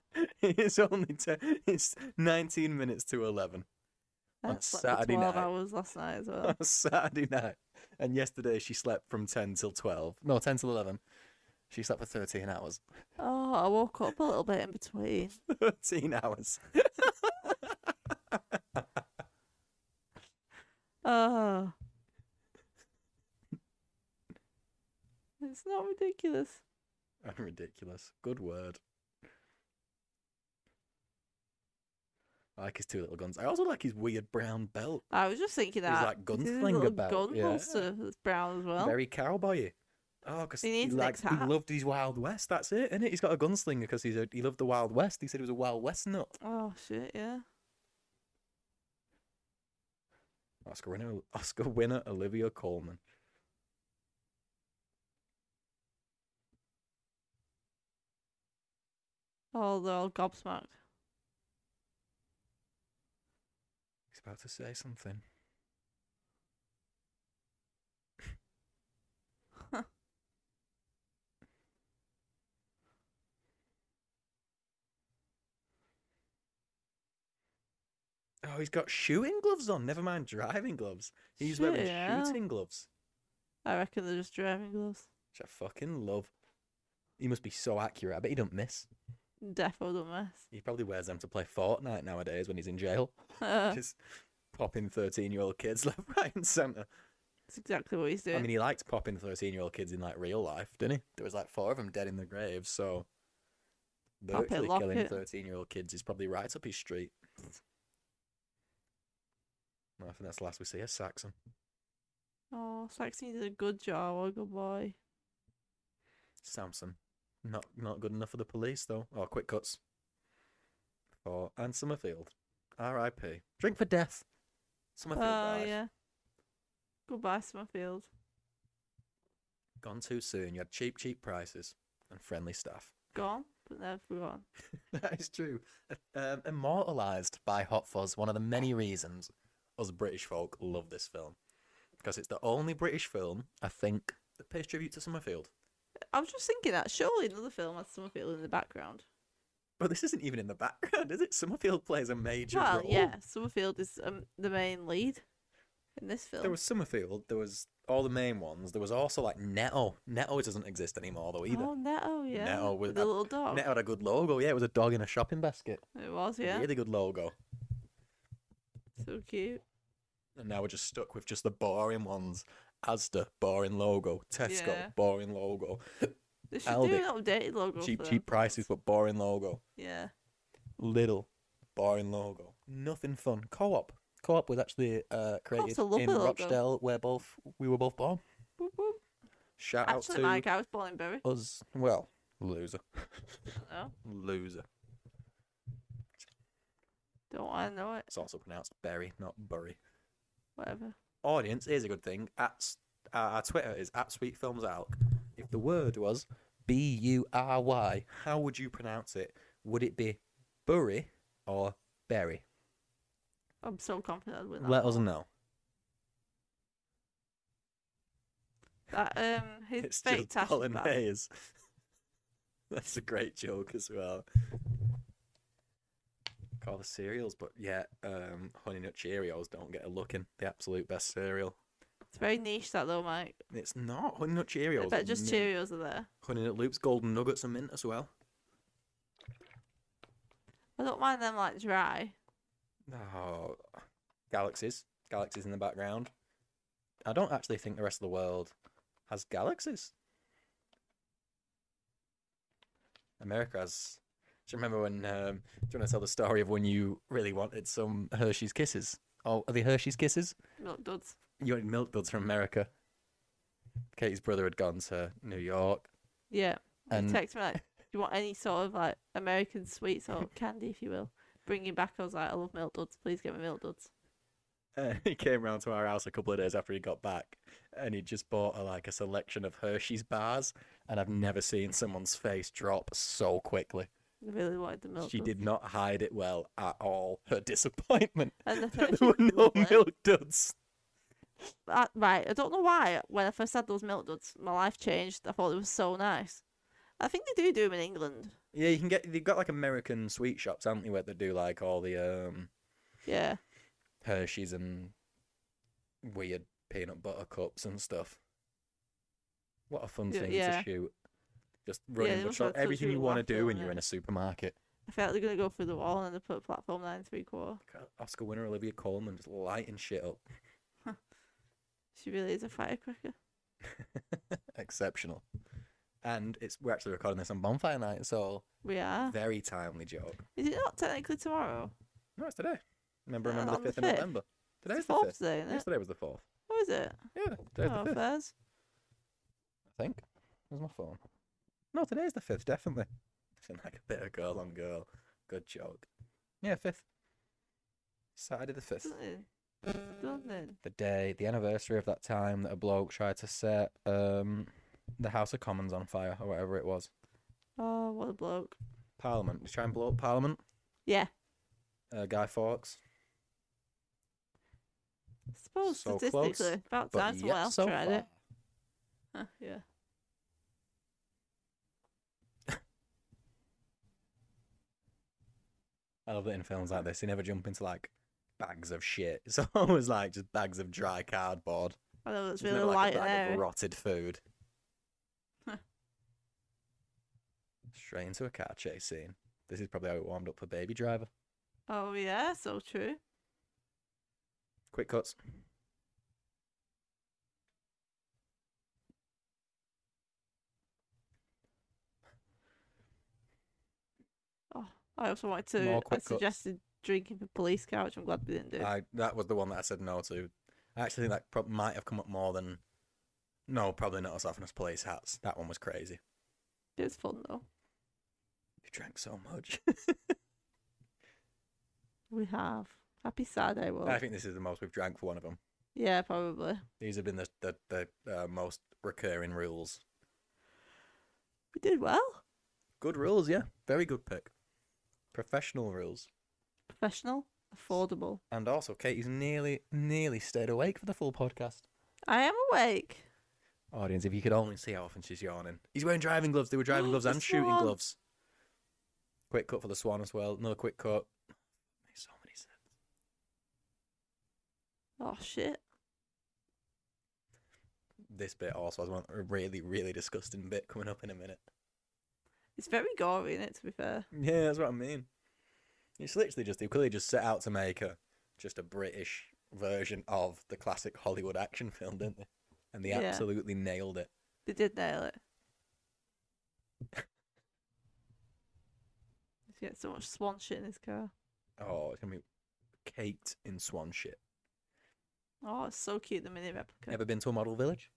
it's only ten, it's 19 minutes to 11 I On slept for Saturday 12 night. hours last night as well. on Saturday night. And yesterday she slept from 10 till 12. No, 10 till 11. She slept for 13 hours. oh, I woke up a little bit in between. 13 hours. Oh. It's not ridiculous. I'm ridiculous. Good word. I like his two little guns. I also like his weird brown belt. I was just thinking He's that. like This is his gunslinger little belt, Gun yeah. holster that's brown as well. Very cowboy. Oh, because He he, needs an likes, he ex-hat. loved his Wild West. That's it, isn't it? He's got a gunslinger because he's a, he loved the Wild West. He said he was a Wild West nut. Oh shit, yeah. Oscar winner, Oscar winner Olivia Coleman. Oh, they're all gobsmacked. He's about to say something. Oh, he's got shooting gloves on. Never mind driving gloves. He's Shit, wearing yeah. shooting gloves, I reckon they're just driving gloves. which I fucking love. He must be so accurate. I bet he don't miss. Defo don't mess. He probably wears them to play Fortnite nowadays when he's in jail. Uh, Just popping 13 year old kids left, right, and centre. That's exactly what he's doing. I mean, he liked popping 13 year old kids in like real life, didn't he? There was like four of them dead in the grave, so Pop it, virtually lock killing it. 13 year old kids is probably right up his street. Well, I think that's the last we see of Saxon. oh, Saxon did a good job. Oh, good boy. Samson. Not not good enough for the police, though. Oh, quick cuts. For Anne Summerfield. R.I.P. Drink for death. Oh Summerfield died. yeah. Goodbye, Summerfield. Gone too soon. You had cheap, cheap prices and friendly staff. Gone, but never forgotten. That is true. Um, immortalized by Hot Fuzz, one of the many reasons us British folk love this film. Because it's the only British film, I think, that pays tribute to Summerfield. I was just thinking that surely another film has Summerfield in the background. But this isn't even in the background, is it? Summerfield plays a major well, role. yeah, Summerfield is um, the main lead in this film. There was Summerfield, there was all the main ones. There was also like Netto. Netto doesn't exist anymore though either. Oh, Netto, yeah. Netto with the a- little dog. Netto had a good logo, yeah, it was a dog in a shopping basket. It was, yeah. Really good logo. So cute. And now we're just stuck with just the boring ones. Asda, boring logo. Tesco, Yeah. boring logo. They should Aldi. do an updated logo. cheap for them. cheap prices but boring logo Yeah. little boring logo nothing fun co-op co-op was actually uh, created a lovely in logo. rochdale where both we were both born Boop, boop. Shout Actually, out Mike, to I was born in Bury. Us, well, loser, Oh, loser. don't want to know it. It's also pronounced berry, not bury. Whatever. audience. Here's a good thing. At s- uh, our Twitter is at Sweet Films Alc. If the word was B U R Y, how would you pronounce it? Would it be bury or berry? I'm so confident I'd win that. Let us know. that um, his It's fake just tash is bad. bolognese. That's a great joke as well. Call the cereals, but yeah, um, Honey Nut Cheerios don't get a look in. The absolute best cereal. It's very niche, that though, Mike. It's not Honey Nut I Cheerios. are bet just mint. Cheerios are there. Honey Nut Loops, Golden Nuggets, and mint as well. I don't mind them like dry. Oh, galaxies, galaxies in the background. I don't actually think the rest of the world has galaxies. America has. Do you remember when? Um, do you want to tell the story of when you really wanted some Hershey's Kisses? Oh, are they Hershey's Kisses? Milk duds. You wanted milk duds from America. Katie's brother had gone to New York. Yeah. And- he texted me like, "Do you want any sort of like American sweets or candy, if you will?" Bringing back, I was like, "I love milk duds. Please get me milk duds." Uh, he came round to our house a couple of days after he got back, and he just bought a, like a selection of Hershey's bars. And I've never seen someone's face drop so quickly. I really wanted the milk. she duds. did not hide it well at all. Her disappointment. And the that Hershey's there were were no lovely. milk duds. Uh, right, I don't know why. When I first had those milk duds, my life changed. I thought it was so nice. I think they do do them in England. Yeah, you can get. They've got like American sweet shops, haven't they, where they do like all the um, Yeah. Hershey's and weird peanut butter cups and stuff. What a fun Yeah, thing yeah. to shoot! Just Yeah, running they the must have shop, such everything good you want to laughter do on when you're it. in a supermarket. I feel like they're gonna go through the wall and then put platform nine three quarter. Oscar winner Olivia Coleman just lighting shit up. She really is a firecracker. Exceptional. And it's we're actually recording this on bonfire night, so We are. Very timely joke. Is it not technically tomorrow? No, it's today. Remember, Uh, remember the on the fifth of 5th? November. It's Today's the the fourth fifth. today, isn't it? Yesterday was the fourth. What is it? Yeah, today's Oh, the fifth. fairs. I think. Where's my phone? No, today's the fifth, definitely. Seemed like a bit of girl on girl. Good joke. Yeah, fifth. Saturday the fifth. Doesn't it? Doesn't it? The day, the anniversary of that time that a bloke tried to set um the House of Commons on fire or whatever it was. Oh, what a bloke. Parliament. Did you try and blow up Parliament? Yeah. Uh, Guy Fawkes. I suppose So statistically, close, about But time yet someone else so tried it. far. Huh, yeah. I love that in films like this, they never jump into like bags of shit. It's always like just bags of dry cardboard. I know it's There's really never, like light in a bag there. of rotted food. Huh. Straight into a car chase scene. This is probably how it warmed up for Baby Driver. Oh yeah, so true. Quick cuts. I also wanted to. More I quick cuts. suggested drinking for police car, which I'm glad we didn't do. I that was the one that I said no to. I actually think that prob- might have come up more than. No, probably not as often as police hats. That one was crazy. It was fun though. You drank so much. We have happy Saturday world. I think this is the most we've drank for one of them. Yeah, probably. These have been the the, the uh, most recurring rules. We did well. Good rules, yeah. Very good pick. Professional rules. Professional, affordable. And also, Katie's nearly, nearly stayed awake for the full podcast. I am awake. Audience, if you could only see how often she's yawning. He's wearing driving gloves. They were driving gloves The and shooting swan. gloves. Quick cut for the swan as well. Another quick cut. Makes so many sense. Oh shit. This bit also has one a really, really disgusting bit coming up in a minute. It's very gory in it to be fair. Yeah, that's what I mean. It's literally just they clearly just set out to make a just a British version of the classic Hollywood action film, didn't they? And they Yeah. absolutely nailed it. They did nail it. He's getting so much swan shit in his car. Oh, it's gonna be caked in swan shit. Oh, it's so cute the mini replica. Never been to a model village?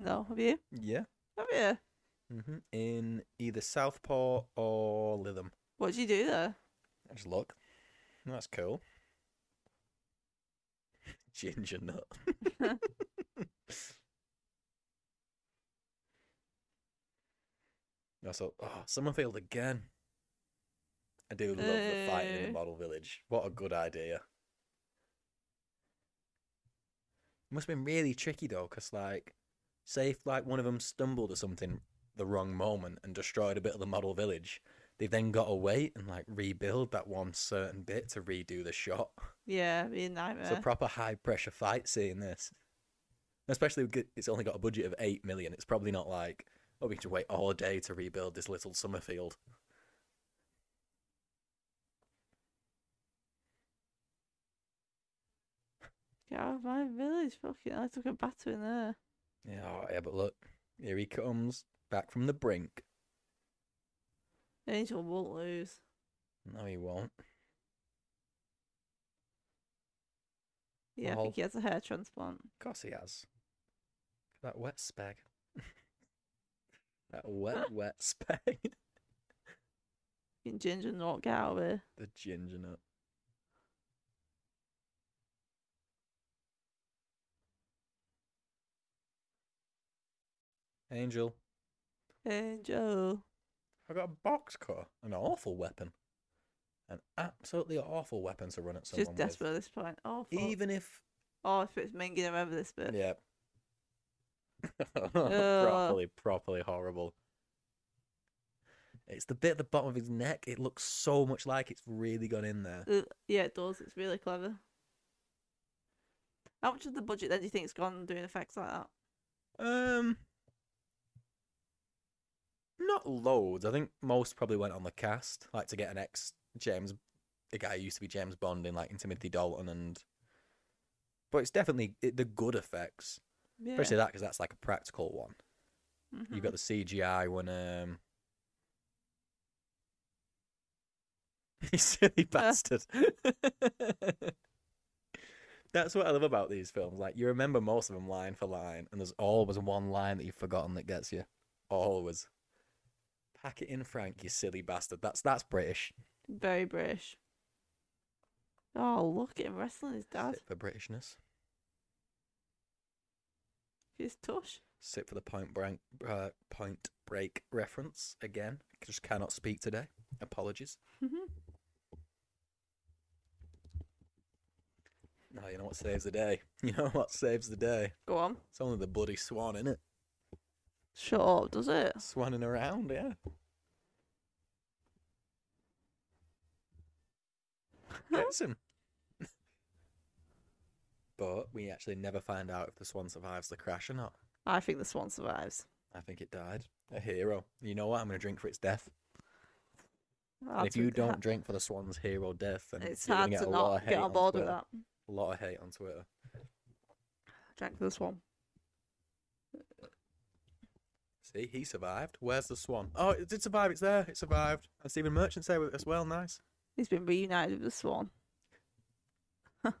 No, have you? Yeah. Have you? hmm In either Southport or Lytham. What do you do there? I just look. That's cool. Ginger nut. I thought, oh, someone failed again. I do love the fighting in Eh. the model village. What a good idea. Must have been really tricky though, because like, say if like one of them stumbled or something the wrong moment and destroyed a bit of the model village, they've then got to wait and like rebuild that one certain bit to redo the shot. Yeah, it'd be a It's a nightmare. proper high pressure fight seeing this. Especially with g- it's only got a budget of 8 million. It's probably not like, oh, we can wait all day to rebuild this little summer field. Get out of my village, fucking! I took a batter in there. Yeah, oh, yeah, but look, here he comes back from the brink. Angel won't lose. No, he won't. Yeah, I Well- think he has a hair transplant. Of course he has. That wet spag. that wet, wet spag. Fucking ginger not get out of here. the ginger nut. Angel. Angel. I got a box cutter, an awful weapon, an absolutely awful weapon to run at someone Just with. desperate at this point. Oh, fuck. Even if, oh if it's Mingy, remember this bit. yeah, Ugh. properly, properly horrible. It's the bit at the bottom of his neck. It looks so much like it's really gone in there. Uh, yeah, it does. It's really clever. How much of the budget then do you think's gone doing effects like that? Um, not loads. I think most probably went on the cast, like to get an ex James, the guy who used to be James Bond in like in Timothy Dalton, and but it's definitely it, the good effects, Yeah. especially that because that's like a practical one. You've Mhm. got the CGI when um. You silly bastard. That's what I love about these films. Like, you remember most of them line for line, and there's always one line that you've forgotten that gets you. Always. Pack it in, Frank, you silly bastard. That's that's British. Very British. Oh, look at him wrestling his dad. Sit for Britishness. His tush. Sit for the point break, uh, point break reference again. I just cannot speak today. Apologies. Mhm. No, you know what saves the day? You know what saves the day? Go on. It's only the bloody swan, innit? Shut up, does it? Swanning around, yeah. Gets him. but we actually never find out if the swan survives the crash or not. I think the swan survives. I think it died. A hero. You know what? I'm going to drink for its death. And Hard if to- you ha- don't drink for the swan's hero death, then it's you're hard gonna to get a lot not of hate get on board with Twitter. A that. lot of hate on Twitter. Drank the swan. See, he survived. Where's the swan? Oh, it did survive. It's there. It survived. And Stephen Merchant's there with it as well. Nice. He's been reunited with the swan.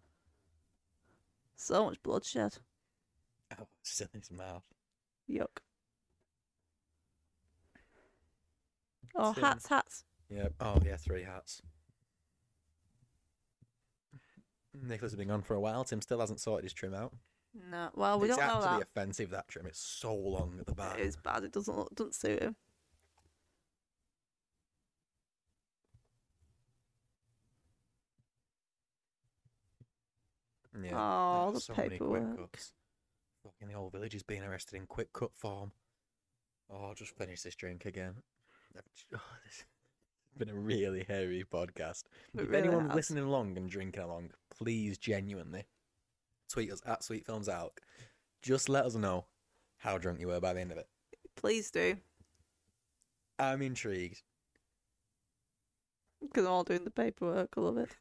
so much bloodshed. Oh, it's still in his mouth. Yuck. Oh, Same. hats, hats. Yep. Oh, yeah, three hats. Nicholas has been gone for a while. Tim still hasn't sorted his trim out. No, well, Oh, we it's don't know actually that. offensive, that trim. It's so long at the back. It's bad. It doesn't look, doesn't suit him. Yeah. Oh, there's the so many paperwork. quick cuts. Fucking the whole village is being arrested in quick cut form. Oh, I'll just finish this drink again. I've j- Oh, this has been a really hairy podcast. It if really anyone's has. listening along and drinking along, please genuinely tweet us at Sweet Films Out. Just let us know how drunk you were by the end of it. Please do. I'm intrigued. Because I'm all doing the paperwork. I love it.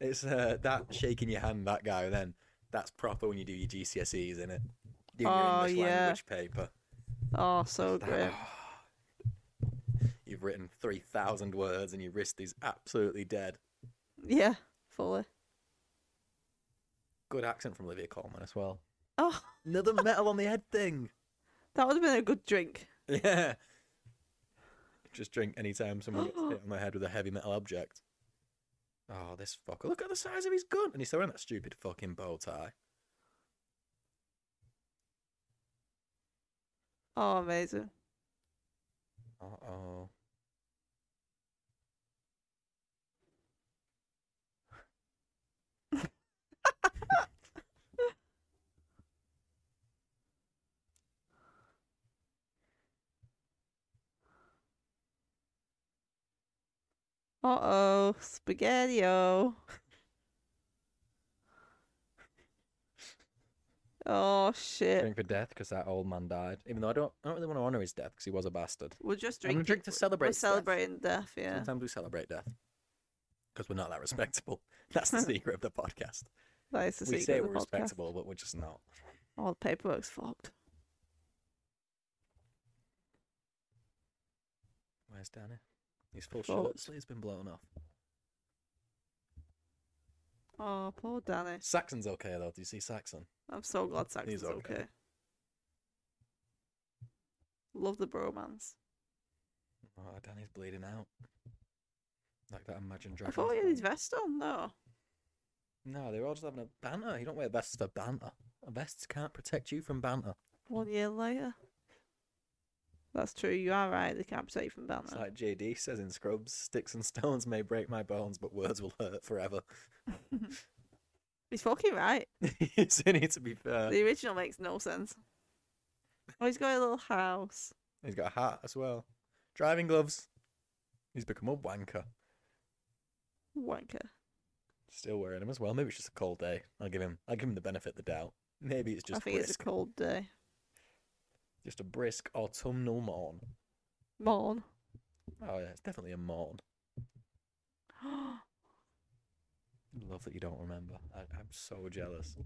It's uh, that shaking your hand, that guy. Then that's proper when you do your GCSEs, in it? Doing Oh, your English yeah. language paper. Oh, so That- great. You've written three thousand words, and your wrist is absolutely dead. Yeah, fully. Good accent from Olivia Colman as well. Oh, Another metal on the head thing. That would have been a good drink. Yeah. Just drink anytime someone gets hit on the head with a heavy metal object. Oh, this fucker. Look at the size of his gun. And he's still wearing that stupid fucking bow tie. Oh, amazing. Uh oh. Uh oh, spaghetti-o. oh shit. Drink for death because that old man died. Even though I don't, I don't really want to honour his death because he was a bastard. We're just I'm gonna drinking. drink to celebrate We're his death. celebrating death. Yeah. Sometimes we celebrate death because we're not that respectable. That's the secret of the podcast. That is the we secret say of the we're podcast. respectable, but we're just not. All the paperwork's fogged. Where's Danny? He's full Full. shorts. He's been blown off. Oh, poor Danny. Saxon's okay though. Do you see Saxon? I'm so glad Saxon's okay. okay. Love the bromance. Oh, Danny's bleeding out. Like that Imagine I Dragons. thought he had his thing. vest on, though. No, they were all just having a banter. You don't wear vests for banter. Vests can't protect you from banter. One year later. That's true. You are right. They can't protect you from It's Banner. like JD says in Scrubs, sticks and stones may break my bones, but words will hurt forever. He's fucking right. so you need to be fair. The original makes no sense. Oh, he's got a little house. He's got a hat as well. Driving gloves. He's become a wanker. Wanker. Still wearing them as well. Maybe it's just a cold day. I'll give him. I'll give him the benefit of the doubt. Maybe it's I just think brisk. it's a cold day. Just a brisk autumnal morn. Morn. Oh yeah, it's definitely a morn. Love that you don't remember. I, I'm so jealous.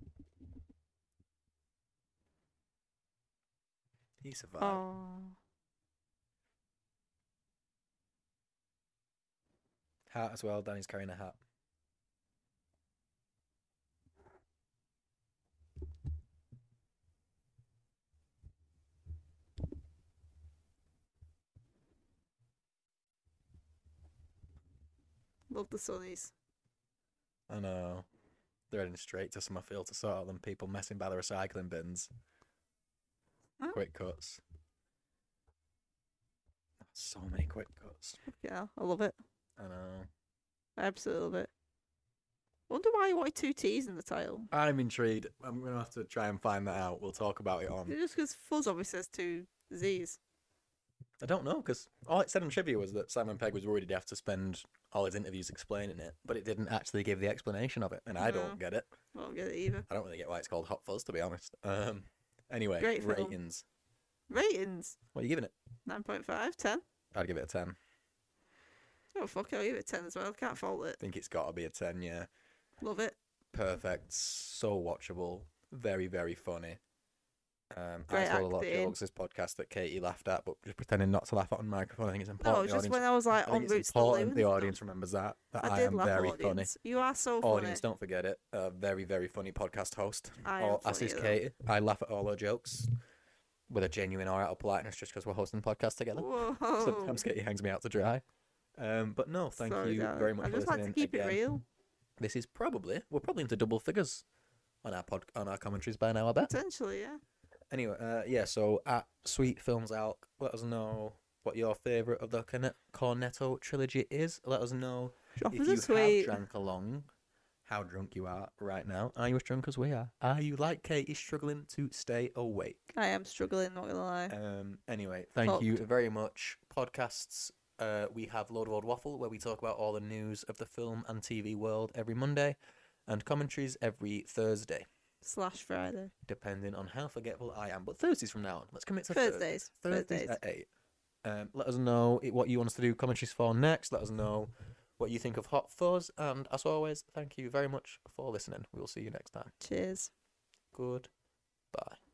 He survived. oh. Hat as well. Danny's carrying a hat. Love the sunnies. I know. They're heading straight to Summerfield to sort out them people messing by the recycling bins. Huh? Quick cuts. So many quick cuts. Yeah, I love it. I know. I absolutely love it. Wonder why he wanted two T's in the title. I'm intrigued. I'm gonna have to try and find that out. We'll talk about it on. It's just because Fuzz obviously has two Z's. I don't know because all it said in trivia was that Simon Pegg was worried he'd have to spend all his interviews explaining it, but it didn't actually give the explanation of it, and I No. don't get it. I don't get it either. I don't really get why it's called Hot Fuzz, to be honest. Um. Anyway, Great film. ratings. Ratings What are you giving it? 9.5, 10. I'd give it a ten. Oh, fuck, I'll give it 10 as well. Can't fault it. I think it's got to be a ten. Yeah. Love it. perfect, so watchable, very very funny. Um, I Great told a lot of acting. jokes this podcast that Katie laughed at, but just pretending not to laugh at on microphone. I think it's No, important. it's the just audience, when I was like I on think route it's to the loo important and the stuff. audience remembers that that I, did am laugh at very funny. audience. You are so funny. Audience, don't forget it. A very very funny podcast host. I am All- as funny is though. Katie. I laugh at all her jokes with a genuine or out of politeness, just because we're hosting podcasts together. Whoa. Sometimes Katie hangs me out to dry. Um, but no, thank Sorry, you darling. very much I for just listening like to keep again it real. this is probably we're probably into double figures on our pod on our commentaries by now. I bet. Potentially, yeah. Anyway, uh, yeah. So at Sweet Films Out, let us know what your favourite of the Corne- Cornetto trilogy is. Let us know Drop if us you a tweet. have drank along, how drunk you are right now. Are you as drunk as we are? Are you like Katie, struggling to stay awake? I am struggling, not gonna lie. Um. Anyway, thank you very much. Podcasts. Uh, we have Lord of Old Waffle, where we talk about all the news of the film and TV world every Monday, and commentaries every Thursday, Slash Friday. depending on how forgetful I am. But Thursdays from now on, let's commit to Thursdays. Thursdays, Thursdays. at eight. Um, let us know i- what you want us to do commentaries for next. Let us know what you think of Hot Fuzz, and as always, thank you very much for listening. We will see you next time. Cheers. Good. Bye.